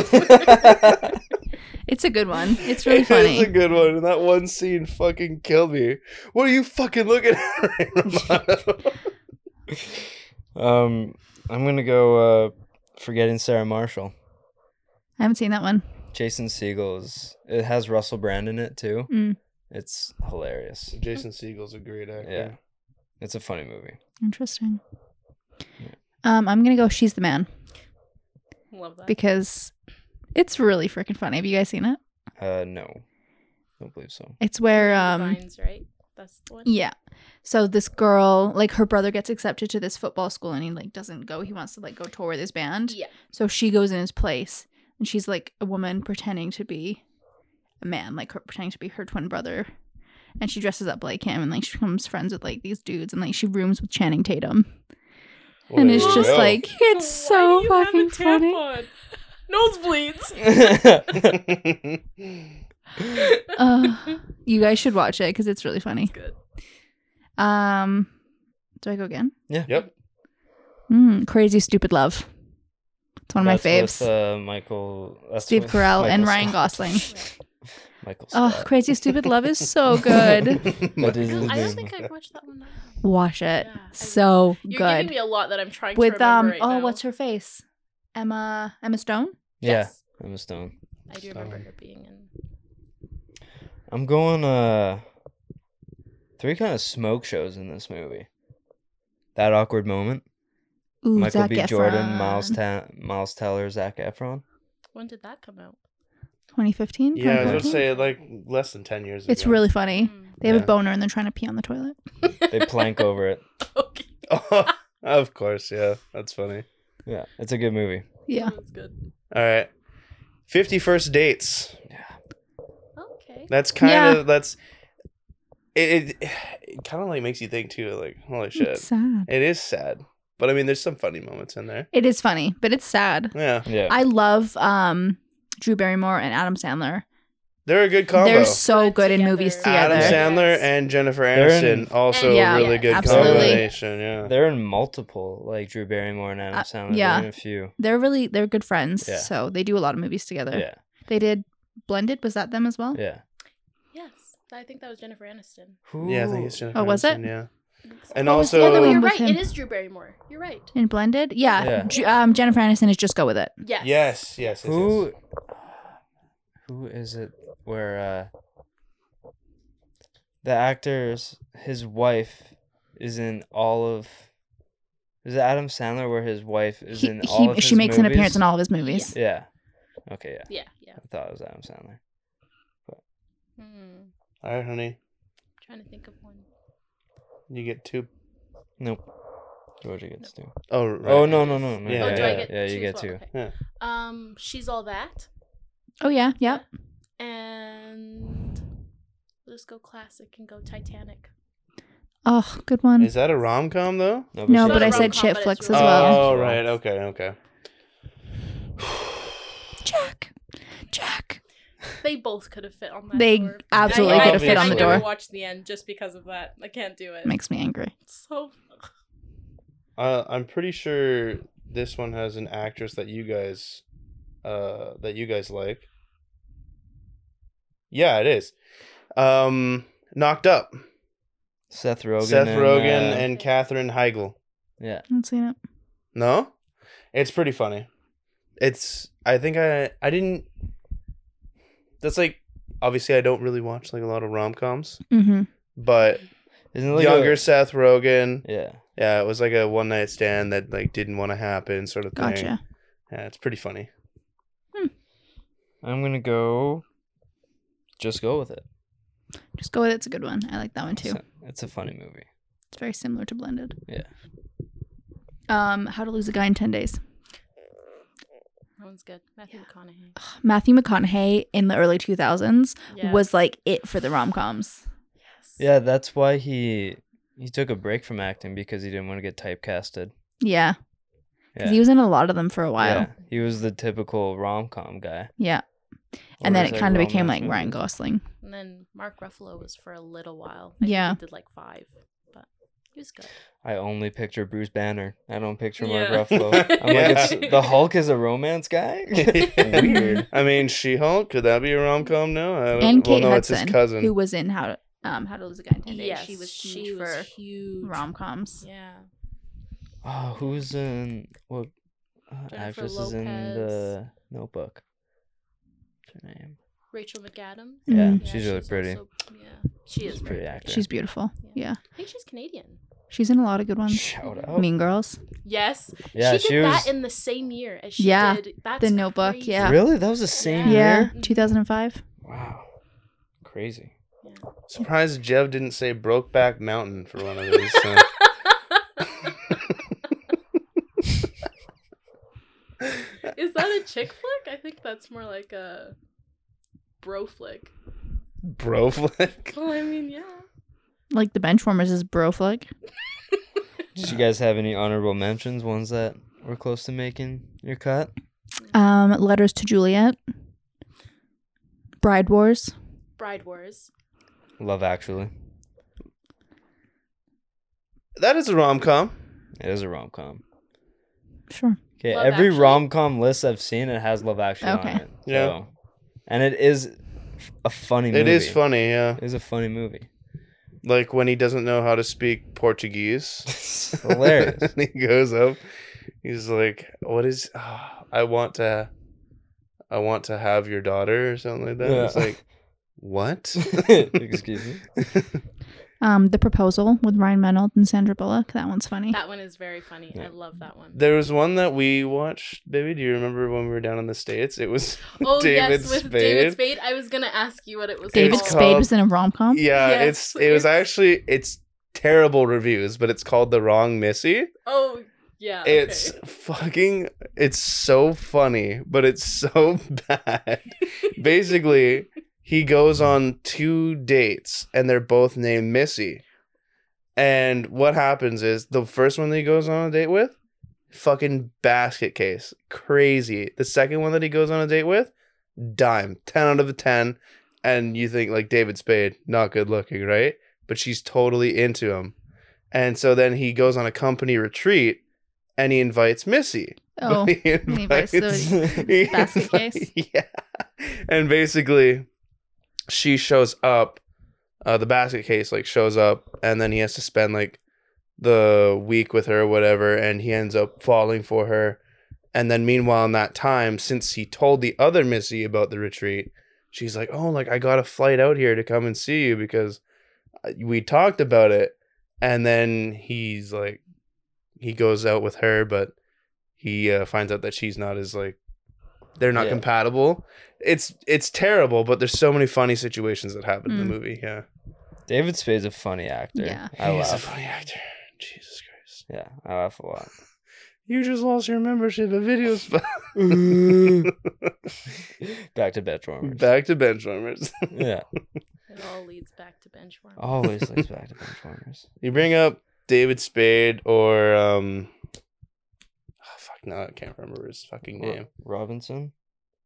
[SPEAKER 3] It's a good one. It's
[SPEAKER 4] It
[SPEAKER 3] really
[SPEAKER 4] is
[SPEAKER 3] funny.
[SPEAKER 4] a good one and that one scene fucking killed me what are you fucking looking at ray romano
[SPEAKER 1] Um, I'm gonna go. Uh, forgetting Sarah Marshall.
[SPEAKER 3] I haven't seen that one.
[SPEAKER 1] Jason Segel is. It has Russell Brand in it too.
[SPEAKER 3] Mm.
[SPEAKER 1] It's hilarious.
[SPEAKER 4] jason siegel's a great actor
[SPEAKER 1] Yeah, it's a funny movie.
[SPEAKER 3] Interesting. Um, I'm gonna go. She's the man
[SPEAKER 5] Love that.
[SPEAKER 3] because it's really freaking funny. Have you guys seen it?
[SPEAKER 1] Uh, no, don't believe so.
[SPEAKER 3] It's where
[SPEAKER 5] Amanda
[SPEAKER 3] um,
[SPEAKER 5] Bynes, right? That's the one.
[SPEAKER 3] Yeah. So this girl, like her brother gets accepted to this football school and he like doesn't go. He wants to like go tour with his band.
[SPEAKER 5] Yeah.
[SPEAKER 3] So she goes in his place and she's like a woman pretending to be a man, like her, pretending to be her twin brother. And she dresses up like him and like she becomes friends with like these dudes and like she rooms with Channing Tatum.
[SPEAKER 4] Well,
[SPEAKER 3] and
[SPEAKER 4] there
[SPEAKER 3] it's
[SPEAKER 4] you
[SPEAKER 3] just
[SPEAKER 4] go.
[SPEAKER 3] like it's
[SPEAKER 5] Why
[SPEAKER 3] so
[SPEAKER 5] do you have a
[SPEAKER 3] fucking
[SPEAKER 5] tap
[SPEAKER 3] funny.
[SPEAKER 5] on? Nosebleeds.
[SPEAKER 3] Uh, you guys should watch it because it's really funny.
[SPEAKER 5] Good.
[SPEAKER 3] Um, do I go again?
[SPEAKER 1] yeah,
[SPEAKER 4] yep
[SPEAKER 3] Mm, Crazy Stupid Love. It's one of my faves.
[SPEAKER 1] That's with, uh, Michael. That's
[SPEAKER 3] Steve
[SPEAKER 1] with
[SPEAKER 3] Carell and Ryan
[SPEAKER 1] Scott.
[SPEAKER 3] Gosling.
[SPEAKER 1] Michael.
[SPEAKER 3] Oh,
[SPEAKER 1] Scott.
[SPEAKER 3] Crazy Stupid Love is so Oh, good.
[SPEAKER 1] That is his
[SPEAKER 5] I don't
[SPEAKER 1] name.
[SPEAKER 5] think I've watched that one. Now.
[SPEAKER 3] Watch it.
[SPEAKER 5] Yeah, I-
[SPEAKER 3] so
[SPEAKER 5] You're giving
[SPEAKER 3] good.
[SPEAKER 5] me a lot that I'm trying
[SPEAKER 3] With
[SPEAKER 5] to remember
[SPEAKER 3] um
[SPEAKER 5] right
[SPEAKER 3] oh,
[SPEAKER 5] now.
[SPEAKER 3] what's her face? Emma Emma Stone?
[SPEAKER 1] Yeah,
[SPEAKER 5] Yes,
[SPEAKER 1] I'm a stone.
[SPEAKER 5] I do remember
[SPEAKER 4] Stone.
[SPEAKER 5] her being in.
[SPEAKER 1] I'm going uh three kind of smoke shows in this movie. That awkward moment.
[SPEAKER 3] Ooh,
[SPEAKER 1] Michael
[SPEAKER 3] Zac
[SPEAKER 1] B. Jordan,
[SPEAKER 3] Efron.
[SPEAKER 1] Miles Ta- Miles Teller, Zach Efron.
[SPEAKER 5] When did that come out?
[SPEAKER 3] 2015.
[SPEAKER 4] Yeah, I was gonna
[SPEAKER 3] 2014?
[SPEAKER 4] say like less than ten years.
[SPEAKER 3] It's
[SPEAKER 4] ago.
[SPEAKER 3] really funny.
[SPEAKER 5] Mm.
[SPEAKER 3] They have
[SPEAKER 4] Yeah.
[SPEAKER 3] a boner and they're trying to pee on the toilet.
[SPEAKER 1] They plank over it.
[SPEAKER 5] Okay.
[SPEAKER 4] of course, yeah, that's funny.
[SPEAKER 1] Yeah, it's a good movie.
[SPEAKER 3] Yeah.
[SPEAKER 4] Oh,
[SPEAKER 5] That's good.
[SPEAKER 4] All right, fifty first dates.
[SPEAKER 5] Okay.
[SPEAKER 4] That's kind of
[SPEAKER 3] Yeah.
[SPEAKER 4] that's it. It, it kind of like makes you think too. Like holy shit,
[SPEAKER 3] It's sad.
[SPEAKER 4] it is sad, but I mean, there's some funny moments in there.
[SPEAKER 3] It is funny, but it's sad.
[SPEAKER 4] Yeah,
[SPEAKER 1] Yeah.
[SPEAKER 3] I love um Drew Barrymore and Adam Sandler.
[SPEAKER 4] they're a good combo.
[SPEAKER 3] They're so
[SPEAKER 5] Good
[SPEAKER 3] good in
[SPEAKER 5] together.
[SPEAKER 3] movies
[SPEAKER 4] Adam
[SPEAKER 3] together.
[SPEAKER 5] Yes.
[SPEAKER 4] Sandler and Jennifer
[SPEAKER 1] They're
[SPEAKER 4] Aniston
[SPEAKER 1] in-
[SPEAKER 4] also
[SPEAKER 5] And-
[SPEAKER 3] Yeah,
[SPEAKER 4] a really good
[SPEAKER 3] absolutely.
[SPEAKER 4] combination. Yeah,
[SPEAKER 1] They're in multiple, like Drew Barrymore and Adam
[SPEAKER 3] Uh,
[SPEAKER 1] Sandler. They're
[SPEAKER 3] yeah.
[SPEAKER 1] in a few.
[SPEAKER 3] They're really they're good friends.
[SPEAKER 1] Yeah.
[SPEAKER 3] So they do a lot of movies together.
[SPEAKER 1] Yeah.
[SPEAKER 3] They did Blended, was that them as well?
[SPEAKER 1] Yeah.
[SPEAKER 5] Yes. I think that was Jennifer Aniston.
[SPEAKER 4] yeah, I think it's Jennifer.
[SPEAKER 3] Oh, was it?
[SPEAKER 4] Aniston, Yeah,
[SPEAKER 5] I think so.
[SPEAKER 4] and
[SPEAKER 3] What was the
[SPEAKER 4] also
[SPEAKER 3] other
[SPEAKER 5] no,
[SPEAKER 3] one?
[SPEAKER 5] you're
[SPEAKER 3] with
[SPEAKER 5] right.
[SPEAKER 3] him.
[SPEAKER 5] It is Drew Barrymore. You're right.
[SPEAKER 3] In Blended? Yeah.
[SPEAKER 1] Yeah.
[SPEAKER 3] Ju- um Jennifer Aniston is just go with it.
[SPEAKER 4] yes,
[SPEAKER 5] Yes.
[SPEAKER 4] yes, yes, yes.
[SPEAKER 1] Who? Who is it? Where uh, the actor's his wife is in all of. Is it Adam Sandler where his wife is
[SPEAKER 3] He,
[SPEAKER 1] in all
[SPEAKER 3] he
[SPEAKER 1] of his
[SPEAKER 3] she makes an appearance in
[SPEAKER 1] movies?
[SPEAKER 3] all of his movies.
[SPEAKER 1] Yeah. Okay. Yeah.
[SPEAKER 5] Yeah. Yeah.
[SPEAKER 1] I thought it was Adam Sandler.
[SPEAKER 5] Hmm.
[SPEAKER 4] All right, honey,
[SPEAKER 5] Trying to think of one.
[SPEAKER 4] you get two.
[SPEAKER 1] Nope. Georgia gets two.
[SPEAKER 4] Oh, right.
[SPEAKER 1] Oh no no no no.
[SPEAKER 4] Yeah,
[SPEAKER 1] Yeah,
[SPEAKER 5] oh,
[SPEAKER 1] yeah,
[SPEAKER 5] do I get
[SPEAKER 1] yeah,
[SPEAKER 5] two
[SPEAKER 1] you get
[SPEAKER 5] as well?
[SPEAKER 1] two.
[SPEAKER 5] Okay.
[SPEAKER 4] Yeah.
[SPEAKER 5] Um, she's all that,
[SPEAKER 3] Oh yeah, yeah.
[SPEAKER 5] and we'll just go classic and go Titanic.
[SPEAKER 3] Oh, good one.
[SPEAKER 4] Is that a rom com though?
[SPEAKER 3] no,
[SPEAKER 5] It's
[SPEAKER 1] she's
[SPEAKER 3] but
[SPEAKER 5] not
[SPEAKER 3] I
[SPEAKER 5] a
[SPEAKER 1] not.
[SPEAKER 3] said shit
[SPEAKER 5] rom-com, but it's
[SPEAKER 3] flicks
[SPEAKER 5] really
[SPEAKER 3] as
[SPEAKER 5] good.
[SPEAKER 3] well.
[SPEAKER 4] Oh, right. Okay, okay.
[SPEAKER 3] Jack. Jack.
[SPEAKER 5] They both could have fit on that.
[SPEAKER 3] They
[SPEAKER 5] door.
[SPEAKER 3] absolutely
[SPEAKER 5] I-
[SPEAKER 4] could have fit
[SPEAKER 5] I-
[SPEAKER 4] on the
[SPEAKER 5] I
[SPEAKER 4] door.
[SPEAKER 5] never watched the end just because of that. I can't do it.
[SPEAKER 3] Makes me angry.
[SPEAKER 5] so
[SPEAKER 4] Uh, I'm pretty sure this one has an actress that you guys, uh, that you guys like. Yeah, it is. Um, knocked up.
[SPEAKER 1] Seth Rogen.
[SPEAKER 4] Seth Rogen and,
[SPEAKER 1] uh,
[SPEAKER 4] Katherine Heigl.
[SPEAKER 1] yeah.
[SPEAKER 3] I don't see it.
[SPEAKER 4] No, it's pretty funny. It's. I think I. I didn't. That's like. Obviously, I don't really watch like a lot of rom coms,
[SPEAKER 3] Mm-hmm.
[SPEAKER 4] but
[SPEAKER 1] Isn't it like
[SPEAKER 4] younger
[SPEAKER 1] A,
[SPEAKER 4] Seth Rogen.
[SPEAKER 1] yeah.
[SPEAKER 4] Yeah, it was like a one night stand that like didn't want to happen, sort of thing.
[SPEAKER 3] Gotcha.
[SPEAKER 4] Yeah, it's pretty funny.
[SPEAKER 1] I'm gonna go. Just go with it.
[SPEAKER 3] Just go with it. It's a good one. I like that one too.
[SPEAKER 1] It's a, it's a funny movie.
[SPEAKER 3] It's very similar to Blended.
[SPEAKER 1] Yeah.
[SPEAKER 3] Um, How to Lose a Guy in Ten Days.
[SPEAKER 5] that one's good. Matthew McConaughey.
[SPEAKER 3] Matthew McConaughey in the early 2000s
[SPEAKER 5] Yeah.
[SPEAKER 3] was like it for the rom coms.
[SPEAKER 5] yes.
[SPEAKER 1] Yeah, that's why he he took a break from acting because he didn't want to get typecasted.
[SPEAKER 3] Yeah. 'Cause
[SPEAKER 1] Yeah.
[SPEAKER 3] He was in a lot of them for a
[SPEAKER 1] Yeah,
[SPEAKER 3] while.
[SPEAKER 1] he was the typical rom com guy.
[SPEAKER 3] Yeah.
[SPEAKER 1] Or
[SPEAKER 3] And then
[SPEAKER 1] is
[SPEAKER 3] it
[SPEAKER 1] that
[SPEAKER 3] kind of became
[SPEAKER 1] romance
[SPEAKER 3] like Ryan
[SPEAKER 1] movie?
[SPEAKER 3] Gosling.
[SPEAKER 5] And then Mark Ruffalo was for a little while. I think
[SPEAKER 3] Yeah.
[SPEAKER 5] he did like five, but he was good.
[SPEAKER 1] I only picture Bruce Banner. I don't picture
[SPEAKER 5] Yeah.
[SPEAKER 1] Mark Ruffalo. I'm
[SPEAKER 4] Yeah.
[SPEAKER 1] like, it's, the Hulk is a romance guy. Weird.
[SPEAKER 4] I mean, She Hulk could that be a rom com? No, I don't.
[SPEAKER 3] And Kate
[SPEAKER 4] well, no,
[SPEAKER 3] Hudson,
[SPEAKER 4] it's his cousin.
[SPEAKER 3] who was in How to, um, How to Lose a Guy in Ten Days.
[SPEAKER 5] Yes,
[SPEAKER 3] she was huge
[SPEAKER 5] she was
[SPEAKER 3] for
[SPEAKER 5] huge.
[SPEAKER 3] rom coms.
[SPEAKER 5] Yeah.
[SPEAKER 1] Oh, who's in what uh,
[SPEAKER 5] Jennifer
[SPEAKER 1] actress is in
[SPEAKER 5] Lopez.
[SPEAKER 1] the Notebook? What's her name?
[SPEAKER 5] Rachel McAdams.
[SPEAKER 3] Yeah,
[SPEAKER 1] Yeah,
[SPEAKER 3] Mhm.
[SPEAKER 1] she's really pretty.
[SPEAKER 5] also- yeah, she is
[SPEAKER 1] She's a
[SPEAKER 5] pretty.
[SPEAKER 1] pretty actor.
[SPEAKER 3] She's beautiful. Yeah.
[SPEAKER 5] I think she's Canadian.
[SPEAKER 3] She's in a lot of good ones.
[SPEAKER 1] Shout
[SPEAKER 4] Oh.
[SPEAKER 1] out.
[SPEAKER 3] Mean Girls.
[SPEAKER 5] Yes,
[SPEAKER 1] yeah,
[SPEAKER 5] she did that
[SPEAKER 1] was.
[SPEAKER 5] in the same year as she
[SPEAKER 3] Yeah,
[SPEAKER 5] did that's
[SPEAKER 3] The Notebook,
[SPEAKER 5] crazy.
[SPEAKER 3] yeah.
[SPEAKER 1] Really? That was the same
[SPEAKER 3] Yeah.
[SPEAKER 1] year?
[SPEAKER 4] Mm-hmm.
[SPEAKER 5] Mhm.
[SPEAKER 3] 2005.
[SPEAKER 1] Wow. Crazy.
[SPEAKER 4] Surprised Jeff didn't say Brokeback Mountain for one of these. so.
[SPEAKER 5] Is that a chick flick? I think that's more like a bro flick.
[SPEAKER 4] Bro flick.
[SPEAKER 5] Well, I mean, yeah.
[SPEAKER 3] Like The Benchwarmers is bro flick.
[SPEAKER 1] Did you guys have any honorable mentions? Ones that were close to making your cut?
[SPEAKER 3] Um, Letters to Juliet. Bride Wars.
[SPEAKER 5] Bride Wars.
[SPEAKER 1] Love Actually.
[SPEAKER 4] That is a rom com.
[SPEAKER 1] It is a rom com.
[SPEAKER 3] Sure.
[SPEAKER 1] Okay,
[SPEAKER 5] Love
[SPEAKER 1] every
[SPEAKER 5] Actually?
[SPEAKER 1] rom com list I've seen, it has Love Actually on
[SPEAKER 3] Okay.
[SPEAKER 1] it.
[SPEAKER 4] Yeah.
[SPEAKER 1] So. And it is f- a funny movie.
[SPEAKER 4] It is funny, yeah.
[SPEAKER 1] It is a funny movie.
[SPEAKER 4] Like when he doesn't know how to speak Portuguese.
[SPEAKER 1] Hilarious.
[SPEAKER 4] and he goes up. He's like, "What is? ah, I want to, I want to have your daughter or something like that." It's
[SPEAKER 1] Yeah.
[SPEAKER 4] like, what?
[SPEAKER 1] Excuse me.
[SPEAKER 3] Um, the proposal with Ryan Reynolds and Sandra Bullock. That one's funny.
[SPEAKER 5] That one is very funny. I
[SPEAKER 1] Yeah.
[SPEAKER 5] love that one.
[SPEAKER 4] There was one that we watched, baby. Do you remember when we were down in the states? It was
[SPEAKER 5] oh
[SPEAKER 4] David
[SPEAKER 5] yes, with
[SPEAKER 4] Spade.
[SPEAKER 5] David Spade. I was gonna ask you what it was.
[SPEAKER 3] David
[SPEAKER 5] called.
[SPEAKER 3] Spade was in a rom com.
[SPEAKER 4] yeah.
[SPEAKER 5] Um, Yes,
[SPEAKER 4] it's it was
[SPEAKER 5] it's-
[SPEAKER 4] actually it's terrible reviews, but it's called The Wrong Missy.
[SPEAKER 5] Oh yeah. okay.
[SPEAKER 4] It's fucking it's so funny, but it's so bad. Basically, he goes on two dates and they're both named Missy. And what happens is the first one that he goes on a date with, fucking basket case. Crazy. The second one that he goes on a date with, dime. 10 out of 10. And you think like David Spade, not good looking, right? But she's totally into him. And so then he goes on a company retreat and he invites Missy.
[SPEAKER 3] Oh,
[SPEAKER 4] But he
[SPEAKER 3] he invites the
[SPEAKER 4] he
[SPEAKER 3] basket
[SPEAKER 4] invites-
[SPEAKER 3] case.
[SPEAKER 4] Yeah. And basically, she shows up. Uh, the basket case like shows up, and then he has to spend like the week with her, or whatever, and he ends up falling for her. And then, meanwhile, in that time, since he told the other Missy about the retreat, she's like, "Oh, like I got a flight out here to come and see you because uh, we talked about it." And then he's like, he goes out with her, but he uh, finds out that she's not as like they're not
[SPEAKER 1] Yeah.
[SPEAKER 4] compatible. It's it's terrible, but there's so many funny situations that happen in the
[SPEAKER 3] Mm.
[SPEAKER 4] movie. Yeah,
[SPEAKER 1] David Spade's a funny actor.
[SPEAKER 3] Yeah.
[SPEAKER 1] I
[SPEAKER 4] he's a
[SPEAKER 1] laugh.
[SPEAKER 4] funny actor. Jesus Christ,
[SPEAKER 1] yeah, I laugh a lot.
[SPEAKER 4] you just lost your membership at Video Spot.
[SPEAKER 1] Back to Benchwarmers.
[SPEAKER 4] Back to Benchwarmers.
[SPEAKER 1] yeah,
[SPEAKER 5] It all leads back to benchmark.
[SPEAKER 4] Oh,
[SPEAKER 1] always leads back to Benchwarmers.
[SPEAKER 4] You bring up David Spade or um, oh, fuck no, I can't remember his fucking
[SPEAKER 1] Ro-
[SPEAKER 4] name.
[SPEAKER 1] Robinson.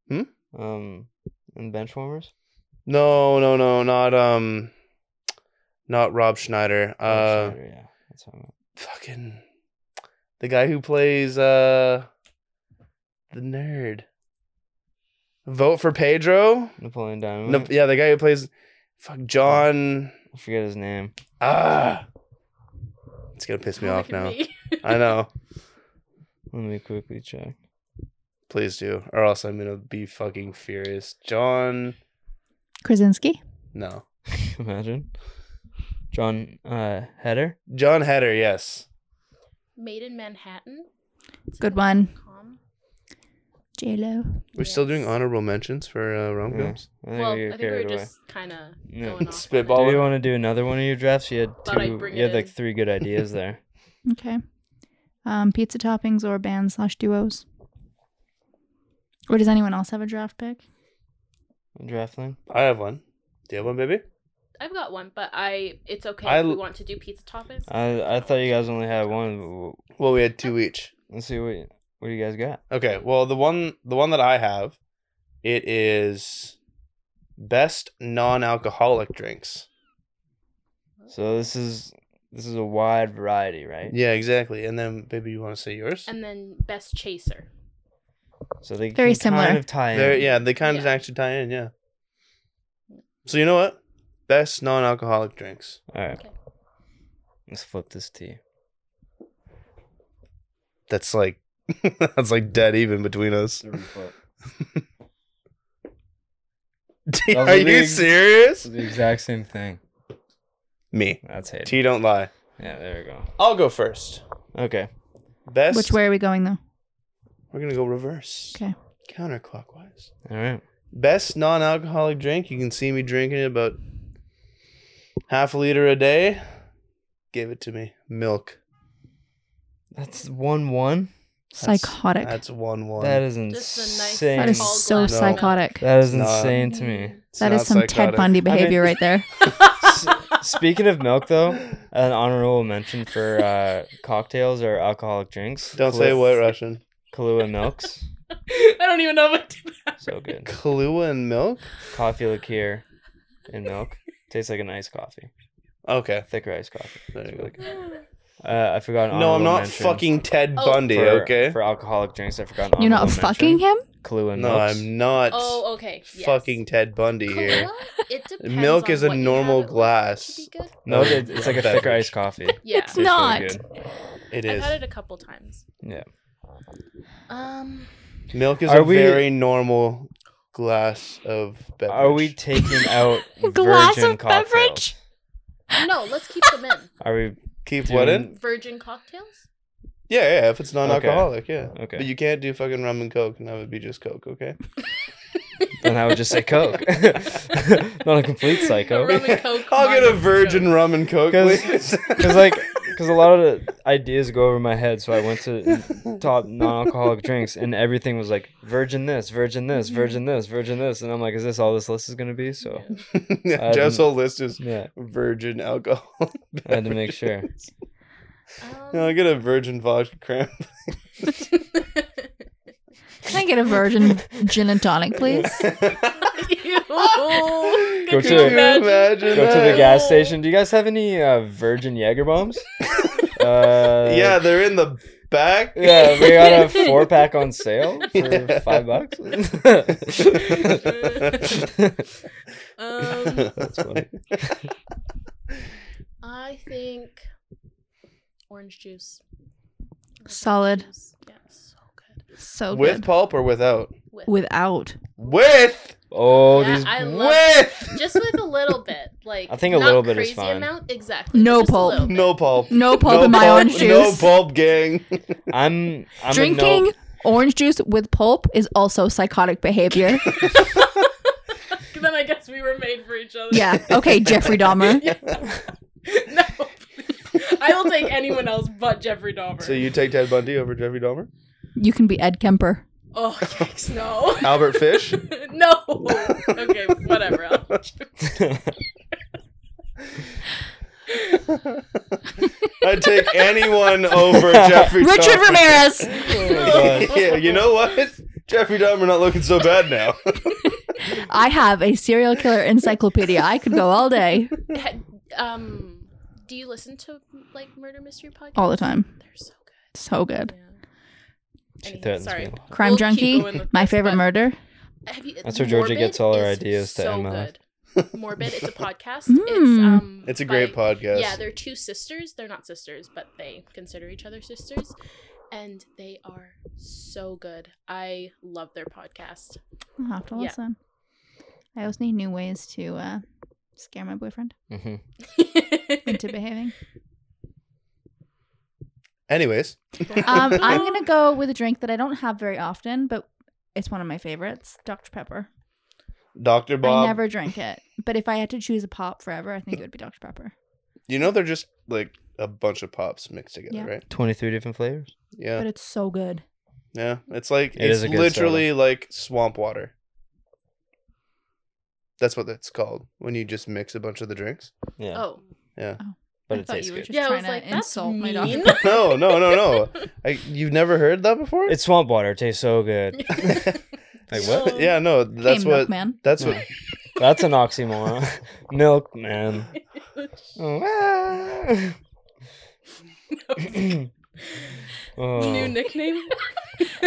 [SPEAKER 4] Hmm?
[SPEAKER 1] Um, and Benchwarmers.
[SPEAKER 4] No, no, no, not um, not Rob Schneider.
[SPEAKER 1] Oh,
[SPEAKER 4] Uh,
[SPEAKER 1] Schneider, yeah, that's what I meant.
[SPEAKER 4] fucking the guy who plays uh, the nerd. Vote for Pedro.
[SPEAKER 1] Napoleon Dynamite.
[SPEAKER 4] No, yeah, the guy who plays fuck John.
[SPEAKER 1] I forget his name.
[SPEAKER 4] Ah, it's gonna piss me
[SPEAKER 5] Look
[SPEAKER 4] off
[SPEAKER 5] at
[SPEAKER 4] now.
[SPEAKER 5] me.
[SPEAKER 4] I know.
[SPEAKER 1] Let me quickly check.
[SPEAKER 4] Please do, or else I'm gonna be fucking furious. John,
[SPEAKER 3] Krasinski.
[SPEAKER 4] no,
[SPEAKER 1] Imagine. John uh Header.
[SPEAKER 4] John Heder, yes.
[SPEAKER 5] Made in Manhattan. It's
[SPEAKER 3] Good
[SPEAKER 5] on
[SPEAKER 3] one.
[SPEAKER 5] Viacom.
[SPEAKER 3] J Lo.
[SPEAKER 4] We're still doing
[SPEAKER 5] Yes.
[SPEAKER 4] honorable mentions for uh, rom coms.
[SPEAKER 1] I think
[SPEAKER 5] Well, I
[SPEAKER 1] we
[SPEAKER 5] think
[SPEAKER 1] got
[SPEAKER 5] we were
[SPEAKER 1] carried away.
[SPEAKER 5] just kind of
[SPEAKER 1] Yeah.
[SPEAKER 5] going off.
[SPEAKER 4] Spitball.
[SPEAKER 1] Do
[SPEAKER 5] on
[SPEAKER 1] you
[SPEAKER 5] it.
[SPEAKER 1] want to do another one of your drafts? You had
[SPEAKER 5] Thought I'd
[SPEAKER 1] two.
[SPEAKER 5] bring
[SPEAKER 1] You
[SPEAKER 5] it
[SPEAKER 1] had like
[SPEAKER 5] in.
[SPEAKER 1] three good ideas there.
[SPEAKER 3] Okay. Um, pizza toppings or band slash duos. Or does anyone else have a draft pick?
[SPEAKER 1] Draft thing.
[SPEAKER 4] I have one. Do you have one, baby?
[SPEAKER 5] I've got one, but I it's okay
[SPEAKER 4] I
[SPEAKER 5] if we
[SPEAKER 4] l-
[SPEAKER 5] want to do pizza toppings.
[SPEAKER 1] I I thought you guys only had one. W-
[SPEAKER 4] Well, we had two each.
[SPEAKER 1] Let's see what what do you guys got.
[SPEAKER 4] Okay. Well, the one the one that I have, it is best non-alcoholic drinks.
[SPEAKER 1] So this is this is a wide variety, right?
[SPEAKER 4] Yeah, exactly. And then, baby, you want to say yours?
[SPEAKER 5] and then best chaser.
[SPEAKER 1] So they
[SPEAKER 3] Very
[SPEAKER 1] can kind
[SPEAKER 3] similar.
[SPEAKER 1] of tie in.
[SPEAKER 4] They're, yeah, they kind of
[SPEAKER 5] Yeah.
[SPEAKER 4] actually tie in. Yeah. So you know what? Best non-alcoholic drinks.
[SPEAKER 1] All right.
[SPEAKER 5] Okay.
[SPEAKER 1] Let's flip this to you.
[SPEAKER 4] That's like that's like dead even between us. Are
[SPEAKER 1] That was
[SPEAKER 4] you
[SPEAKER 1] the-
[SPEAKER 4] serious?
[SPEAKER 1] the exact same thing.
[SPEAKER 4] Me.
[SPEAKER 1] That's it.
[SPEAKER 4] T don't lie.
[SPEAKER 1] Yeah, there we go.
[SPEAKER 4] I'll go first.
[SPEAKER 1] Okay.
[SPEAKER 4] Best.
[SPEAKER 3] Which way are we going though?
[SPEAKER 4] We're gonna go reverse.
[SPEAKER 3] Okay.
[SPEAKER 4] Counterclockwise.
[SPEAKER 1] All right.
[SPEAKER 4] Best non-alcoholic drink. You can see me drinking about half a liter a day. Give it to me. Milk.
[SPEAKER 1] That's one one.
[SPEAKER 4] That's-
[SPEAKER 3] Psychotic.
[SPEAKER 4] That's one one.
[SPEAKER 1] That is
[SPEAKER 5] Just a nice
[SPEAKER 1] insane.
[SPEAKER 3] That
[SPEAKER 5] That
[SPEAKER 3] is
[SPEAKER 5] Tall
[SPEAKER 3] so
[SPEAKER 5] glass.
[SPEAKER 4] No.
[SPEAKER 3] psychotic.
[SPEAKER 1] That is
[SPEAKER 4] Nah.
[SPEAKER 1] insane to me.
[SPEAKER 4] It's
[SPEAKER 3] that
[SPEAKER 4] not
[SPEAKER 3] is some Ted
[SPEAKER 4] psychotic.
[SPEAKER 3] Bundy behavior right there.
[SPEAKER 1] Speaking of milk, though, an honorable mention for uh, cocktails or alcoholic drinks.
[SPEAKER 4] Don't say
[SPEAKER 1] Kahlua-
[SPEAKER 4] white Russian.
[SPEAKER 1] Kahlua milks.
[SPEAKER 5] I don't even know what to do. that.
[SPEAKER 1] So good.
[SPEAKER 4] Kahlua and milk.
[SPEAKER 1] Coffee liqueur and milk. Tastes like an iced coffee.
[SPEAKER 4] Okay.
[SPEAKER 1] Thicker iced coffee.
[SPEAKER 4] There
[SPEAKER 1] It's
[SPEAKER 4] you
[SPEAKER 1] really good. Uh, I forgot an
[SPEAKER 4] No, I'm
[SPEAKER 1] honorable
[SPEAKER 4] not
[SPEAKER 1] mention
[SPEAKER 4] fucking Ted
[SPEAKER 5] Oh.
[SPEAKER 4] Bundy.
[SPEAKER 1] for-
[SPEAKER 4] okay.
[SPEAKER 1] For alcoholic drinks, I forgot an
[SPEAKER 3] You're not
[SPEAKER 1] honorable mention.
[SPEAKER 3] fucking him?
[SPEAKER 1] Kahlua
[SPEAKER 4] no,
[SPEAKER 1] milks.
[SPEAKER 4] I'm not.
[SPEAKER 5] Oh, okay. Yes.
[SPEAKER 4] Fucking Ted Bundy here.
[SPEAKER 5] Kahlua? It depends
[SPEAKER 4] Milk
[SPEAKER 5] on
[SPEAKER 4] is a
[SPEAKER 5] what you
[SPEAKER 4] normal
[SPEAKER 5] have it with to
[SPEAKER 4] glass.
[SPEAKER 5] be good.
[SPEAKER 1] No, it's, it's like a thicker
[SPEAKER 4] Beverage.
[SPEAKER 1] iced coffee.
[SPEAKER 5] Yeah,
[SPEAKER 3] It's
[SPEAKER 1] Tastes really
[SPEAKER 3] not.
[SPEAKER 1] good.
[SPEAKER 4] It
[SPEAKER 5] I've
[SPEAKER 4] is.
[SPEAKER 5] had it a couple times.
[SPEAKER 1] Yeah.
[SPEAKER 5] Um,
[SPEAKER 4] Milk is
[SPEAKER 1] Are
[SPEAKER 4] a
[SPEAKER 1] we-
[SPEAKER 4] very normal glass of beverage.
[SPEAKER 1] Are we taking out
[SPEAKER 3] Glass
[SPEAKER 1] virgin
[SPEAKER 3] of
[SPEAKER 1] cocktails?
[SPEAKER 3] beverage?
[SPEAKER 5] No, let's keep them in.
[SPEAKER 1] Are we
[SPEAKER 4] Keep what in?
[SPEAKER 5] Virgin cocktails?
[SPEAKER 4] Yeah, yeah. If it's non-alcoholic, yeah.
[SPEAKER 1] Okay.
[SPEAKER 4] But you can't do fucking rum and coke, and that would be just coke. Okay.
[SPEAKER 1] Then I would just say Coke. Not a complete psycho.
[SPEAKER 5] Rum and Coke
[SPEAKER 4] I'll get a
[SPEAKER 5] combined with
[SPEAKER 4] virgin
[SPEAKER 5] Coke.
[SPEAKER 4] rum and coke,
[SPEAKER 1] 'Cause-
[SPEAKER 4] please.
[SPEAKER 1] because like because a lot of the ideas go over my head so i went to top non-alcoholic drinks and everything was like virgin this virgin this virgin this virgin this and i'm like is this all this list is going to be so
[SPEAKER 4] yeah, Jeff's
[SPEAKER 1] Um,
[SPEAKER 4] whole list is
[SPEAKER 1] yeah
[SPEAKER 4] virgin alcohol.
[SPEAKER 1] i had to make sure
[SPEAKER 5] Um,
[SPEAKER 4] No, I'll get a virgin vodka cramp.
[SPEAKER 3] Can I get a virgin gin and tonic, please?
[SPEAKER 5] Ew.
[SPEAKER 1] Go
[SPEAKER 5] Could
[SPEAKER 1] to-
[SPEAKER 5] you
[SPEAKER 1] Could
[SPEAKER 5] imagine?
[SPEAKER 4] imagine
[SPEAKER 1] go to the
[SPEAKER 4] that?
[SPEAKER 1] gas station do you guys have any uh, virgin jaeger bombs uh,
[SPEAKER 4] yeah, they're in the back.
[SPEAKER 1] yeah we got a four pack on sale for
[SPEAKER 4] Yeah.
[SPEAKER 1] five bucks
[SPEAKER 5] Um,
[SPEAKER 1] That's funny.
[SPEAKER 5] I think orange juice.
[SPEAKER 3] Solid.
[SPEAKER 5] Juice. Yeah, so good.
[SPEAKER 3] So
[SPEAKER 4] with
[SPEAKER 3] Oh, good.
[SPEAKER 4] pulp or without?
[SPEAKER 5] With,
[SPEAKER 3] Without.
[SPEAKER 4] With
[SPEAKER 1] oh
[SPEAKER 5] Yeah,
[SPEAKER 1] these
[SPEAKER 5] I love
[SPEAKER 4] with
[SPEAKER 5] just with a little bit, like
[SPEAKER 1] I think a
[SPEAKER 5] not
[SPEAKER 1] little bit is
[SPEAKER 5] crazy
[SPEAKER 1] fine.
[SPEAKER 5] amount exactly.
[SPEAKER 3] No
[SPEAKER 5] just a
[SPEAKER 3] pulp.
[SPEAKER 5] little bit.
[SPEAKER 4] no pulp.
[SPEAKER 3] No pulp in my orange
[SPEAKER 4] No
[SPEAKER 3] juice.
[SPEAKER 4] pulp, gang.
[SPEAKER 1] i'm, I'm a no-
[SPEAKER 3] Drinking orange juice with pulp is also psychotic behavior.
[SPEAKER 5] Then I guess we were made for each other.
[SPEAKER 3] yeah. Okay, Jeffrey Dahmer.
[SPEAKER 5] Yeah. no. please. I will take anyone else but Jeffrey Dahmer.
[SPEAKER 4] so you take Ted Bundy over Jeffrey Dahmer?
[SPEAKER 3] You can be Ed Kemper.
[SPEAKER 5] Oh yikes! No.
[SPEAKER 4] Albert Fish?
[SPEAKER 5] no. Okay. Whatever. I'll-
[SPEAKER 4] I'd take anyone over Jeffrey
[SPEAKER 3] Richard
[SPEAKER 4] Dahmer.
[SPEAKER 3] Ramirez.
[SPEAKER 4] Oh my God. yeah, you know what? Jeffrey Dahmer not looking so bad now.
[SPEAKER 3] I have a serial killer encyclopedia. I could go all day,
[SPEAKER 5] Ha- um, do you listen to like murder mystery podcasts?
[SPEAKER 3] all the time.
[SPEAKER 5] They're so good.
[SPEAKER 3] So good.
[SPEAKER 5] Yeah.
[SPEAKER 1] She
[SPEAKER 5] Anyhow,
[SPEAKER 1] threatens
[SPEAKER 5] sorry.
[SPEAKER 1] me.
[SPEAKER 3] Crime
[SPEAKER 5] We'll keep
[SPEAKER 3] junkie.
[SPEAKER 5] going with
[SPEAKER 3] My
[SPEAKER 5] this,
[SPEAKER 3] favorite
[SPEAKER 5] but
[SPEAKER 3] murder.
[SPEAKER 5] have you-
[SPEAKER 1] That's where Georgia
[SPEAKER 5] Morbid
[SPEAKER 1] gets all her
[SPEAKER 5] is
[SPEAKER 1] ideas to
[SPEAKER 5] so
[SPEAKER 1] MLF.
[SPEAKER 5] good. Morbid. It's a podcast. It's
[SPEAKER 3] Mm.
[SPEAKER 5] um.
[SPEAKER 4] It's a great
[SPEAKER 5] by-
[SPEAKER 4] podcast.
[SPEAKER 5] Yeah, they're two sisters. They're not sisters, but they consider each other sisters, and they are so good. I love their podcast.
[SPEAKER 3] I'll have to
[SPEAKER 5] Yeah.
[SPEAKER 3] listen. I always need new ways to uh, scare my boyfriend
[SPEAKER 1] Mhm.
[SPEAKER 3] into behaving.
[SPEAKER 4] Anyways,
[SPEAKER 5] Uh,
[SPEAKER 3] Um, I'm gonna go with a drink that I don't have very often, but it's one of my favorites, Dr. Pepper.
[SPEAKER 4] Dr. Bob.
[SPEAKER 3] I never drink it, but if I had to choose a pop forever, I think it would be Dr. Pepper.
[SPEAKER 4] You know they're just like a bunch of pops mixed together,
[SPEAKER 3] Yeah.
[SPEAKER 4] right?
[SPEAKER 1] 23 different flavors.
[SPEAKER 4] Yeah.
[SPEAKER 3] But it's so good.
[SPEAKER 4] yeah. It's like
[SPEAKER 1] It
[SPEAKER 4] it's
[SPEAKER 1] is a good
[SPEAKER 4] literally like swamp water. That's what it's called when you just mix a bunch of the drinks.
[SPEAKER 1] Yeah.
[SPEAKER 5] Oh,
[SPEAKER 1] but
[SPEAKER 3] I
[SPEAKER 1] it
[SPEAKER 3] thought
[SPEAKER 1] tastes
[SPEAKER 3] you were
[SPEAKER 1] good.
[SPEAKER 3] just
[SPEAKER 5] yeah, I
[SPEAKER 3] trying
[SPEAKER 5] was
[SPEAKER 3] to
[SPEAKER 5] like, that's
[SPEAKER 3] insult
[SPEAKER 5] mean.
[SPEAKER 3] my doctor.
[SPEAKER 4] No, no, no,
[SPEAKER 1] Oh.
[SPEAKER 4] no. I, you've never heard that before?
[SPEAKER 1] It's swamp water. It tastes so good. Like what?
[SPEAKER 5] So-
[SPEAKER 4] yeah, no, that's
[SPEAKER 3] Hey,
[SPEAKER 4] what
[SPEAKER 3] milkman.
[SPEAKER 4] that's what
[SPEAKER 1] That's an oxymoron. Milk, man. Oh, ah. Oh.
[SPEAKER 5] New nickname.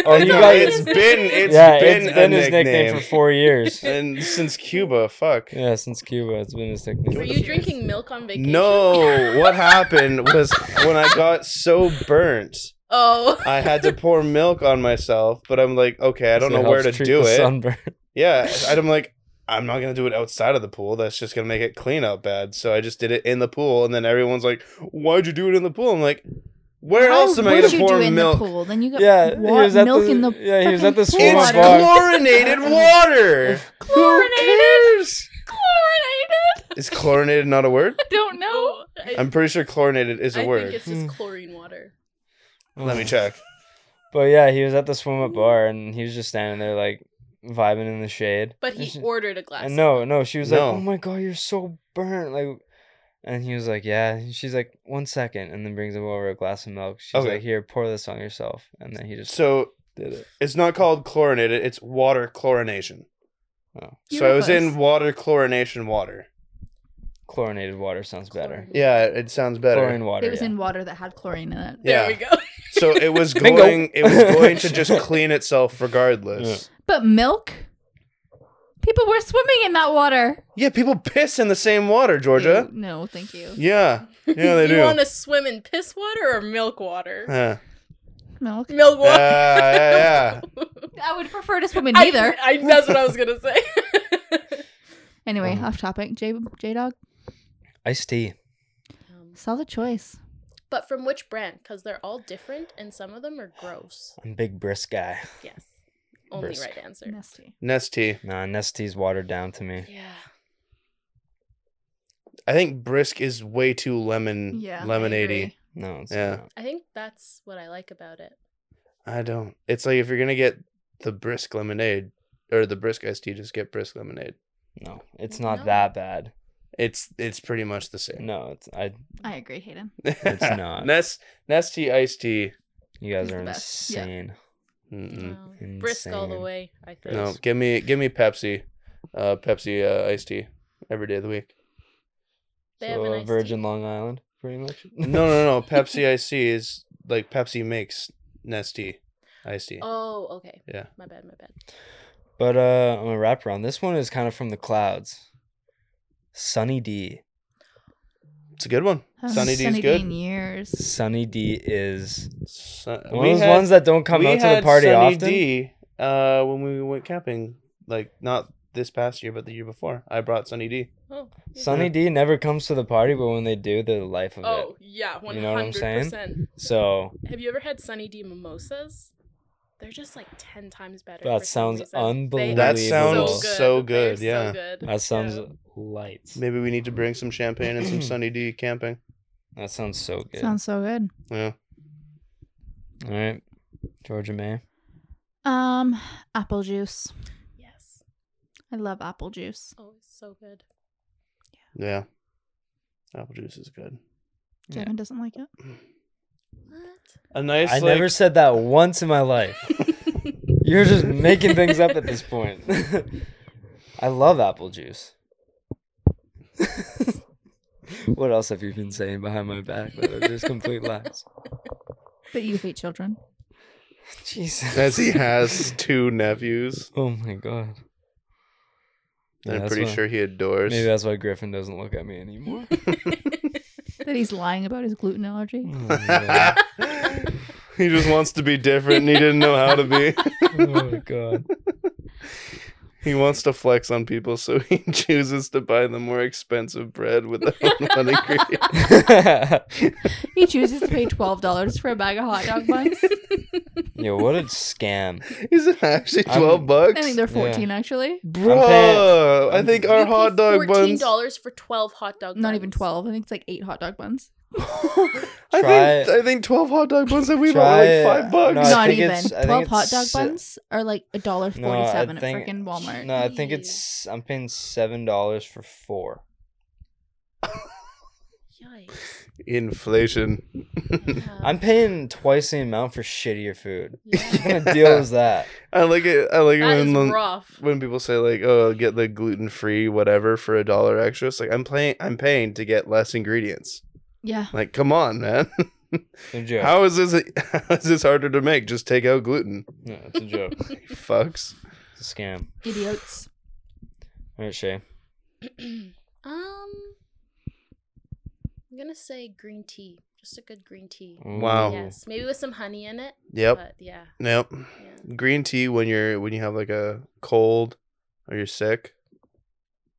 [SPEAKER 1] Oh, you
[SPEAKER 4] No,
[SPEAKER 1] guys-
[SPEAKER 4] it's been it's
[SPEAKER 1] yeah,
[SPEAKER 4] been,
[SPEAKER 1] it's been
[SPEAKER 4] a
[SPEAKER 1] his nickname.
[SPEAKER 4] nickname,
[SPEAKER 1] for four years.
[SPEAKER 4] and since Cuba, fuck.
[SPEAKER 1] yeah, since Cuba, it's been his nickname.
[SPEAKER 5] Were you drinking milk on vacation?
[SPEAKER 4] No, what happened was when I got so burnt,
[SPEAKER 5] Oh.
[SPEAKER 4] I had to pour milk on myself, but I'm like, okay, I don't
[SPEAKER 1] So it
[SPEAKER 4] know where to
[SPEAKER 1] helps treat
[SPEAKER 4] do
[SPEAKER 1] the
[SPEAKER 4] it.
[SPEAKER 1] Sunburn.
[SPEAKER 4] Yeah, and I'm like, I'm not gonna do it outside of the pool. That's just gonna make it clean up bad. So I just did it in the pool, and then everyone's like, "Why'd you do it in the pool?" I'm like, "Where
[SPEAKER 3] Why
[SPEAKER 4] else am I
[SPEAKER 3] would
[SPEAKER 4] gonna
[SPEAKER 3] you
[SPEAKER 4] pour
[SPEAKER 3] do it in
[SPEAKER 4] milk?
[SPEAKER 3] The pool? Then you got
[SPEAKER 1] Yeah,
[SPEAKER 3] yeah,
[SPEAKER 1] he was at
[SPEAKER 3] milk
[SPEAKER 1] the-
[SPEAKER 3] in the
[SPEAKER 1] yeah, he was at
[SPEAKER 3] fucking
[SPEAKER 1] the swim
[SPEAKER 3] pool
[SPEAKER 4] It's
[SPEAKER 1] Water.
[SPEAKER 4] chlorinated water.
[SPEAKER 3] Chlorinated.
[SPEAKER 4] Who cares?
[SPEAKER 3] Chlorinated.
[SPEAKER 4] Is chlorinated not a word?
[SPEAKER 3] I don't know.
[SPEAKER 5] No. Hmm. I,
[SPEAKER 4] I'm pretty sure chlorinated is a
[SPEAKER 5] I
[SPEAKER 4] word.
[SPEAKER 5] think it's just chlorine water.
[SPEAKER 4] Let me check.
[SPEAKER 1] But yeah, he was at the swim up bar and he was just standing there like vibing in the shade.
[SPEAKER 5] But
[SPEAKER 1] And
[SPEAKER 5] he
[SPEAKER 1] she-
[SPEAKER 5] ordered a glass.
[SPEAKER 1] And no, no, she was like,
[SPEAKER 4] No.
[SPEAKER 1] "Oh my god, you're so burnt!" Like, and he was like, "Yeah." And she's like, "One second," and then brings him over a glass of milk. She's
[SPEAKER 4] Okay.
[SPEAKER 1] like, "Here, pour this on yourself," and then he just
[SPEAKER 4] So
[SPEAKER 1] did it.
[SPEAKER 4] it's not called chlorinated. It's water chlorination.
[SPEAKER 1] Oh.
[SPEAKER 3] You
[SPEAKER 4] so
[SPEAKER 3] were
[SPEAKER 4] I was in
[SPEAKER 3] close.
[SPEAKER 4] water chlorination water.
[SPEAKER 1] Chlorinated water sounds better.
[SPEAKER 5] Chlorine.
[SPEAKER 4] Yeah, it sounds better.
[SPEAKER 1] Chlorine water.
[SPEAKER 3] It was
[SPEAKER 1] yeah.
[SPEAKER 3] in water that had chlorine in it.
[SPEAKER 5] There
[SPEAKER 4] Yeah.
[SPEAKER 5] we go.
[SPEAKER 4] So it was
[SPEAKER 1] Bingo.
[SPEAKER 4] going it was going to just clean itself regardless.
[SPEAKER 3] But milk? People were swimming in that water.
[SPEAKER 4] Yeah, people piss in the same water, Georgia.
[SPEAKER 3] Ew, no, thank you.
[SPEAKER 4] Yeah. Yeah, they
[SPEAKER 5] you
[SPEAKER 4] do.
[SPEAKER 5] want to swim in piss water or milk water?
[SPEAKER 4] Huh.
[SPEAKER 3] Milk.
[SPEAKER 5] milk
[SPEAKER 4] Yeah,
[SPEAKER 5] water.
[SPEAKER 4] yeah,
[SPEAKER 3] I would prefer to swim in
[SPEAKER 5] I-
[SPEAKER 3] neither.
[SPEAKER 5] I, that's what I was gonna say.
[SPEAKER 3] Anyway,
[SPEAKER 1] Um,
[SPEAKER 4] Oh.
[SPEAKER 3] off topic. J J Dog.
[SPEAKER 1] Iced tea.
[SPEAKER 5] Um,
[SPEAKER 3] Solid choice.
[SPEAKER 5] But from which brand? Because they're all different and some of them are gross.
[SPEAKER 1] I'm a big brisk guy.
[SPEAKER 5] Yes. Only
[SPEAKER 1] Brisk.
[SPEAKER 5] right answer.
[SPEAKER 3] Nasty.
[SPEAKER 4] Nest tea.
[SPEAKER 1] Nah, Nestee's watered down to me.
[SPEAKER 5] Yeah.
[SPEAKER 4] I think brisk is way too lemon
[SPEAKER 3] Yeah, I
[SPEAKER 4] lemonade.
[SPEAKER 3] agree.
[SPEAKER 1] No, it's
[SPEAKER 4] Yeah.
[SPEAKER 1] not.
[SPEAKER 5] I think that's what I like about it.
[SPEAKER 4] I, don't. It's like if you're gonna get the brisk lemonade or the brisk iced tea, just get brisk lemonade.
[SPEAKER 1] No, it's not
[SPEAKER 5] No.
[SPEAKER 1] that bad.
[SPEAKER 4] It's it's pretty much the same.
[SPEAKER 1] No, it's I.
[SPEAKER 3] I agree, Hayden.
[SPEAKER 4] it's
[SPEAKER 1] not.
[SPEAKER 4] Nest Nest tea iced tea.
[SPEAKER 1] You guys
[SPEAKER 3] It's
[SPEAKER 1] are
[SPEAKER 3] the best. Yeah.
[SPEAKER 1] insane.
[SPEAKER 4] Mm-mm.
[SPEAKER 5] Wow. Um, Brisk all the
[SPEAKER 1] Insane.
[SPEAKER 5] way, I think.
[SPEAKER 4] Mm. No,
[SPEAKER 1] Yes.
[SPEAKER 4] give me give me Pepsi, uh, Pepsi uh, iced tea every day of the week.
[SPEAKER 5] They have
[SPEAKER 1] So
[SPEAKER 5] an
[SPEAKER 1] uh,
[SPEAKER 5] iced
[SPEAKER 1] Virgin
[SPEAKER 5] tea.
[SPEAKER 1] Long Island, pretty much.
[SPEAKER 4] No, no, no. Pepsi iced tea is like Pepsi makes Nest tea, iced tea.
[SPEAKER 5] Oh, okay.
[SPEAKER 4] Yeah.
[SPEAKER 5] My bad, my bad.
[SPEAKER 1] But uh, I'm gonna wrap around. This one is kind of from the clouds. Sunny D.
[SPEAKER 4] It's a good one. Sunny D is
[SPEAKER 3] Oh, Sunny
[SPEAKER 4] good.
[SPEAKER 3] in years.
[SPEAKER 1] Sunny D is
[SPEAKER 4] Sun-
[SPEAKER 1] one
[SPEAKER 4] we
[SPEAKER 1] of those
[SPEAKER 4] had-
[SPEAKER 1] ones that don't come
[SPEAKER 4] we
[SPEAKER 1] out to the
[SPEAKER 4] had
[SPEAKER 1] party
[SPEAKER 4] Sunny
[SPEAKER 1] often.
[SPEAKER 4] D, uh, when we went camping, like not this past year, but the year before, I brought Sunny D.
[SPEAKER 5] Oh. yeah.
[SPEAKER 1] Sunny D never comes to the party, but when they do, they're the life of
[SPEAKER 5] Oh,
[SPEAKER 1] it.
[SPEAKER 5] yeah, 100%.
[SPEAKER 1] You know what I'm saying? So
[SPEAKER 5] Have you ever had Sunny D mimosas? They're just like 10 times better.
[SPEAKER 1] That
[SPEAKER 5] for some
[SPEAKER 1] sounds
[SPEAKER 5] reason. They are
[SPEAKER 4] That
[SPEAKER 5] so
[SPEAKER 4] sounds so
[SPEAKER 5] They're
[SPEAKER 4] good, yeah.
[SPEAKER 5] good.
[SPEAKER 1] that sounds
[SPEAKER 5] Yeah.
[SPEAKER 1] lights.
[SPEAKER 4] Maybe we need to bring some champagne and some Sunny D camping.
[SPEAKER 1] That sounds so good.
[SPEAKER 3] Sounds so good.
[SPEAKER 4] Yeah,
[SPEAKER 1] All right, Georgia May.
[SPEAKER 3] Um, apple juice.
[SPEAKER 5] Yes.
[SPEAKER 3] I love apple juice.
[SPEAKER 5] Oh, it's so good.
[SPEAKER 4] yeah. Apple juice is good.
[SPEAKER 1] Yeah.
[SPEAKER 3] Devin doesn't like it.
[SPEAKER 5] What?
[SPEAKER 4] A nice.
[SPEAKER 1] I
[SPEAKER 4] like-
[SPEAKER 1] never said that once in my life. You're just making things up at this point. I love apple juice. what else have you been saying behind my back that are just complete lies?
[SPEAKER 3] But you hate children.
[SPEAKER 1] Jesus.
[SPEAKER 4] as he has two nephews.
[SPEAKER 1] Oh my god. Yeah,
[SPEAKER 4] I'm
[SPEAKER 1] that's
[SPEAKER 4] pretty
[SPEAKER 1] why-
[SPEAKER 4] sure he adores.
[SPEAKER 1] Maybe that's why Griffin doesn't look at me anymore.
[SPEAKER 3] That he's lying about his gluten allergy.
[SPEAKER 1] Oh my god.
[SPEAKER 4] he just wants to be different and he didn't know how to be.
[SPEAKER 1] Oh my god.
[SPEAKER 4] He wants to flex on people, so he chooses to buy the more expensive bread without one ingredient.
[SPEAKER 3] He chooses to pay twelve dollars for a bag of hot dog buns.
[SPEAKER 1] Yo, what a scam.
[SPEAKER 4] Is it actually
[SPEAKER 1] I'm-
[SPEAKER 4] 12
[SPEAKER 3] I
[SPEAKER 4] bucks?
[SPEAKER 3] think they're fourteen actually.
[SPEAKER 4] Bro, I think our hot dog
[SPEAKER 5] $14
[SPEAKER 4] buns.
[SPEAKER 5] for 12 hot dog buns.
[SPEAKER 3] Not even twelve. I think it's like eight hot dog buns.
[SPEAKER 1] Try-
[SPEAKER 4] I think I think 12 hot dog buns that we bought
[SPEAKER 1] Try-
[SPEAKER 4] were like 5 bucks.
[SPEAKER 1] No, I
[SPEAKER 3] Not
[SPEAKER 1] think
[SPEAKER 3] even.
[SPEAKER 1] it's- I think
[SPEAKER 3] Twelve
[SPEAKER 1] it's
[SPEAKER 3] hot dog
[SPEAKER 1] si-
[SPEAKER 3] buns are like a dollar forty
[SPEAKER 1] I
[SPEAKER 3] seven at
[SPEAKER 1] think-
[SPEAKER 3] freaking Walmart.
[SPEAKER 1] No, I think
[SPEAKER 5] Jeez.
[SPEAKER 1] it's I'm paying seven dollars for four.
[SPEAKER 5] Yikes.
[SPEAKER 4] Inflation.
[SPEAKER 5] Yeah.
[SPEAKER 1] I'm paying twice the amount for shittier food. What
[SPEAKER 5] Yeah.
[SPEAKER 1] kind of deal is that?
[SPEAKER 4] I like it. I like it
[SPEAKER 5] That
[SPEAKER 4] when
[SPEAKER 5] is
[SPEAKER 4] the-
[SPEAKER 5] rough.
[SPEAKER 4] when people say like, "Oh, get the gluten free whatever for a dollar extra," it's like I'm paying. I'm paying to get less ingredients.
[SPEAKER 3] Yeah.
[SPEAKER 4] Like, come on, man.
[SPEAKER 1] It's a joke.
[SPEAKER 4] How is this? How is this harder to make? Just take out gluten,
[SPEAKER 1] no, it's a joke.
[SPEAKER 4] you fucks.
[SPEAKER 1] It's a scam.
[SPEAKER 3] Idiots.
[SPEAKER 1] All right, Shay.
[SPEAKER 5] um, I'm gonna say green tea. Just a good green tea.
[SPEAKER 4] Wow. Oh.
[SPEAKER 5] Yes, maybe with some honey in it.
[SPEAKER 4] Yep.
[SPEAKER 5] But yeah,
[SPEAKER 4] Yep.
[SPEAKER 5] yeah.
[SPEAKER 4] Green tea when you're when you have like a cold or you're sick.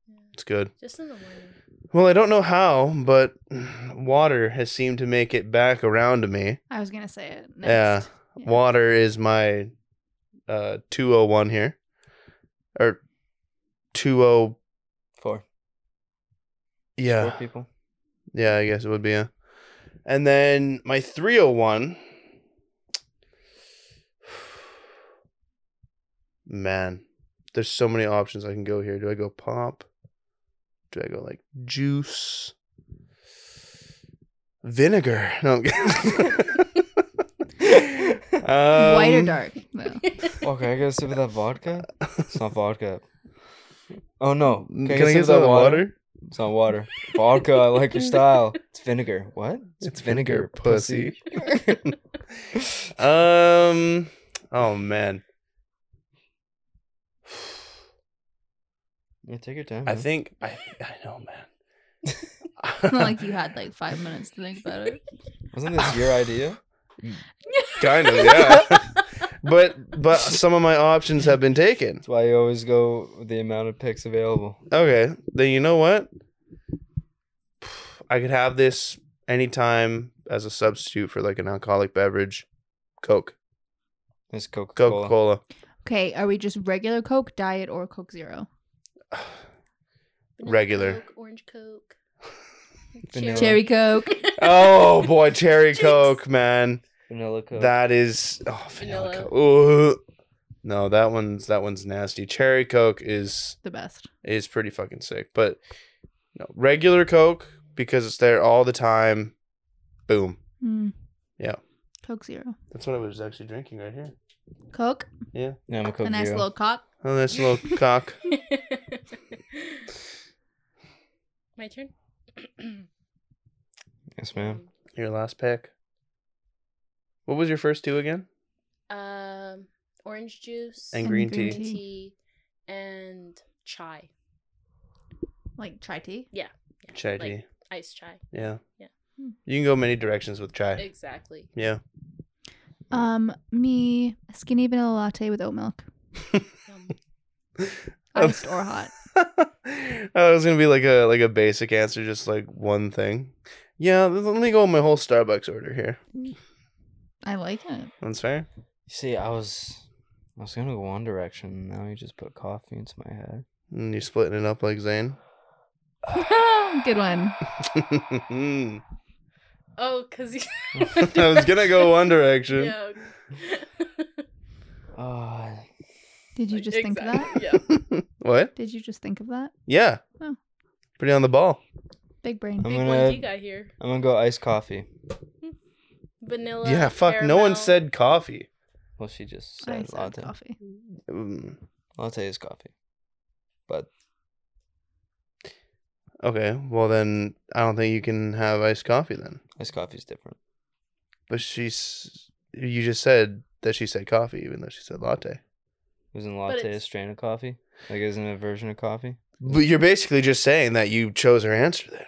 [SPEAKER 5] yeah.
[SPEAKER 4] It's good.
[SPEAKER 5] Just in the morning.
[SPEAKER 4] Well, I don't know how, but water has seemed to make it back around to me.
[SPEAKER 3] I was gonna say it. Next.
[SPEAKER 4] Yeah.
[SPEAKER 3] Yeah.
[SPEAKER 4] Water is my uh 201 here. Or 20
[SPEAKER 1] Four.
[SPEAKER 4] yeah.
[SPEAKER 1] Four people.
[SPEAKER 4] Yeah, I guess it would be. Yeah. And then my 301 Man, there's so many options I can go here. Do I go pop? Do I go like juice? Vinegar. No. I'm kidding.
[SPEAKER 3] White or
[SPEAKER 4] Um,
[SPEAKER 3] dark? No.
[SPEAKER 1] Okay, I gotta sip of that vodka. It's not vodka. Oh no!
[SPEAKER 4] Mm, Can
[SPEAKER 1] I
[SPEAKER 4] I
[SPEAKER 1] sip of
[SPEAKER 4] get some of that water?
[SPEAKER 1] It's not water. Vodka. I like your style. It's vinegar. What?
[SPEAKER 4] pussy. um. Oh man,
[SPEAKER 1] Yeah, take your time.
[SPEAKER 4] I
[SPEAKER 1] man.
[SPEAKER 4] think I. I know, man.
[SPEAKER 3] It's Mm-hmm. not like you had like five minutes to think about it.
[SPEAKER 1] wasn't this your idea?
[SPEAKER 4] kind of, yeah. but but some of my options have been taken.
[SPEAKER 1] That's why you always go with the amount of picks available.
[SPEAKER 4] Okay, then you know what? I could have this anytime as a substitute for like an alcoholic beverage, Coke,
[SPEAKER 1] It's Coca
[SPEAKER 4] Coca
[SPEAKER 1] Cola.
[SPEAKER 4] Cola.
[SPEAKER 3] Okay, are we just regular Coke, diet, or Coke Zero?
[SPEAKER 5] Vanilla
[SPEAKER 4] Regular.
[SPEAKER 5] Coke, orange Coke.
[SPEAKER 1] Vanilla.
[SPEAKER 3] Cherry Coke.
[SPEAKER 4] Oh boy, cherry
[SPEAKER 5] Jinx.
[SPEAKER 4] Coke, man.
[SPEAKER 1] Vanilla Coke.
[SPEAKER 4] That is oh, vanilla.
[SPEAKER 5] Vanilla.
[SPEAKER 4] Coke. Ooh. No, that one's that one's nasty. Cherry Coke is
[SPEAKER 3] the best.
[SPEAKER 4] is pretty fucking sick, but no regular Coke because it's there all the time. Boom.
[SPEAKER 3] Mm.
[SPEAKER 4] Yeah.
[SPEAKER 3] Coke Zero.
[SPEAKER 4] That's what I was actually drinking right here.
[SPEAKER 3] Coke.
[SPEAKER 1] yeah, I'm a Coke
[SPEAKER 3] a nice
[SPEAKER 1] Zero.
[SPEAKER 3] little cock.
[SPEAKER 4] Oh, that's a little cock.
[SPEAKER 5] My turn.
[SPEAKER 1] Yes, ma'am.
[SPEAKER 4] Your last pick. What was your first two again?
[SPEAKER 5] Um, orange juice,
[SPEAKER 4] And green
[SPEAKER 3] green
[SPEAKER 4] tea.
[SPEAKER 3] tea.
[SPEAKER 5] tea, and chai,
[SPEAKER 3] Like chai tea.
[SPEAKER 4] Chai
[SPEAKER 5] Like-
[SPEAKER 4] tea.
[SPEAKER 5] iced chai.
[SPEAKER 4] Yeah.
[SPEAKER 5] Yeah.
[SPEAKER 3] Hmm.
[SPEAKER 4] You can go many directions with chai.
[SPEAKER 5] Exactly.
[SPEAKER 4] Yeah.
[SPEAKER 1] Mm-hmm.
[SPEAKER 3] Um, me a skinny vanilla latte with oat milk,
[SPEAKER 5] Um,
[SPEAKER 3] iced or hot.
[SPEAKER 4] I Oh, was gonna be like a like a basic answer, just like one thing. Yeah, let me go with my whole Starbucks order here.
[SPEAKER 3] I like it.
[SPEAKER 4] That's fair.
[SPEAKER 1] See, I was I was gonna go one direction. Now you just put coffee into my head.
[SPEAKER 4] And you're splitting it up like Zane.
[SPEAKER 3] Good one.
[SPEAKER 4] I
[SPEAKER 5] oh, cause you-
[SPEAKER 4] was gonna go one direction.
[SPEAKER 5] Yeah.
[SPEAKER 1] Oh,
[SPEAKER 3] Did you just think of that?
[SPEAKER 5] Exactly, Yeah.
[SPEAKER 4] What?
[SPEAKER 3] Did you just think of that?
[SPEAKER 4] Yeah.
[SPEAKER 3] Oh.
[SPEAKER 4] Pretty on the ball.
[SPEAKER 3] Big brain.
[SPEAKER 1] I'm
[SPEAKER 5] Big
[SPEAKER 1] gonna-
[SPEAKER 5] one D guy here.
[SPEAKER 1] I'm gonna go iced coffee.
[SPEAKER 5] Vanilla.
[SPEAKER 4] yeah. Fuck. No one
[SPEAKER 5] caramel.
[SPEAKER 4] said coffee.
[SPEAKER 1] Well, she just
[SPEAKER 3] I
[SPEAKER 1] said
[SPEAKER 3] said
[SPEAKER 1] latte.
[SPEAKER 3] coffee.
[SPEAKER 4] Mm,
[SPEAKER 1] Latte is coffee, but
[SPEAKER 4] Okay. Well then, I don't think you can have iced coffee then.
[SPEAKER 1] iced coffee is different.
[SPEAKER 4] But she's. You just said that she said coffee, even though she said latte.
[SPEAKER 1] Isn't latte a
[SPEAKER 5] it's-
[SPEAKER 1] strain of coffee? Like, isn't it a version of coffee?
[SPEAKER 4] But you're basically just saying that you chose her answer then.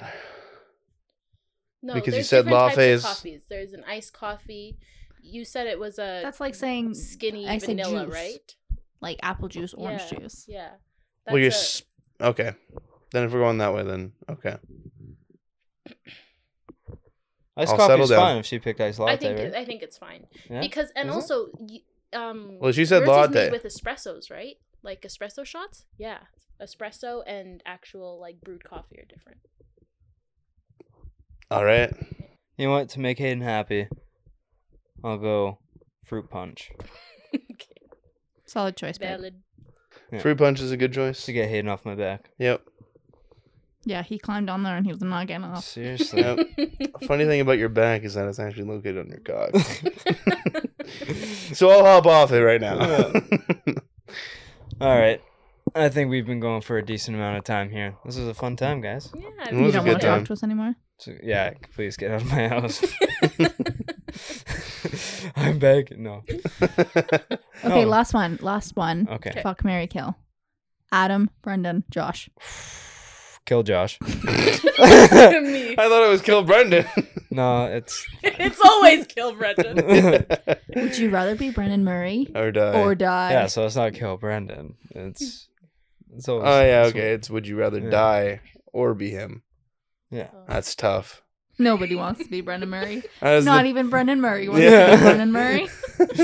[SPEAKER 5] No,
[SPEAKER 4] because you
[SPEAKER 5] there's
[SPEAKER 4] said
[SPEAKER 5] different types of
[SPEAKER 4] lattes.
[SPEAKER 5] Coffees. There's an iced coffee. You said it was a
[SPEAKER 3] That's like saying
[SPEAKER 5] skinny
[SPEAKER 3] I said
[SPEAKER 5] vanilla,
[SPEAKER 3] juice.
[SPEAKER 5] right?
[SPEAKER 3] like apple juice, orange
[SPEAKER 5] Yeah.
[SPEAKER 3] juice.
[SPEAKER 5] Yeah.
[SPEAKER 4] well, you're
[SPEAKER 5] That's a-
[SPEAKER 4] s okay. Then if we're going that way, then okay.
[SPEAKER 1] Iced
[SPEAKER 4] I'll
[SPEAKER 1] coffee
[SPEAKER 4] settle
[SPEAKER 1] is
[SPEAKER 4] down.
[SPEAKER 1] fine if she picked iced latte,
[SPEAKER 5] I think
[SPEAKER 1] right?
[SPEAKER 5] it, I think it's fine
[SPEAKER 1] Yeah?
[SPEAKER 5] because and
[SPEAKER 1] Is it?
[SPEAKER 5] also y- um.
[SPEAKER 4] Well, she said
[SPEAKER 5] yours is
[SPEAKER 4] latte.
[SPEAKER 5] made with espressos, right? Like espresso shots. Yeah, espresso and actual like brewed coffee are different.
[SPEAKER 4] All right.
[SPEAKER 1] You know what? To make Hayden happy, I'll go fruit punch.
[SPEAKER 5] okay.
[SPEAKER 3] Solid choice, babe.
[SPEAKER 5] Valid.
[SPEAKER 1] Yeah.
[SPEAKER 4] Fruit punch is a good choice.
[SPEAKER 1] To get Hayden off my back.
[SPEAKER 4] Yep.
[SPEAKER 3] Yeah, he climbed on there and he was not getting
[SPEAKER 5] Oh.
[SPEAKER 3] off.
[SPEAKER 1] Seriously.
[SPEAKER 4] Yep. Funny thing about your back is that it's actually located on your cock. so I'll hop off it right now.
[SPEAKER 1] All right. I think we've been going for a decent amount of time here. This was a fun time, guys.
[SPEAKER 5] Yeah.
[SPEAKER 4] It
[SPEAKER 3] You
[SPEAKER 4] was a
[SPEAKER 3] don't
[SPEAKER 4] good
[SPEAKER 3] want to
[SPEAKER 4] time.
[SPEAKER 3] talk to us anymore.
[SPEAKER 1] So, yeah, please get out of my house. I'm begging. No.
[SPEAKER 4] Oh.
[SPEAKER 3] Okay,
[SPEAKER 1] No.
[SPEAKER 3] last one. Last one.
[SPEAKER 1] Okay.
[SPEAKER 3] Fuck Mary Kill. Adam, Brendan, Josh.
[SPEAKER 1] Kill Josh.
[SPEAKER 5] Me.
[SPEAKER 4] I thought it was kill Brendan.
[SPEAKER 1] No, it's
[SPEAKER 5] It's always kill Brendan.
[SPEAKER 1] yeah.
[SPEAKER 3] Would you rather be Brendan Murray
[SPEAKER 4] or die?
[SPEAKER 3] or die?
[SPEAKER 1] So it's not kill Brandon. It's it's always.
[SPEAKER 4] oh yeah.
[SPEAKER 1] it's-
[SPEAKER 4] Okay. It's would you rather
[SPEAKER 1] Yeah.
[SPEAKER 4] die or be him?
[SPEAKER 1] Yeah.
[SPEAKER 4] That's tough.
[SPEAKER 3] Nobody wants to be Brendan Murray.
[SPEAKER 4] That was
[SPEAKER 3] not
[SPEAKER 4] the-
[SPEAKER 3] even Brendan Murray wants to
[SPEAKER 1] Yeah.
[SPEAKER 3] be Brendan Murray.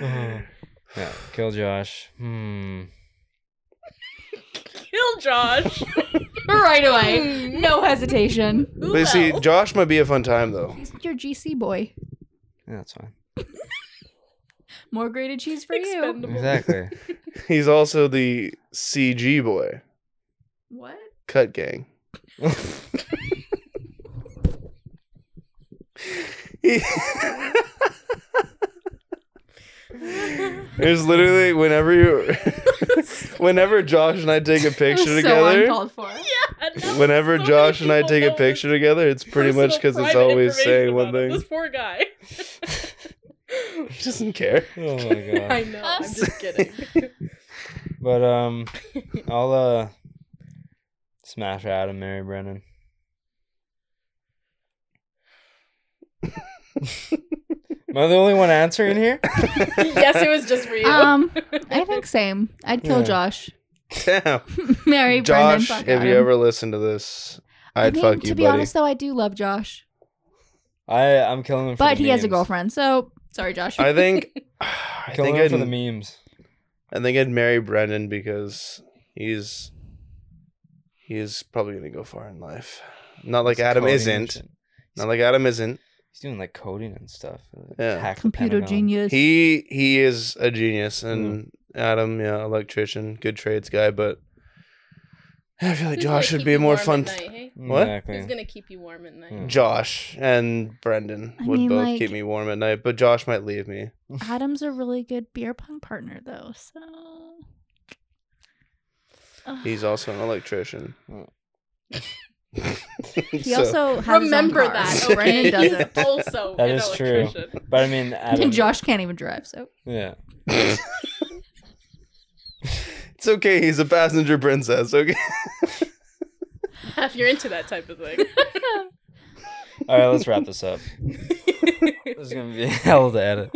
[SPEAKER 1] Oh. Yeah. Kill Josh. Hmm.
[SPEAKER 5] kill Josh.
[SPEAKER 3] right away. No hesitation.
[SPEAKER 5] Who
[SPEAKER 4] But see,
[SPEAKER 5] else?
[SPEAKER 4] Josh might be a fun time though.
[SPEAKER 3] He's your GC boy.
[SPEAKER 1] Yeah, that's fine.
[SPEAKER 3] More grated cheese for you.
[SPEAKER 5] Expendable.
[SPEAKER 1] Exactly.
[SPEAKER 4] He's also the CG boy,
[SPEAKER 3] What?
[SPEAKER 4] Cut Gang. He- There's literally whenever you, whenever Josh and I take a
[SPEAKER 3] It was
[SPEAKER 4] picture
[SPEAKER 3] so
[SPEAKER 4] together,
[SPEAKER 3] uncalled for.
[SPEAKER 5] And now
[SPEAKER 4] whenever
[SPEAKER 5] so many
[SPEAKER 4] Josh and I
[SPEAKER 5] people
[SPEAKER 4] take
[SPEAKER 5] know
[SPEAKER 4] a
[SPEAKER 5] his
[SPEAKER 4] picture together, it's pretty much
[SPEAKER 5] personal
[SPEAKER 4] because it's
[SPEAKER 5] private
[SPEAKER 4] always saying
[SPEAKER 5] information
[SPEAKER 4] one
[SPEAKER 5] about him,
[SPEAKER 4] thing.
[SPEAKER 5] This poor guy.
[SPEAKER 4] He doesn't care.
[SPEAKER 1] oh my god.
[SPEAKER 5] I know. I'm just kidding.
[SPEAKER 1] But um, I'll uh smash Adam, Mary Brennan. Am I the only one answering here?
[SPEAKER 5] yes, it was just for you.
[SPEAKER 3] Um, I think same. I'd kill
[SPEAKER 1] Yeah.
[SPEAKER 3] Josh.
[SPEAKER 4] Damn.
[SPEAKER 3] Mary, Brendan,
[SPEAKER 4] Josh,
[SPEAKER 3] fuck
[SPEAKER 4] if you
[SPEAKER 3] Adam.
[SPEAKER 4] ever listen to this, I'd
[SPEAKER 3] I mean,
[SPEAKER 4] fuck you,
[SPEAKER 3] to be
[SPEAKER 4] buddy.
[SPEAKER 3] honest, though, I do love Josh.
[SPEAKER 1] I I'm killing him. For
[SPEAKER 3] But
[SPEAKER 1] the
[SPEAKER 3] he has a
[SPEAKER 1] memes.
[SPEAKER 3] girlfriend, so sorry, Josh.
[SPEAKER 4] I think I
[SPEAKER 1] Killing
[SPEAKER 4] think
[SPEAKER 1] him
[SPEAKER 4] I'd,
[SPEAKER 1] for the memes.
[SPEAKER 4] I think I'd marry Brendan because he's he's probably gonna go far in life. Not like
[SPEAKER 1] He's
[SPEAKER 4] Adam
[SPEAKER 1] coding and
[SPEAKER 4] isn't.
[SPEAKER 1] shit.
[SPEAKER 4] Not like Adam isn't.
[SPEAKER 1] He's doing like coding and stuff.
[SPEAKER 4] Yeah.
[SPEAKER 1] Hack the
[SPEAKER 3] computer
[SPEAKER 1] Pentagon.
[SPEAKER 3] genius.
[SPEAKER 4] He he is a genius and Adam, yeah, electrician, good trades guy, but I feel like
[SPEAKER 5] Who's gonna
[SPEAKER 4] Uh, Josh would
[SPEAKER 5] keep
[SPEAKER 4] be
[SPEAKER 5] you
[SPEAKER 4] more
[SPEAKER 5] warm at
[SPEAKER 4] fun. Hmm.
[SPEAKER 5] night, hey?
[SPEAKER 4] What?
[SPEAKER 1] Exactly.
[SPEAKER 5] Who's gonna keep you warm at night?
[SPEAKER 1] Yeah.
[SPEAKER 4] Josh and Brendan
[SPEAKER 3] I
[SPEAKER 4] would
[SPEAKER 3] mean,
[SPEAKER 4] both
[SPEAKER 3] like-
[SPEAKER 4] keep me warm at night, but Josh might leave me.
[SPEAKER 3] Adam's a really good beer pong partner, though. So Ugh.
[SPEAKER 4] He's also an electrician.
[SPEAKER 1] Oh.
[SPEAKER 3] he
[SPEAKER 4] So-
[SPEAKER 3] also has his own
[SPEAKER 5] Remember
[SPEAKER 3] car.
[SPEAKER 5] that. oh,
[SPEAKER 4] car.
[SPEAKER 3] Brandon
[SPEAKER 5] Brandon
[SPEAKER 3] doesn't.
[SPEAKER 5] is also
[SPEAKER 1] That
[SPEAKER 5] an
[SPEAKER 1] is true.
[SPEAKER 5] electrician.
[SPEAKER 1] But I mean, Adam.
[SPEAKER 3] And Josh can't even drive, so
[SPEAKER 1] Yeah.
[SPEAKER 4] it's okay. He's a passenger princess. Okay.
[SPEAKER 5] If you're into that type of thing.
[SPEAKER 1] All right, let's wrap this up. This is gonna be a hell to edit.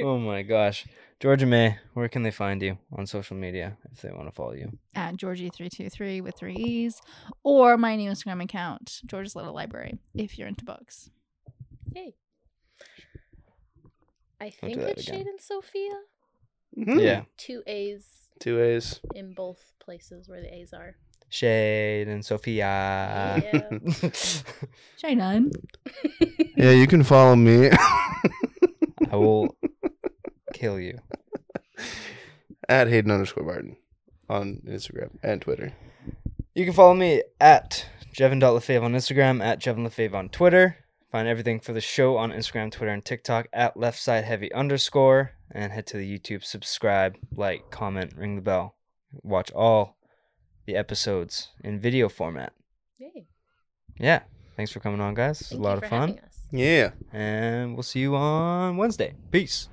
[SPEAKER 1] Oh my gosh, Georgia May, where can they find you on social media if they want to follow you?
[SPEAKER 3] at Georgie323 with three E's, or my new Instagram account, George's Little Library, if you're into books.
[SPEAKER 5] hey. I
[SPEAKER 1] Don't do
[SPEAKER 5] think
[SPEAKER 1] that
[SPEAKER 5] it's
[SPEAKER 1] again.
[SPEAKER 5] Shade and Sophia.
[SPEAKER 4] Mm-hmm.
[SPEAKER 1] Yeah,
[SPEAKER 5] Two A's
[SPEAKER 4] Two A's.
[SPEAKER 5] in both places where the A's are.
[SPEAKER 1] Shade and Sophia.
[SPEAKER 5] yeah.
[SPEAKER 3] Shainan.
[SPEAKER 4] Yeah, you can follow me
[SPEAKER 1] I will kill you.
[SPEAKER 4] at Hayden underscore Barton on Instagram and Twitter.
[SPEAKER 1] You can follow me at Jevon.lefave on Instagram, at JevinLefave on Twitter. Find everything for the show on Instagram, Twitter, and TikTok at left side heavy underscore. And head to the YouTube, subscribe, like, comment, ring the bell. Watch all the episodes in video format.
[SPEAKER 5] Yay.
[SPEAKER 1] Yeah. Thanks for coming on, guys. It was
[SPEAKER 5] Thank
[SPEAKER 1] a
[SPEAKER 5] you
[SPEAKER 1] lot
[SPEAKER 5] for
[SPEAKER 1] of
[SPEAKER 5] having
[SPEAKER 1] fun.
[SPEAKER 5] us.
[SPEAKER 4] Yeah.
[SPEAKER 1] And we'll see you on Wednesday. Peace.